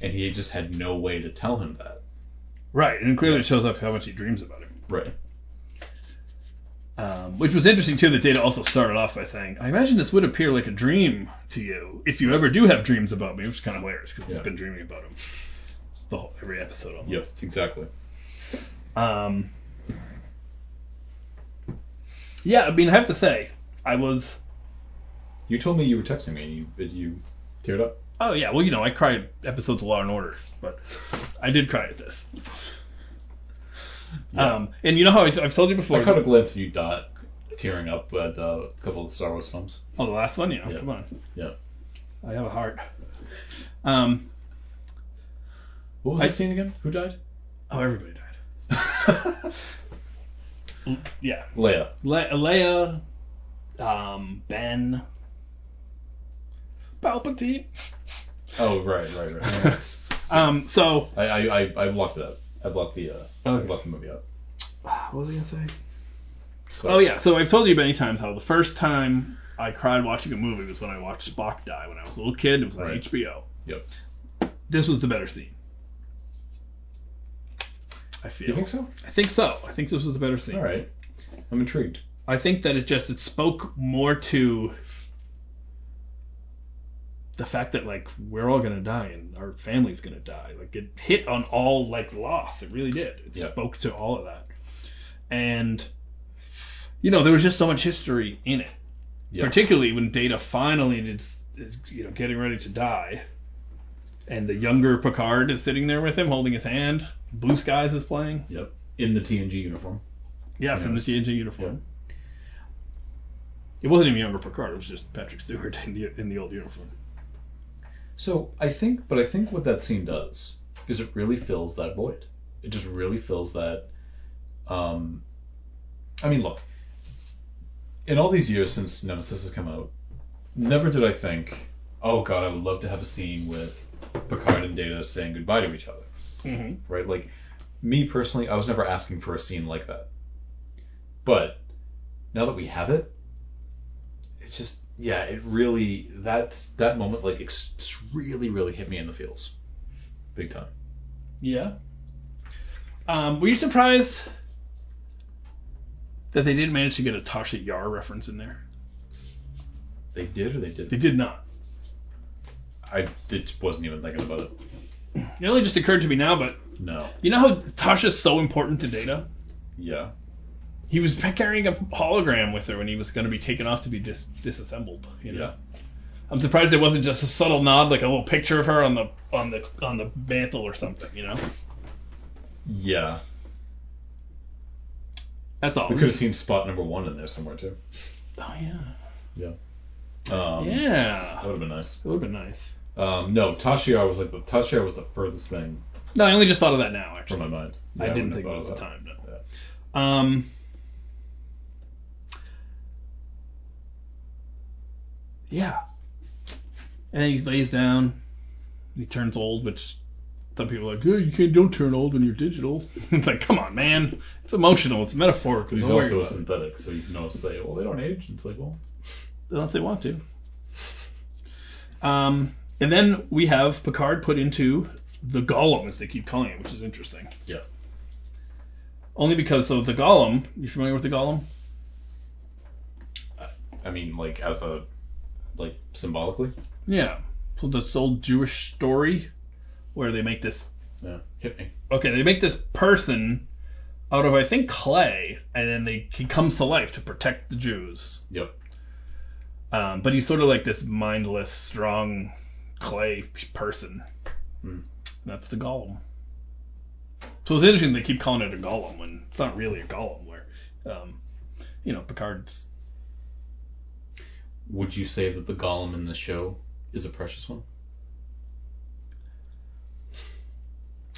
Speaker 1: And he just had no way to tell him that.
Speaker 2: Right, and clearly it shows up how much he dreams about it.
Speaker 1: Right.
Speaker 2: Um, which was interesting too. That Data also started off by saying, "I imagine this would appear like a dream to you if you ever do have dreams about me," which is kind of hilarious because
Speaker 1: Yeah.
Speaker 2: he's been dreaming about him the whole every episode almost.
Speaker 1: Yes, exactly.
Speaker 2: Um, yeah, I mean, I have to say, I was.
Speaker 1: You told me you were texting me and you you teared up.
Speaker 2: Oh yeah, well you know I cried at episodes of Law and Order, but I did cry at this.
Speaker 1: Yeah.
Speaker 2: Um, and you know how I, have told you before.
Speaker 1: I caught a glance of you dot tearing up at uh, a couple of the Star Wars films.
Speaker 2: Oh, the last one, yeah.
Speaker 1: Yeah.
Speaker 2: Come on,
Speaker 1: Yeah.
Speaker 2: I have a heart. Um,
Speaker 1: What was
Speaker 2: I-
Speaker 1: the scene again? Who died?
Speaker 2: oh, everybody died. Yeah,
Speaker 1: Leia.
Speaker 2: Le- Leia, um, Ben, Palpatine.
Speaker 1: Oh right, right, right.
Speaker 2: Um, so
Speaker 1: I, I, I, I blocked it out. I blocked the uh, I blocked the movie out.
Speaker 2: what was I gonna say?
Speaker 1: Sorry.
Speaker 2: Oh yeah, so I've told you many times how the first time I cried watching a movie was when I watched Spock die when I was a little kid. It was on
Speaker 1: Right.
Speaker 2: HBO.
Speaker 1: Yep.
Speaker 2: This was the better scene. I feel.
Speaker 1: You think so?
Speaker 2: I think so. I think this was the better scene.
Speaker 1: All right. I'm intrigued.
Speaker 2: I think that it just it spoke more to the fact that like we're all gonna die and our family's gonna die. Like it hit on all like loss. It really did. It
Speaker 1: Yeah.
Speaker 2: spoke to all of that. And you know, there was just so much history in it.
Speaker 1: Yeah.
Speaker 2: Particularly when Data finally is, is you know getting ready to die. And the younger Picard is sitting there with him holding his hand. Blue Skies is playing.
Speaker 1: Yep. In the TNG uniform.
Speaker 2: Yeah, from the TNG uniform. It wasn't even younger Picard. It was just Patrick Stewart in the in the old uniform.
Speaker 1: So I think, but I think what that scene does is it really fills that void. It just really fills that. Um, I mean, look, in all these years since Nemesis has come out, never did I think, oh God, I would love to have a scene with Picard and Data saying goodbye to each other.
Speaker 2: Mm-hmm.
Speaker 1: right? Like me personally, I was never asking for a scene like that. But now that we have it, it's just yeah, it really that's that moment like it's it's really really hit me in the feels, big time.
Speaker 2: Yeah. Um, were you surprised that they didn't manage to get a Tasha Yar reference in there?
Speaker 1: They did or they didn't.
Speaker 2: They did not.
Speaker 1: I did, wasn't even thinking about it.
Speaker 2: It only just occurred to me now, but
Speaker 1: No.
Speaker 2: you know how Tasha's so important to Data.
Speaker 1: Yeah.
Speaker 2: He was carrying a hologram with her when he was going to be taken off to be dis- disassembled. You know?
Speaker 1: Yeah.
Speaker 2: I'm surprised there wasn't just a subtle nod, like a little picture of her on the on the on the mantle or something. You know.
Speaker 1: Yeah.
Speaker 2: That's all.
Speaker 1: We could have seen spot number one in there somewhere too.
Speaker 2: Oh yeah.
Speaker 1: Um,
Speaker 2: Oh, yeah.
Speaker 1: That would have been nice.
Speaker 2: It would have been nice.
Speaker 1: Um, no, Tashiar was like the Tashiar was the furthest thing
Speaker 2: No, I only just thought of that now.
Speaker 1: from
Speaker 2: Actually,
Speaker 1: my mind.
Speaker 2: I
Speaker 1: Yeah,
Speaker 2: didn't
Speaker 1: wouldn't have
Speaker 2: think it
Speaker 1: thought
Speaker 2: was
Speaker 1: of
Speaker 2: the
Speaker 1: that.
Speaker 2: time. No. Um. Yeah. And then he lays down. He turns old, which some people are like, "Hey, you can't don't turn old when you're digital." it's like, come on, man. It's emotional. It's metaphorical.
Speaker 1: But he's
Speaker 2: Don't worry
Speaker 1: also a
Speaker 2: about it.
Speaker 1: synthetic, so you can always say, well, they don't age. And it's like, well,
Speaker 2: unless they want to. Um, and then we have Picard put into the Golem, as they keep calling it, which is interesting.
Speaker 1: Yeah.
Speaker 2: Only because so the Golem, you familiar with the Golem?
Speaker 1: I mean, like as a, like symbolically,
Speaker 2: Yeah. So this old Jewish story where they make this
Speaker 1: yeah, hit me.
Speaker 2: okay, they make this person out of I think clay, and then they he comes to life to protect the Jews.
Speaker 1: Yep.
Speaker 2: Um, but he's sort of like this mindless, strong clay p- person.
Speaker 1: Hmm.
Speaker 2: And that's the golem. So it's interesting they keep calling it a golem when it's not really a golem. Where, um, you know, Picard's
Speaker 1: Would you say that the golem in the show is a precious one?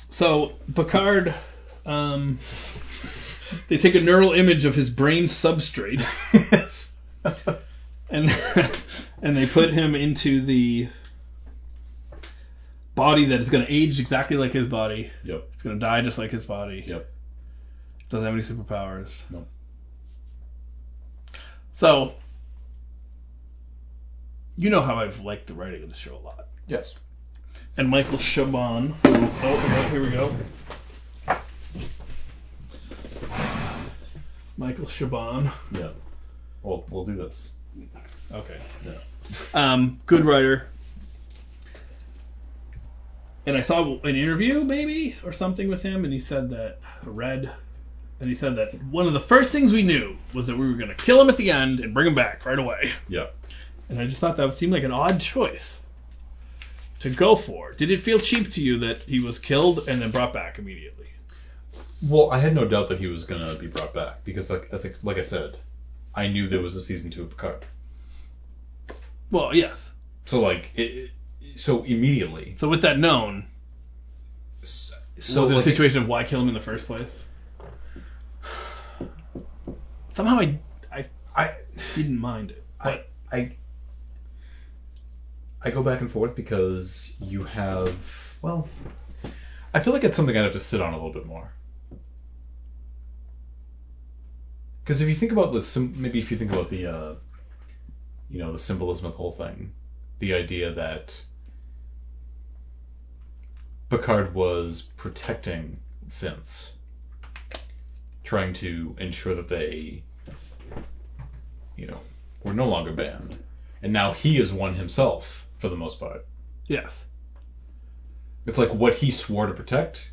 Speaker 2: So Picard, um, they take a neural image of his brain substrate
Speaker 1: yes.
Speaker 2: and and they put him into the body that is going to age exactly like his body.
Speaker 1: Yep.
Speaker 2: It's going to die just like his body.
Speaker 1: Yep.
Speaker 2: Doesn't have any superpowers.
Speaker 1: No.
Speaker 2: So, you know how I've liked the writing of the show a lot.
Speaker 1: Yes.
Speaker 2: And Michael Chabon. Oh, okay, here we go. Michael Chabon.
Speaker 1: Yeah. Well, we'll do this.
Speaker 2: Okay.
Speaker 1: Yeah.
Speaker 2: Um, good writer. And I saw an interview, maybe, or something with him, and he said that, read, and he said that one of the first things we knew was that we were going to kill him at the end and bring him back right away.
Speaker 1: Yeah.
Speaker 2: And I just thought that would seem like an odd choice to go for. Did it feel cheap to you that he was killed and then brought back immediately?
Speaker 1: Well, I had no doubt that he was gonna be brought back because, like, as I- like I said, I knew there was a season two of Picard.
Speaker 2: Well, yes.
Speaker 1: So like, it, it- so immediately,
Speaker 2: So with that known,
Speaker 1: s-
Speaker 2: So
Speaker 1: so
Speaker 2: was it a
Speaker 1: like,
Speaker 2: situation of why kill him in the first place? Somehow I, I
Speaker 1: I,
Speaker 2: didn't mind it.
Speaker 1: I, I, I go back and forth because you have, well, I feel like it's something I'd have to sit on a little bit more. Because if you think about the, sym- maybe if you think about the, uh, you know, the symbolism of the whole thing, the idea that Picard was protecting synths, trying to ensure that they, you know, were no longer banned, and now he is one himself for the most part.
Speaker 2: Yes.
Speaker 1: It's like what he swore to protect,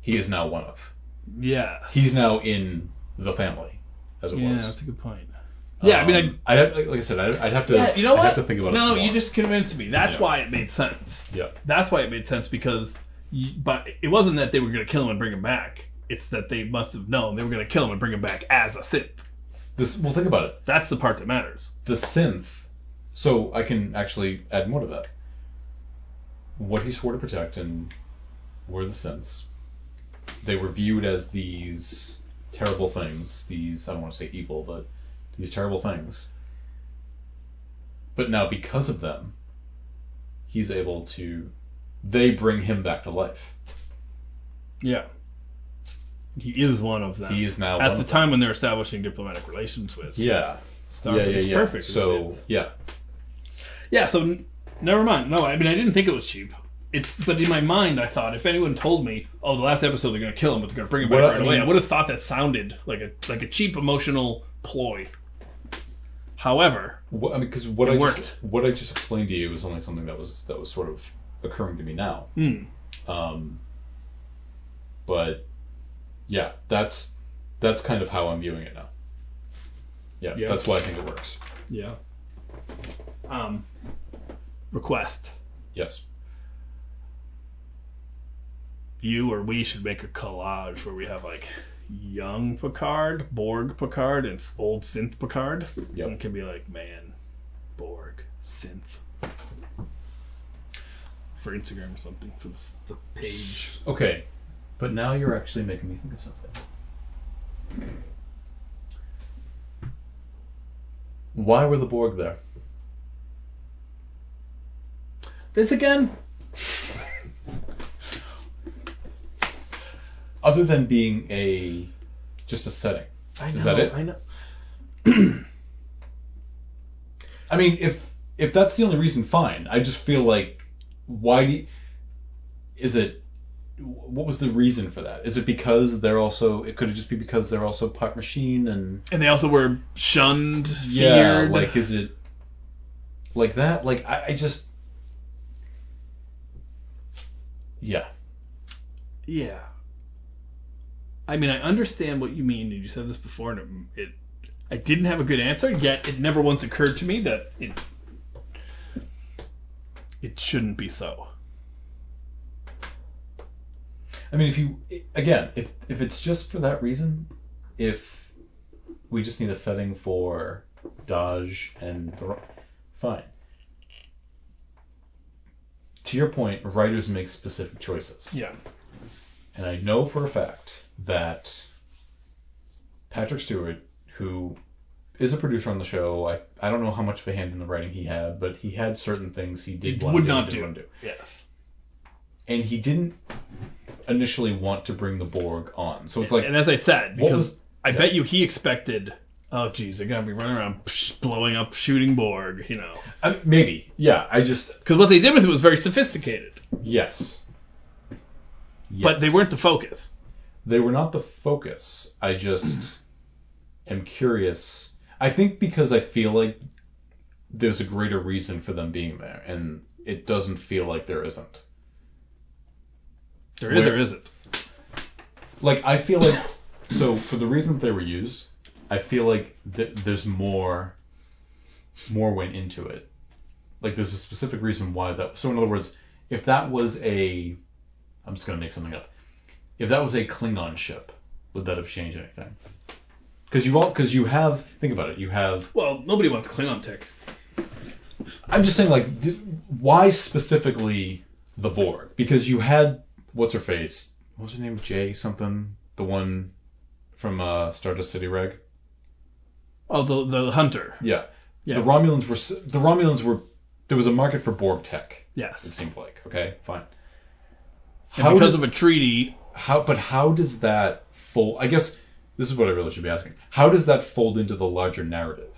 Speaker 1: he is now one of.
Speaker 2: Yeah.
Speaker 1: He's now in the family, as it
Speaker 2: Yeah,
Speaker 1: was.
Speaker 2: that's a good point. Yeah, I mean, I-
Speaker 1: I, have, like, like I said, I'd, I'd have to,
Speaker 2: Yeah, you know
Speaker 1: I'd
Speaker 2: what?
Speaker 1: have to think about it.
Speaker 2: no,
Speaker 1: some
Speaker 2: you
Speaker 1: more.
Speaker 2: just convinced me. That's
Speaker 1: Yeah.
Speaker 2: why it made sense.
Speaker 1: yeah,
Speaker 2: That's why it made sense because, you, but it wasn't that they were going to kill him and bring him back. It's that they must have known they were going to kill him and bring him back as a synth.
Speaker 1: this. Well, think about it.
Speaker 2: That's the part that matters.
Speaker 1: the synth. So I can actually add more to that. What he swore to protect and were the synths. They were viewed as these terrible things. These I don't want to say evil, but these terrible things. But now because of them, he's able to. They bring him back to life.
Speaker 2: Yeah. He is one of them.
Speaker 1: He is now
Speaker 2: at
Speaker 1: one
Speaker 2: the
Speaker 1: of them.
Speaker 2: time when they're establishing diplomatic relations with.
Speaker 1: Yeah.
Speaker 2: Starfleet's
Speaker 1: yeah, yeah, yeah.
Speaker 2: perfect.
Speaker 1: So yeah,
Speaker 2: Yeah, so n- never mind. No, I mean I didn't think it was cheap. It's but in my mind I thought if anyone told me, oh, the last episode they're gonna kill him, but they're gonna bring him back
Speaker 1: What I
Speaker 2: right away,
Speaker 1: mean-
Speaker 2: I would have thought that sounded like a like a cheap emotional ploy. However,
Speaker 1: What, I mean, because what
Speaker 2: It
Speaker 1: I
Speaker 2: worked.
Speaker 1: just what I just explained to you was only something that was that was sort of occurring to me now.
Speaker 2: hmm,
Speaker 1: Um, but yeah, that's that's kind of how I'm viewing it now. Yeah,
Speaker 2: Yeah.
Speaker 1: that's why I think it works.
Speaker 2: yeah. Um, request
Speaker 1: Yes.
Speaker 2: you or we should make a collage where we have like young Picard, Borg Picard, and old synth Picard.
Speaker 1: Yep.
Speaker 2: And it can be like, man, Borg, synth. For Instagram or something, for the, s- the page.
Speaker 1: Okay, but now you're actually making me think of something. Why were the Borg there?
Speaker 2: This again?
Speaker 1: Other than being a just a setting.
Speaker 2: I know,
Speaker 1: Is that it?
Speaker 2: I know.
Speaker 1: I mean, if if that's the only reason, fine. I just feel like why do you, is it? What was the reason for that? Is it because they're also? It could just be because they're also part machine and
Speaker 2: And they also were shunned,
Speaker 1: yeah,
Speaker 2: feared.
Speaker 1: like is it like that? Like I, I just yeah
Speaker 2: Yeah. I mean, I understand what you mean, and you said this before, and it, it I didn't have a good answer, yet it never once occurred to me that it it shouldn't be so.
Speaker 1: I mean, if you again, if if it's just for that reason, if we just need a setting for Dodge and Thro- fine. To your point, writers make specific choices,
Speaker 2: Yeah.
Speaker 1: and I know for a fact that Patrick Stewart, who is a producer on the show, I, I don't know how much of a hand in the writing he had, but he had certain things he did
Speaker 2: He
Speaker 1: want
Speaker 2: would
Speaker 1: to do,
Speaker 2: not
Speaker 1: didn't
Speaker 2: do.
Speaker 1: want to do.
Speaker 2: Yes.
Speaker 1: And he didn't initially want to bring the Borg on. So it's like,
Speaker 2: and as I said,
Speaker 1: what
Speaker 2: because
Speaker 1: was.
Speaker 2: I
Speaker 1: yeah.
Speaker 2: bet you he expected. Oh, geez, they're gonna be running around psh, blowing up, shooting Borg, you know.
Speaker 1: I, maybe. Yeah, I just.
Speaker 2: Because what they did with it was very sophisticated,
Speaker 1: Yes. yes.
Speaker 2: but they weren't the focus.
Speaker 1: they were not the focus. I just am curious. I think because I feel like there's a greater reason for them being there, and it doesn't feel like there isn't.
Speaker 2: There is
Speaker 1: Where-
Speaker 2: or isn't.
Speaker 1: Like I feel like so for the reason that they were used, I feel like th- there's more more went into it. Like there's a specific reason why that. So in other words, if that was a, I'm just gonna make something up. If that was a Klingon ship, would that have changed anything? Because you all, because you have, think about it. You have.
Speaker 2: Well, nobody wants Klingon tech.
Speaker 1: I'm just saying, like, d- why specifically the Borg? Because you had what's her face? What was her name? Jay something. The one from uh, Stardust City Reg.
Speaker 2: Oh, the the hunter.
Speaker 1: Yeah.
Speaker 2: Yeah.
Speaker 1: The Romulans were s- the Romulans were there was a market for Borg tech. It
Speaker 2: Yes.
Speaker 1: seemed like okay, fine.
Speaker 2: And because
Speaker 1: did-
Speaker 2: of a treaty,
Speaker 1: how but how does that fold? I guess this is what I really should be asking. How does that fold into the larger narrative?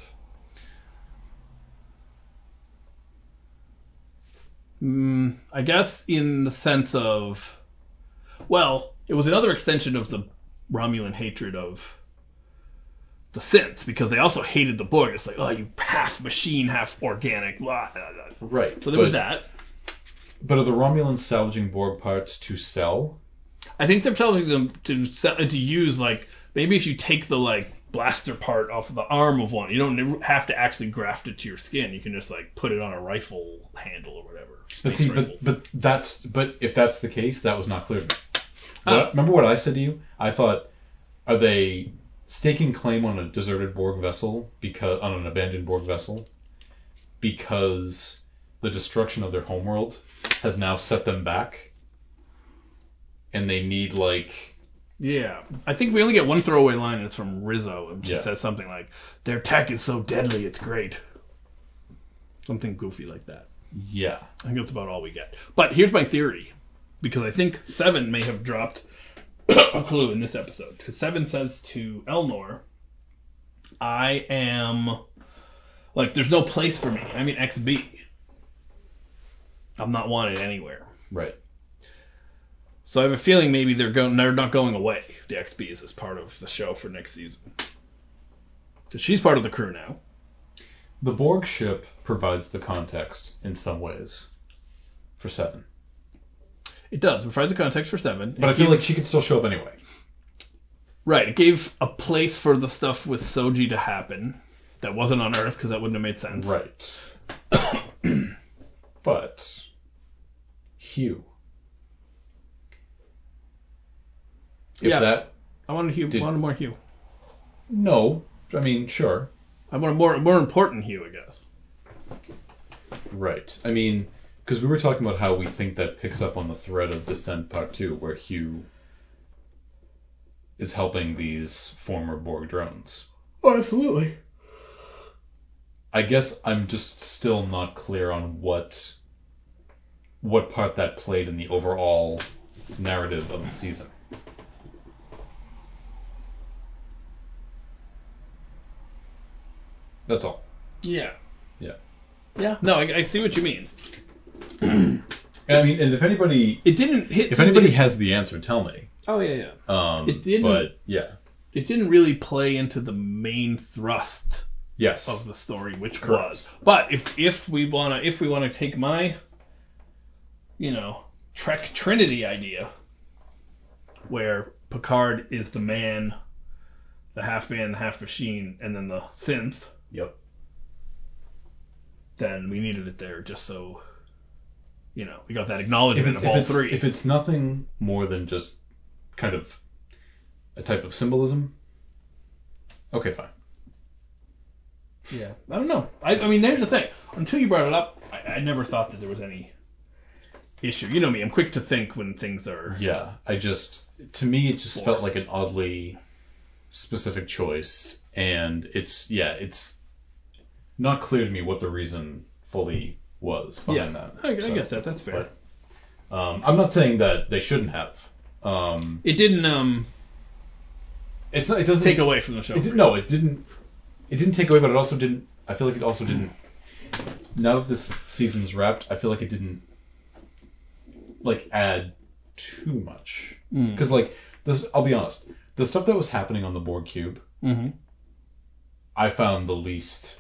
Speaker 2: mm, I guess in the sense of, well, it was another extension of the Romulan hatred of the synths because they also hated the Borg. It's like, oh, you half machine, half organic. Blah, blah, blah.
Speaker 1: Right.
Speaker 2: So there
Speaker 1: but,
Speaker 2: was that.
Speaker 1: But are the Romulans salvaging Borg parts to sell?
Speaker 2: I think they're telling them to sell, to use like maybe if you take the like blaster part off the arm of one, you don't ne- have to actually graft it to your skin. You can just like put it on a rifle handle or whatever.
Speaker 1: But
Speaker 2: Space
Speaker 1: see,
Speaker 2: rifle.
Speaker 1: but but that's but if that's the case, that was not clear to me.
Speaker 2: Ah.
Speaker 1: What- remember what I said to you? I thought, are they staking claim on a deserted Borg vessel because on an abandoned Borg vessel because the destruction of their homeworld has now set them back, and they need like
Speaker 2: yeah, I think we only get one throwaway line, and it's from Rizzo, and she
Speaker 1: Yeah.
Speaker 2: says something like, "Their tech is so deadly, it's great." Something goofy like that.
Speaker 1: yeah
Speaker 2: I think that's about all we get. But here's my theory, because I think Seven may have dropped a clue in this episode. Because Seven says to Elnor, "I am like, there's no place for me. I mean, XB. I'm not wanted anywhere."
Speaker 1: right
Speaker 2: So I have a feeling maybe they're going, they're not going away. The XBs is part of the show for next season. Because she's part of the crew now.
Speaker 1: the Borg ship provides the context in some ways for seven,
Speaker 2: It does. It provides the context for Seven.
Speaker 1: but I
Speaker 2: It
Speaker 1: feel like
Speaker 2: gives-
Speaker 1: she could still show up anyway.
Speaker 2: Right. It gave a place for the stuff with Soji to happen that wasn't on Earth because that wouldn't have made sense.
Speaker 1: Right. but Hugh. If
Speaker 2: Yeah.
Speaker 1: that
Speaker 2: I wanted Hugh.
Speaker 1: Did-
Speaker 2: wanted more Hugh.
Speaker 1: no, I mean sure.
Speaker 2: I wanted more more important Hugh, I guess.
Speaker 1: Right. I mean because we were talking about how we think that picks up on the thread of Descent Part 2 where Hugh is helping these former Borg drones.
Speaker 2: Oh, absolutely.
Speaker 1: I guess I'm just still not clear on what what part that played in the overall narrative of the season. That's all.
Speaker 2: Yeah.
Speaker 1: Yeah.
Speaker 2: Yeah. No, I, I see what you mean.
Speaker 1: And I mean, and if anybody
Speaker 2: It didn't hit.
Speaker 1: if anybody has the answer, tell me.
Speaker 2: oh yeah, yeah.
Speaker 1: Um,
Speaker 2: It didn't-
Speaker 1: But yeah.
Speaker 2: It didn't really play into the main thrust
Speaker 1: Yes.
Speaker 2: of the story, which
Speaker 1: Correct.
Speaker 2: was. But if if we wanna if we wanna take my, you know, Trek Trinity idea, where Picard is the man, the half man, the half machine, and then the synth,
Speaker 1: Yep.
Speaker 2: then we needed it there just so, you know, we got that acknowledgement
Speaker 1: it's,
Speaker 2: of all
Speaker 1: it's-
Speaker 2: three.
Speaker 1: if it's nothing more than just kind of a type of symbolism, okay, fine.
Speaker 2: yeah, I don't know. I, I mean, there's the thing. Until you brought it up, I, I never thought that there was any issue. You know me; I'm quick to think when things are.
Speaker 1: Yeah, I just to me it just felt
Speaker 2: Forced.
Speaker 1: like an oddly specific choice, and it's yeah, it's not clear to me what the reason fully was behind that.
Speaker 2: I, I
Speaker 1: So,
Speaker 2: get that. That's fair.
Speaker 1: Um, I'm not saying that they shouldn't have. Um,
Speaker 2: it didn't um
Speaker 1: it's not, it doesn't
Speaker 2: take away from the show.
Speaker 1: It did, no, it didn't. It didn't take away, but it also didn't. I feel like it also didn't. Now that this season's wrapped, I feel like it didn't like add too much
Speaker 2: Mm.
Speaker 1: because like this. I'll be honest, the stuff that was happening on the board cube,
Speaker 2: Mhm.
Speaker 1: I found the least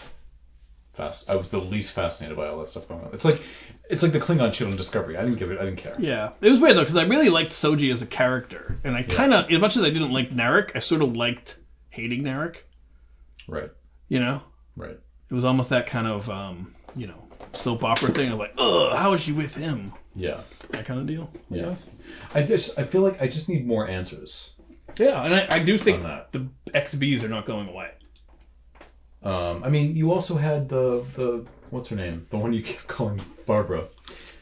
Speaker 1: fast. I was the least fascinated by all that stuff going on. It's like it's like the Klingon shit on Discovery. I didn't give it. I didn't care.
Speaker 2: Yeah, it was weird though because I really liked Soji as a character, and I kind of, as much as I didn't like Narek, I sort of liked hating Narek.
Speaker 1: Right.
Speaker 2: You know,
Speaker 1: Right.
Speaker 2: it was almost that kind of um, you know soap opera thing of like, ugh, how is she with him?
Speaker 1: Yeah.
Speaker 2: That kind of deal. I
Speaker 1: Yeah.
Speaker 2: guess.
Speaker 1: I just I feel like I just need more answers.
Speaker 2: Yeah, and I, I do think
Speaker 1: On that.
Speaker 2: the XBs are not going away.
Speaker 1: Um, I mean, you also had the the what's her name, the one you kept calling Barbara.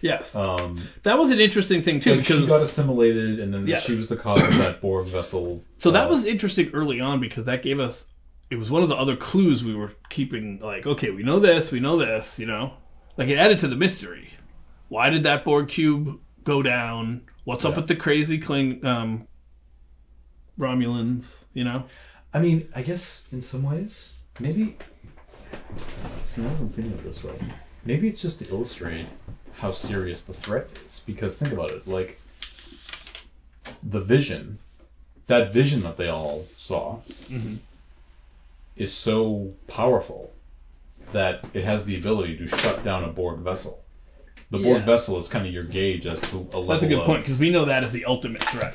Speaker 2: Yes,
Speaker 1: Um,
Speaker 2: that was an interesting thing too
Speaker 1: like
Speaker 2: because
Speaker 1: she got assimilated, and then
Speaker 2: Yeah.
Speaker 1: she was the cause of that Borg vessel.
Speaker 2: So that
Speaker 1: uh,
Speaker 2: was interesting early on because that gave us it was one of the other clues we were keeping like okay we know this we know this you know like it added to the mystery why did that Borg cube go down what's up
Speaker 1: Yeah.
Speaker 2: with the crazy Kling um, Romulans you know
Speaker 1: I mean, I guess in some ways, maybe. So now that I'm thinking of this way, maybe it's just to illustrate how serious the threat is. Because think about it, like the vision, that vision that they all saw, Mm-hmm.
Speaker 2: Mhm.
Speaker 1: is so powerful that it has the ability to shut down a Borg vessel. The Borg
Speaker 2: Yeah.
Speaker 1: vessel is kind of your gauge as to a level.
Speaker 2: that's a good
Speaker 1: of,
Speaker 2: point because we know that is the ultimate threat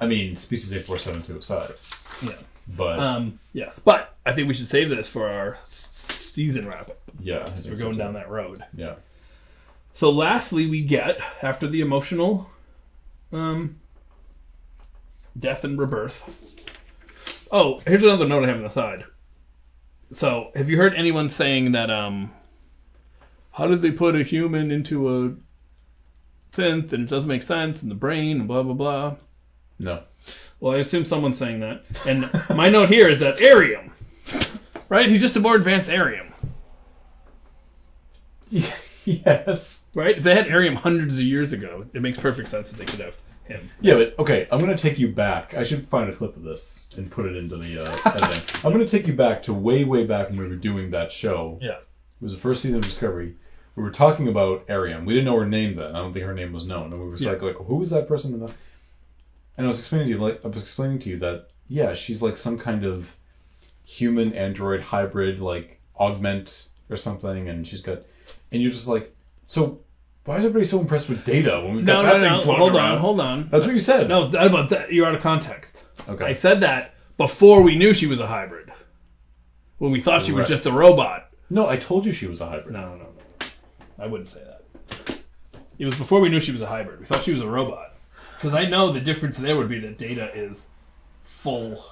Speaker 1: I mean, species eight four seven two aside,
Speaker 2: yeah
Speaker 1: but
Speaker 2: um yes but I think we should save this for our s- s- season wrap up
Speaker 1: yeah, I think
Speaker 2: we're
Speaker 1: so
Speaker 2: going
Speaker 1: too.
Speaker 2: down that road
Speaker 1: Yeah.
Speaker 2: So lastly, we get after the emotional um, death and rebirth. Oh, here's another note I have on the side. So, have you heard anyone saying that? Um, how did they put a human into a synth and it doesn't make sense and the brain and blah blah blah?
Speaker 1: No.
Speaker 2: Well, I assume someone's saying that. And my note here is that Arium, right? He's just a more advanced Arium,
Speaker 1: yes.
Speaker 2: right? If they had Arium hundreds of years ago, it makes perfect sense that they could have him.
Speaker 1: Yeah, but okay, I'm gonna take you back. I should find a clip of this and put it into the uh, editing. I'm gonna take you back to way, way back when we were doing that show.
Speaker 2: Yeah.
Speaker 1: It was the first season of Discovery. We were talking about Ariam. We didn't know her name then. I don't think her name was known. And we were just
Speaker 2: Yeah.
Speaker 1: like, like, who is that person? And I was explaining to you, like, I was explaining to you that yeah, she's like some kind of human android hybrid, like augment or something, and she's got, and you're just like, so why is everybody so impressed with Data when we've
Speaker 2: No,
Speaker 1: got that
Speaker 2: no,
Speaker 1: thing
Speaker 2: no.
Speaker 1: floating
Speaker 2: Hold
Speaker 1: around?
Speaker 2: on, hold on.
Speaker 1: That's what you said.
Speaker 2: No, that about that. You're out of context.
Speaker 1: Okay.
Speaker 2: I said that before we knew she was a hybrid. When we thought she
Speaker 1: Right.
Speaker 2: was just a robot.
Speaker 1: no, I told you she was a hybrid.
Speaker 2: No, no, no. I wouldn't say that. It was before we knew she was a hybrid. We thought she was a robot. Because I know the difference there would be that Data is full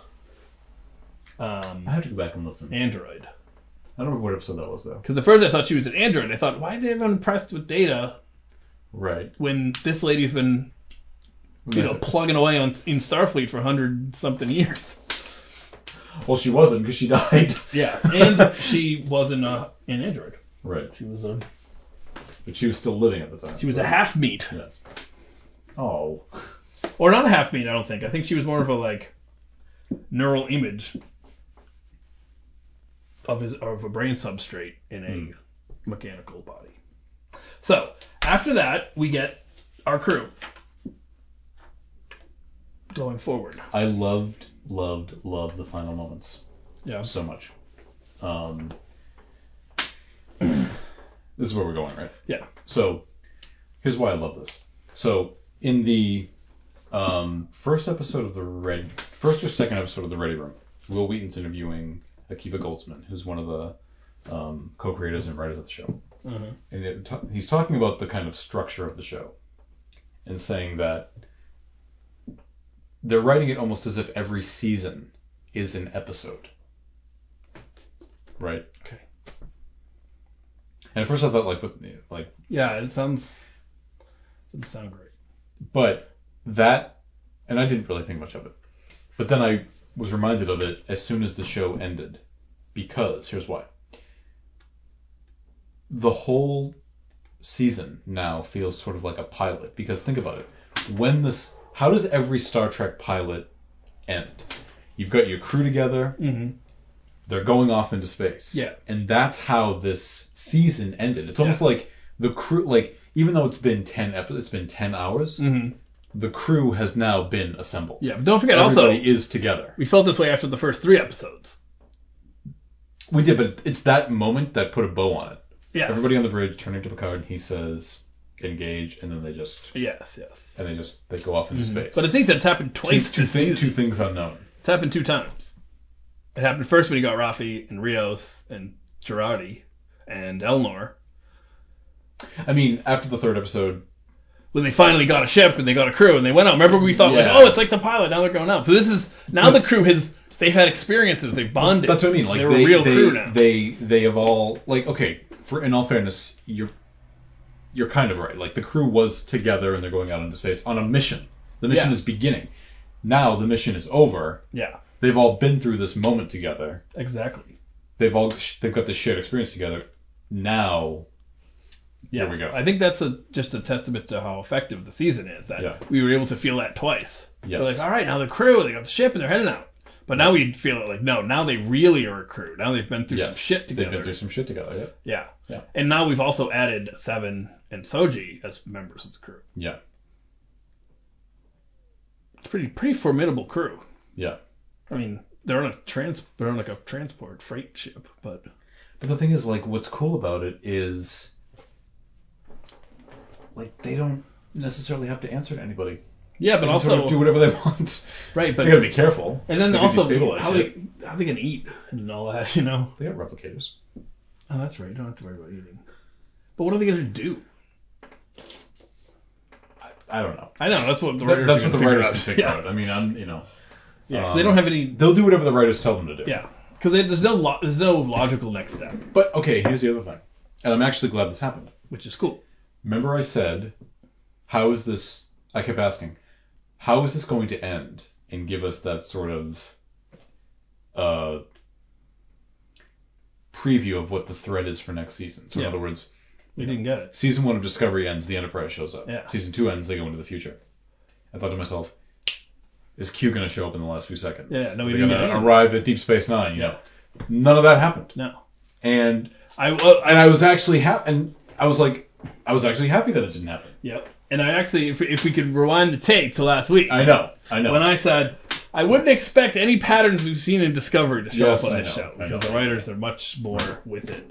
Speaker 1: I
Speaker 2: um,
Speaker 1: have to go back and listen.
Speaker 2: android.
Speaker 1: I don't remember what episode that was though.
Speaker 2: Because at first I thought she was an android. I thought, why is everyone impressed with Data
Speaker 1: Right.
Speaker 2: when this lady's been you know plugging away on in Starfleet for hundred something years?
Speaker 1: well, she wasn't because she died.
Speaker 2: Yeah, and she wasn't a, an android.
Speaker 1: Right.
Speaker 2: She was a
Speaker 1: But she was still living at the time.
Speaker 2: she was a
Speaker 1: right?
Speaker 2: half meat,
Speaker 1: Yes. Oh.
Speaker 2: or not a half meat. I don't think. I think she was more of a like neural image of his of a brain substrate in a
Speaker 1: Hmm.
Speaker 2: mechanical body. So after that, we get our crew going forward.
Speaker 1: I loved, loved, loved the final moments
Speaker 2: Yeah.
Speaker 1: so much. Um. this is where we're going, right?
Speaker 2: Yeah.
Speaker 1: So, here's why I love this. So, in the um, first episode of the Red, first or second episode of the Ready Room, Will Wheaton's interviewing Akiva Goldsman, who's one of the um, co-creators and writers of the show,
Speaker 2: Mhm.
Speaker 1: and they're ta- he's talking about the kind of structure of the show, and saying that they're writing it almost as if every season is an episode, right?
Speaker 2: Okay.
Speaker 1: And at first I thought like, what, like
Speaker 2: Yeah. It sounds. Doesn't sound great.
Speaker 1: But that, and I didn't really think much of it. But then I was reminded of it as soon as the show ended. Because, here's why. The whole season now feels sort of like a pilot. Because think about it. When this, how does every Star Trek pilot end? You've got your crew together,
Speaker 2: Mm-hmm.
Speaker 1: they're going off into space.
Speaker 2: Yeah.
Speaker 1: And that's how this season ended. It's almost
Speaker 2: Yes.
Speaker 1: like the crew, like, even though it's been 10 episodes, it's been 10 hours,
Speaker 2: Mm-hmm.
Speaker 1: the crew has now been assembled.
Speaker 2: Yeah, but don't forget
Speaker 1: Everybody
Speaker 2: also
Speaker 1: is together.
Speaker 2: we felt this way after the first three episodes.
Speaker 1: We did, but it's that moment that put a bow on it.
Speaker 2: Yes.
Speaker 1: Everybody on the bridge turning to Picard, he says, "Engage," and then they just
Speaker 2: Yes, yes.
Speaker 1: and they just they go off into space.
Speaker 2: Mm-hmm. But I think that's happened
Speaker 1: two,
Speaker 2: twice
Speaker 1: two,
Speaker 2: this
Speaker 1: things,
Speaker 2: season.
Speaker 1: two things unknown.
Speaker 2: It's happened two times. It happened first when he got Rafi and Rios and Girardi and Elnor.
Speaker 1: I mean, after the third episode,
Speaker 2: When they finally got a ship and they got a crew and they went out. Remember we thought like,
Speaker 1: Yeah.
Speaker 2: oh, it's like the pilot. Now they're going out. So this is now the crew has they've had experiences. They've bonded.
Speaker 1: that's what I mean. Like
Speaker 2: they're a
Speaker 1: they
Speaker 2: real
Speaker 1: they,
Speaker 2: crew now.
Speaker 1: they they have all like okay. For in all fairness, you're you're kind of right. Like the crew was together and they're going out into space on a mission. The mission
Speaker 2: Yeah.
Speaker 1: is beginning. Now the mission is over.
Speaker 2: yeah,
Speaker 1: They've all been through this moment together.
Speaker 2: exactly.
Speaker 1: They've all they've got this shared experience together. Now
Speaker 2: Yeah,
Speaker 1: Here we go.
Speaker 2: I think that's a just a testament to how effective the season is. That
Speaker 1: Yeah.
Speaker 2: we were able to feel that twice.
Speaker 1: Yes.
Speaker 2: They're like, all right, now the crew, they got the ship, and they're heading out. But now we feel it like, no, now they really are a crew. Now they've been through some shit together.
Speaker 1: They've been through some shit together. Yep.
Speaker 2: Yeah.
Speaker 1: Yeah.
Speaker 2: And now we've also added Seven and Soji as members of the crew.
Speaker 1: Yeah.
Speaker 2: It's pretty pretty formidable crew.
Speaker 1: Yeah.
Speaker 2: I mean, they're on a trans they're on like a transport freight ship, but
Speaker 1: But the thing is, like, what's cool about it is, like, they don't necessarily have to answer to anybody.
Speaker 2: yeah,
Speaker 1: They
Speaker 2: but
Speaker 1: can sort
Speaker 2: also
Speaker 1: of do whatever they want.
Speaker 2: right,
Speaker 1: They gotta
Speaker 2: but
Speaker 1: be careful.
Speaker 2: and then
Speaker 1: they
Speaker 2: also
Speaker 1: could destabilize
Speaker 2: how
Speaker 1: shit.
Speaker 2: they how they gonna eat and all that, you know?
Speaker 1: They got replicators.
Speaker 2: Oh, that's right. You don't have to worry about eating. But what are they gonna do?
Speaker 1: I don't know.
Speaker 2: I know that's what the
Speaker 1: That-
Speaker 2: writers
Speaker 1: that's
Speaker 2: are
Speaker 1: what the
Speaker 2: gonna
Speaker 1: writers
Speaker 2: figure
Speaker 1: can
Speaker 2: out.
Speaker 1: figure out.
Speaker 2: yeah.
Speaker 1: Um, I mean, I'm, you know,
Speaker 2: Yeah, 'cause they don't have any
Speaker 1: they'll do whatever the writers tell them to do.
Speaker 2: Yeah, because there's no lo- there's no logical next step,
Speaker 1: But okay, here's the other thing, and I'm actually glad this happened.
Speaker 2: which is cool.
Speaker 1: Remember, I said, how is this? I kept asking, how is this going to end and give us that sort of uh, preview of what the threat is for next season? So,
Speaker 2: Yeah.
Speaker 1: in other words,
Speaker 2: We didn't get it.
Speaker 1: season one of Discovery ends, the Enterprise shows up.
Speaker 2: Yeah.
Speaker 1: Season two ends, they go into the future. I thought to myself, is Q going to show up in the last few seconds?
Speaker 2: Yeah, no, we
Speaker 1: Are they
Speaker 2: didn't
Speaker 1: gonna
Speaker 2: get any.
Speaker 1: arrive at Deep Space Nine, you know. None of that happened.
Speaker 2: No,
Speaker 1: And
Speaker 2: I well, I
Speaker 1: and I was actually happy, and I was like, I was actually happy that it didn't happen.
Speaker 2: yep. And I actually, if, if we could rewind the tape to last week,
Speaker 1: I know, I know.
Speaker 2: when I said I wouldn't expect any patterns we've seen in Discovery to show
Speaker 1: Yes,
Speaker 2: up on
Speaker 1: I
Speaker 2: this
Speaker 1: know,
Speaker 2: show
Speaker 1: I know.
Speaker 2: because the writers are much more with it.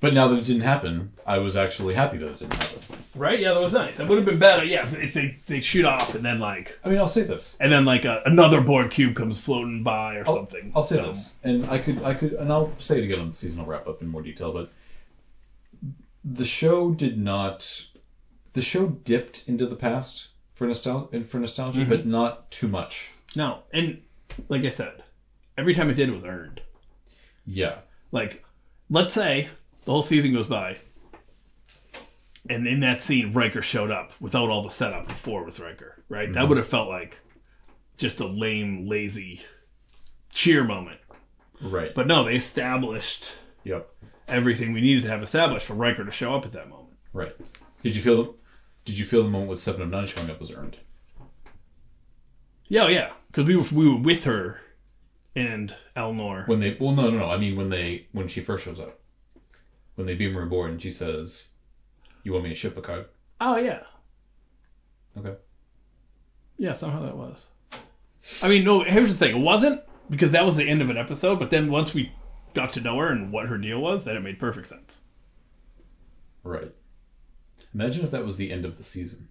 Speaker 1: But now that it didn't happen, I was actually happy that it didn't happen.
Speaker 2: Right? Yeah, that was nice. That would have been better. Yeah, if, if they they shoot off and then like
Speaker 1: I mean, I'll say this.
Speaker 2: and then like a, another board cube comes floating by or
Speaker 1: I'll,
Speaker 2: something.
Speaker 1: I'll say
Speaker 2: So,
Speaker 1: this, and I could, I could, and I'll say it again on the seasonal wrap up in more detail. But the show did not. The show dipped into the past for nostalgia, for nostalgia,
Speaker 2: Mhm.
Speaker 1: but not too much.
Speaker 2: No, and like I said, every time it did was earned.
Speaker 1: Yeah,
Speaker 2: Like, let's say the whole season goes by, and in that scene, Riker showed up without all the setup before with Riker, right? That would have felt like just a lame, lazy cheer moment.
Speaker 1: right.
Speaker 2: But no, they established
Speaker 1: yep,
Speaker 2: everything we needed to have established for Riker to show up at that moment.
Speaker 1: right. Did you feel? Did you feel the moment with Seven of Nine showing up was earned?
Speaker 2: Yeah, oh, yeah, because we were we were with her and Elnor.
Speaker 1: When they well no no no I mean when they when she first shows up, when they beam her aboard and she says, "You want me to ship a card?"
Speaker 2: Oh yeah.
Speaker 1: Okay.
Speaker 2: Yeah, somehow that was. I mean, no. Here's the thing: it wasn't because that was the end of an episode. But then once we got to know her and what her deal was, then it made perfect sense.
Speaker 1: Right. Imagine if that was the end of the season.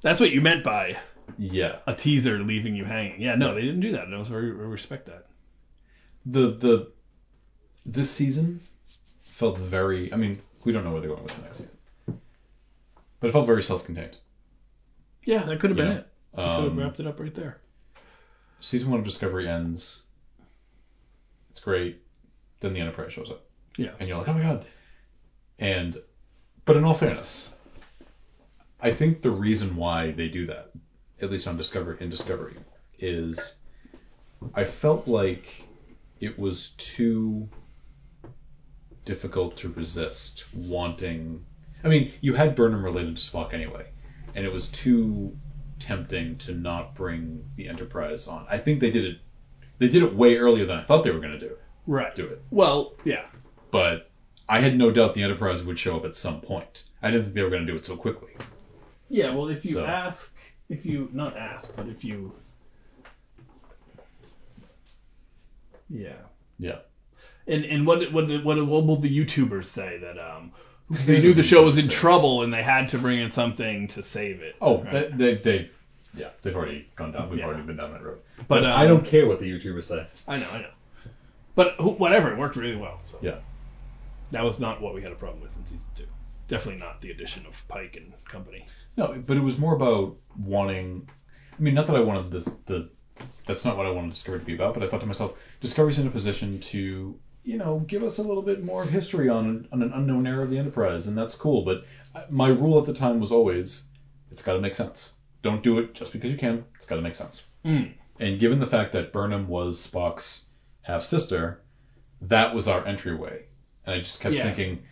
Speaker 2: That's what you meant by
Speaker 1: Yeah.
Speaker 2: a teaser leaving you hanging. Yeah, no, they didn't do that. And I was very I respect that.
Speaker 1: The the this season felt very I mean, we don't know where they're going with the next season. But it felt very self contained.
Speaker 2: Yeah, that could have been
Speaker 1: Yeah.
Speaker 2: it. They could have
Speaker 1: Um,
Speaker 2: wrapped it up right there.
Speaker 1: season one of Discovery ends. It's great. Then the Enterprise shows up.
Speaker 2: Yeah.
Speaker 1: And you're like, Oh my god. And but in all fairness, I think the reason why they do that, at least on Discovery in Discovery, is I felt like it was too difficult to resist wanting. I mean, you had Burnham related to Spock anyway, and it was too tempting to not bring the Enterprise on. I think they did it. They did it way earlier than I thought they were going to do
Speaker 2: Right.
Speaker 1: do it,
Speaker 2: Well, yeah.
Speaker 1: but I had no doubt the Enterprise would show up at some point. I didn't think they were going to do it so quickly.
Speaker 2: Yeah, well, if you
Speaker 1: So-
Speaker 2: ask, if you not ask, but if you, yeah,
Speaker 1: Yeah.
Speaker 2: and and what what what what will the YouTubers say that um they knew the show was in trouble and they had to bring in something to save it.
Speaker 1: Oh,
Speaker 2: Right.
Speaker 1: they, they, they, yeah, they've already gone down. We've
Speaker 2: Yeah.
Speaker 1: already been down that road.
Speaker 2: but um,
Speaker 1: I don't care what the YouTubers say.
Speaker 2: I know, I know. But who, whatever, it worked really well. So
Speaker 1: Yeah.
Speaker 2: that was not what we had a problem with in season two. Definitely not the addition of Pike and company.
Speaker 1: No, but it was more about wanting. I mean, not that I wanted this. The that's not what I wanted Discovery to be about. But I thought to myself, Discovery's in a position to, you know, give us a little bit more of history on on an unknown era of the Enterprise, and that's cool. But I- my rule at the time was always, it's got to make sense. Don't do it just because you can. It's got to make sense.
Speaker 2: Mm.
Speaker 1: And given the fact that Burnham was Spock's half sister, that was our entryway. And I just kept
Speaker 2: Yeah.
Speaker 1: thinking,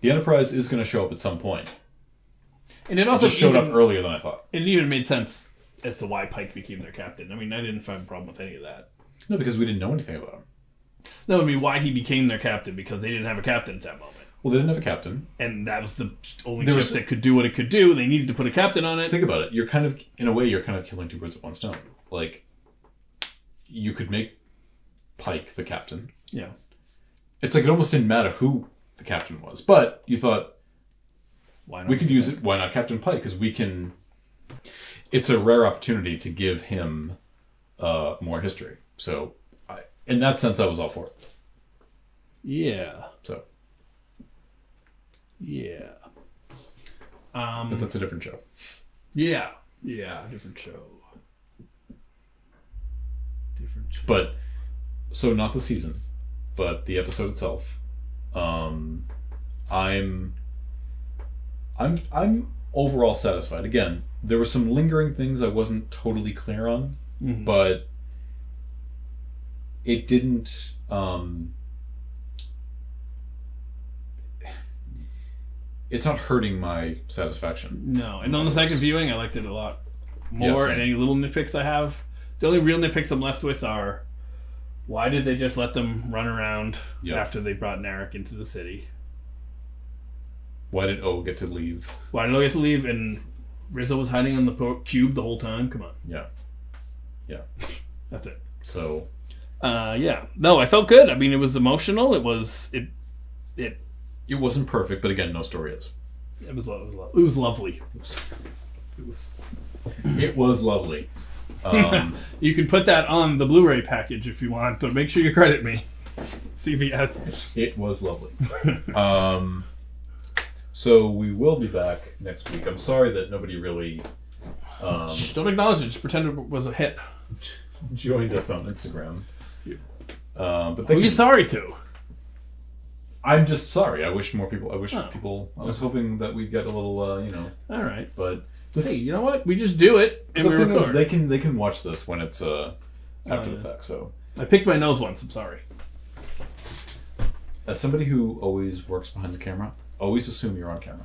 Speaker 1: the Enterprise is going to show up at some point.
Speaker 2: And it
Speaker 1: It
Speaker 2: also
Speaker 1: just showed
Speaker 2: even-
Speaker 1: up earlier than I thought.
Speaker 2: it even made sense as to why Pike became their captain. I mean, I didn't find a problem with any of that.
Speaker 1: No, because we didn't know anything about him.
Speaker 2: No, I mean why he became their captain because they didn't have a captain at that moment,
Speaker 1: Well, they didn't have a captain.
Speaker 2: and that was the only
Speaker 1: There
Speaker 2: ship
Speaker 1: was-
Speaker 2: that could do what it could do. They needed to put a captain on it.
Speaker 1: Think about it. You're kind of, in a way, you're kind of killing two birds with one stone. Like, you could make Pike the captain.
Speaker 2: Yeah.
Speaker 1: It's like it almost didn't matter who the captain was, but you thought
Speaker 2: Why not?
Speaker 1: we could use it. Why not Captain Pike? Because we can. It's a rare opportunity to give him uh, more history. So, I, in that sense, I was all for it.
Speaker 2: Yeah.
Speaker 1: So,
Speaker 2: Yeah. Um.
Speaker 1: but that's a different show.
Speaker 2: Yeah. Yeah. Different show. Different show.
Speaker 1: But so not the season, but the episode itself. Um, I'm I'm I'm overall satisfied. Again, there were some lingering things I wasn't totally clear on,
Speaker 2: Mhm.
Speaker 1: but it didn't um it's not hurting my satisfaction.
Speaker 2: No, and on the second viewing, I liked it a lot more.
Speaker 1: Yes, same.
Speaker 2: and any little nitpicks I have, the only real nitpicks I'm left with are why did they just let them run around
Speaker 1: Yeah.
Speaker 2: after they brought Narek into the city?
Speaker 1: Why did O get to leave?
Speaker 2: Why did they get to leave? And Rizzo was hiding on the po- cube the whole time. Come on,
Speaker 1: Yeah. Yeah.
Speaker 2: that's it.
Speaker 1: So
Speaker 2: Uh, yeah, no, I felt good. I mean, it was emotional. It was it it
Speaker 1: it wasn't perfect, but again, no story is.
Speaker 2: it was lo- it was, lo- it was lovely.
Speaker 1: It was. It was lovely. Um,
Speaker 2: you can put that on the Blu-ray package if you want, but make sure you credit me. CBS.
Speaker 1: it was lovely. Um, so we will be back next week. I'm sorry that nobody really um,
Speaker 2: Shh, don't acknowledge it. Just pretend it was a hit.
Speaker 1: joined us on Instagram. Um, but thank
Speaker 2: Who are
Speaker 1: you.
Speaker 2: you sorry to?
Speaker 1: I'm just sorry. I wish more people. I wish
Speaker 2: Oh.
Speaker 1: people. I was hoping that we'd get a little, uh, you know.
Speaker 2: All right.
Speaker 1: But this,
Speaker 2: Hey, you know what? We just do it and
Speaker 1: the
Speaker 2: we
Speaker 1: thing
Speaker 2: record. Oh,
Speaker 1: is, they can they can watch this when it's uh, after
Speaker 2: yeah.
Speaker 1: the fact. So
Speaker 2: I picked my nose once. I'm sorry.
Speaker 1: as somebody who always works behind the camera, always assume you're on camera.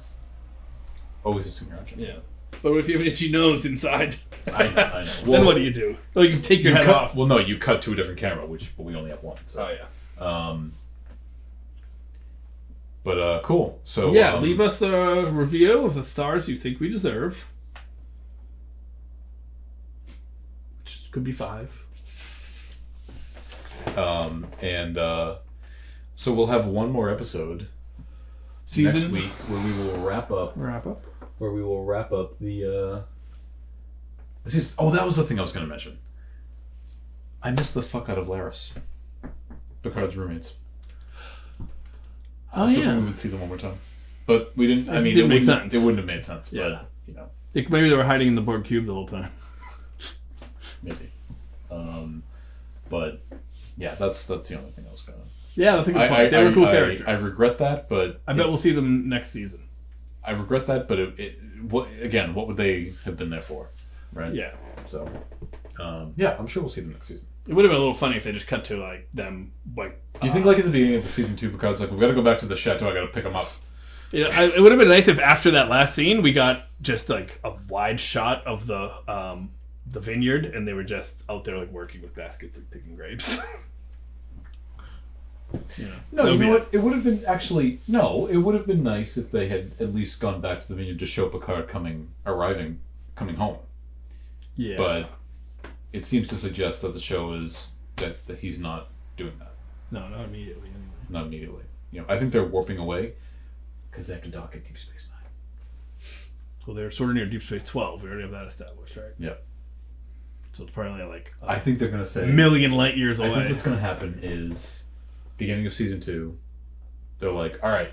Speaker 1: Always assume you're on camera.
Speaker 2: Yeah. But if you have an itchy nose inside?
Speaker 1: I know, I know.
Speaker 2: then
Speaker 1: Well-
Speaker 2: what do you do? Oh, you take your
Speaker 1: You
Speaker 2: head
Speaker 1: cut-
Speaker 2: off.
Speaker 1: Well, no, you cut to a different camera, which but we only have one. So.
Speaker 2: Oh yeah.
Speaker 1: Um, but uh, cool. So
Speaker 2: yeah.
Speaker 1: um,
Speaker 2: leave us a review of the stars you think we deserve, which could be five.
Speaker 1: Um, and uh, so we'll have one more episode
Speaker 2: Season
Speaker 1: next week where we will wrap up.
Speaker 2: wrap up.
Speaker 1: Where we will wrap up the. Uh, this is oh that was the thing I was going to mention. I missed the fuck out of Laris. Picard's roommates. I
Speaker 2: Oh
Speaker 1: was hoping
Speaker 2: yeah.
Speaker 1: We would see them one more time, but we didn't. I
Speaker 2: It
Speaker 1: mean,
Speaker 2: didn't
Speaker 1: it
Speaker 2: make
Speaker 1: wouldn't.
Speaker 2: sense.
Speaker 1: It wouldn't have made sense.
Speaker 2: Yeah.
Speaker 1: But you know.
Speaker 2: Think Maybe they were hiding in the board cube the whole time.
Speaker 1: maybe. Um, but yeah, that's that's the only thing I was gonna.
Speaker 2: Yeah, that's a good
Speaker 1: I,
Speaker 2: point.
Speaker 1: I,
Speaker 2: they were cool
Speaker 1: I,
Speaker 2: characters.
Speaker 1: I, I regret that, but
Speaker 2: I bet we'll see them next season.
Speaker 1: I regret that, but it, it what, again, what would they have been there for, right?
Speaker 2: Yeah.
Speaker 1: So, um, yeah, I'm sure we'll see them next season.
Speaker 2: It would have been a little funny if they just cut to like them like. uh,
Speaker 1: Do you think like at the beginning of the season two, Picard's like, we've got to go back to the chateau. I got to pick them up.
Speaker 2: You know, I, it would have been nice if after that last scene we got just like a wide shot of the um, the vineyard and they were just out there like working with baskets like picking grapes. you know,
Speaker 1: No,
Speaker 2: that'd
Speaker 1: you
Speaker 2: be
Speaker 1: know
Speaker 2: it.
Speaker 1: what? It would have been actually no. It would have been nice if they had at least gone back to the vineyard to show Picard coming, arriving, coming home.
Speaker 2: Yeah.
Speaker 1: But it seems to suggest that the show is that, that he's not doing that,
Speaker 2: no, not immediately anyway.
Speaker 1: not immediately. You know, I think they're warping away because they have to dock at Deep Space Nine.
Speaker 2: Well, they're sort of near Deep Space Twelve. We already have that established, right?
Speaker 1: Yeah.
Speaker 2: So it's probably like a
Speaker 1: I think they're gonna say
Speaker 2: million light years
Speaker 1: I
Speaker 2: away.
Speaker 1: think what's going to happen is beginning of season two, they're like, all right,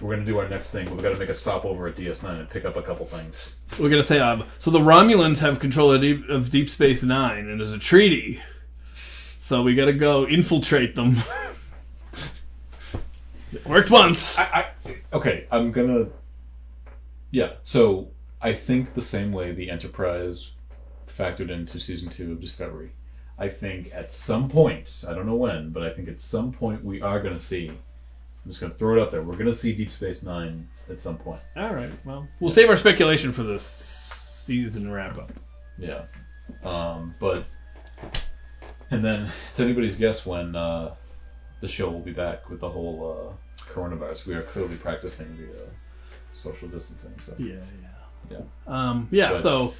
Speaker 1: we're going to do our next thing. We've got to make a stopover at DS9 and pick up a couple things.
Speaker 2: We're gonna say, um, so the Romulans have control of Deep, of Deep Space Nine, and there's a treaty. So we gotta go infiltrate them. it worked once.
Speaker 1: I, I okay, I'm gonna. Yeah, so I think the same way the Enterprise factored into season two of Discovery. I think at some point, I don't know when, but I think at some point we are gonna see. I'm just gonna throw it out there. We're gonna see Deep Space Nine at some point.
Speaker 2: All right. Well, we'll save our speculation for the season wrap up.
Speaker 1: Yeah. Um, but and then it's anybody's guess when uh, the show will be back with the whole uh, coronavirus. We are clearly practicing the uh, social distancing. So.
Speaker 2: Yeah,
Speaker 1: Yeah.
Speaker 2: yeah. Um, yeah.
Speaker 1: But-
Speaker 2: so,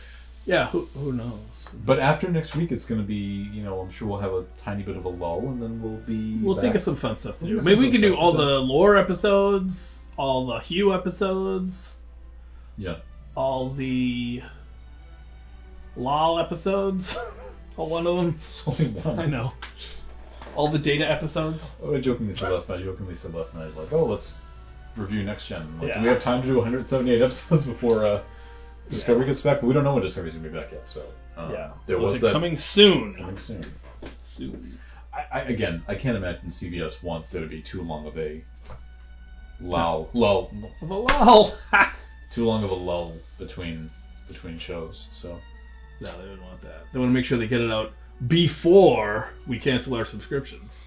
Speaker 2: yeah. Who, who knows?
Speaker 1: But after next week, it's going to be you know I'm sure we'll have a tiny bit of a lull and then we'll be
Speaker 2: We'll
Speaker 1: back.
Speaker 2: think of some fun stuff to
Speaker 1: We'll think
Speaker 2: do.
Speaker 1: of
Speaker 2: Maybe
Speaker 1: some
Speaker 2: we
Speaker 1: fun
Speaker 2: can do
Speaker 1: stuff
Speaker 2: all
Speaker 1: to do.
Speaker 2: the lore episodes, all the Hugh episodes,
Speaker 1: yeah
Speaker 2: all the LOL episodes. all one of them.
Speaker 1: it's only one.
Speaker 2: I know. All the data episodes.
Speaker 1: Oh, I jokingly said last night. Jokingly said last night like oh let's review next gen. Like,
Speaker 2: Yeah.
Speaker 1: Do we have time to do 178 episodes before uh, Discovery gets back? But we don't know when Discovery's going to be back yet. So um, there
Speaker 2: Those
Speaker 1: was
Speaker 2: are
Speaker 1: that
Speaker 2: Oh. coming soon.
Speaker 1: coming soon.
Speaker 2: Soon.
Speaker 1: I, I, again, I can't imagine CBS wants there to be too long of a lull, lull,
Speaker 2: The LOL. Ha!
Speaker 1: too long of a lull between between shows. So
Speaker 2: no, they wouldn't want that. They want to make sure they get it out before we cancel our subscriptions.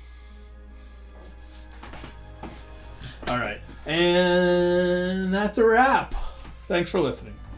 Speaker 2: All right. And that's a wrap. Thanks for listening.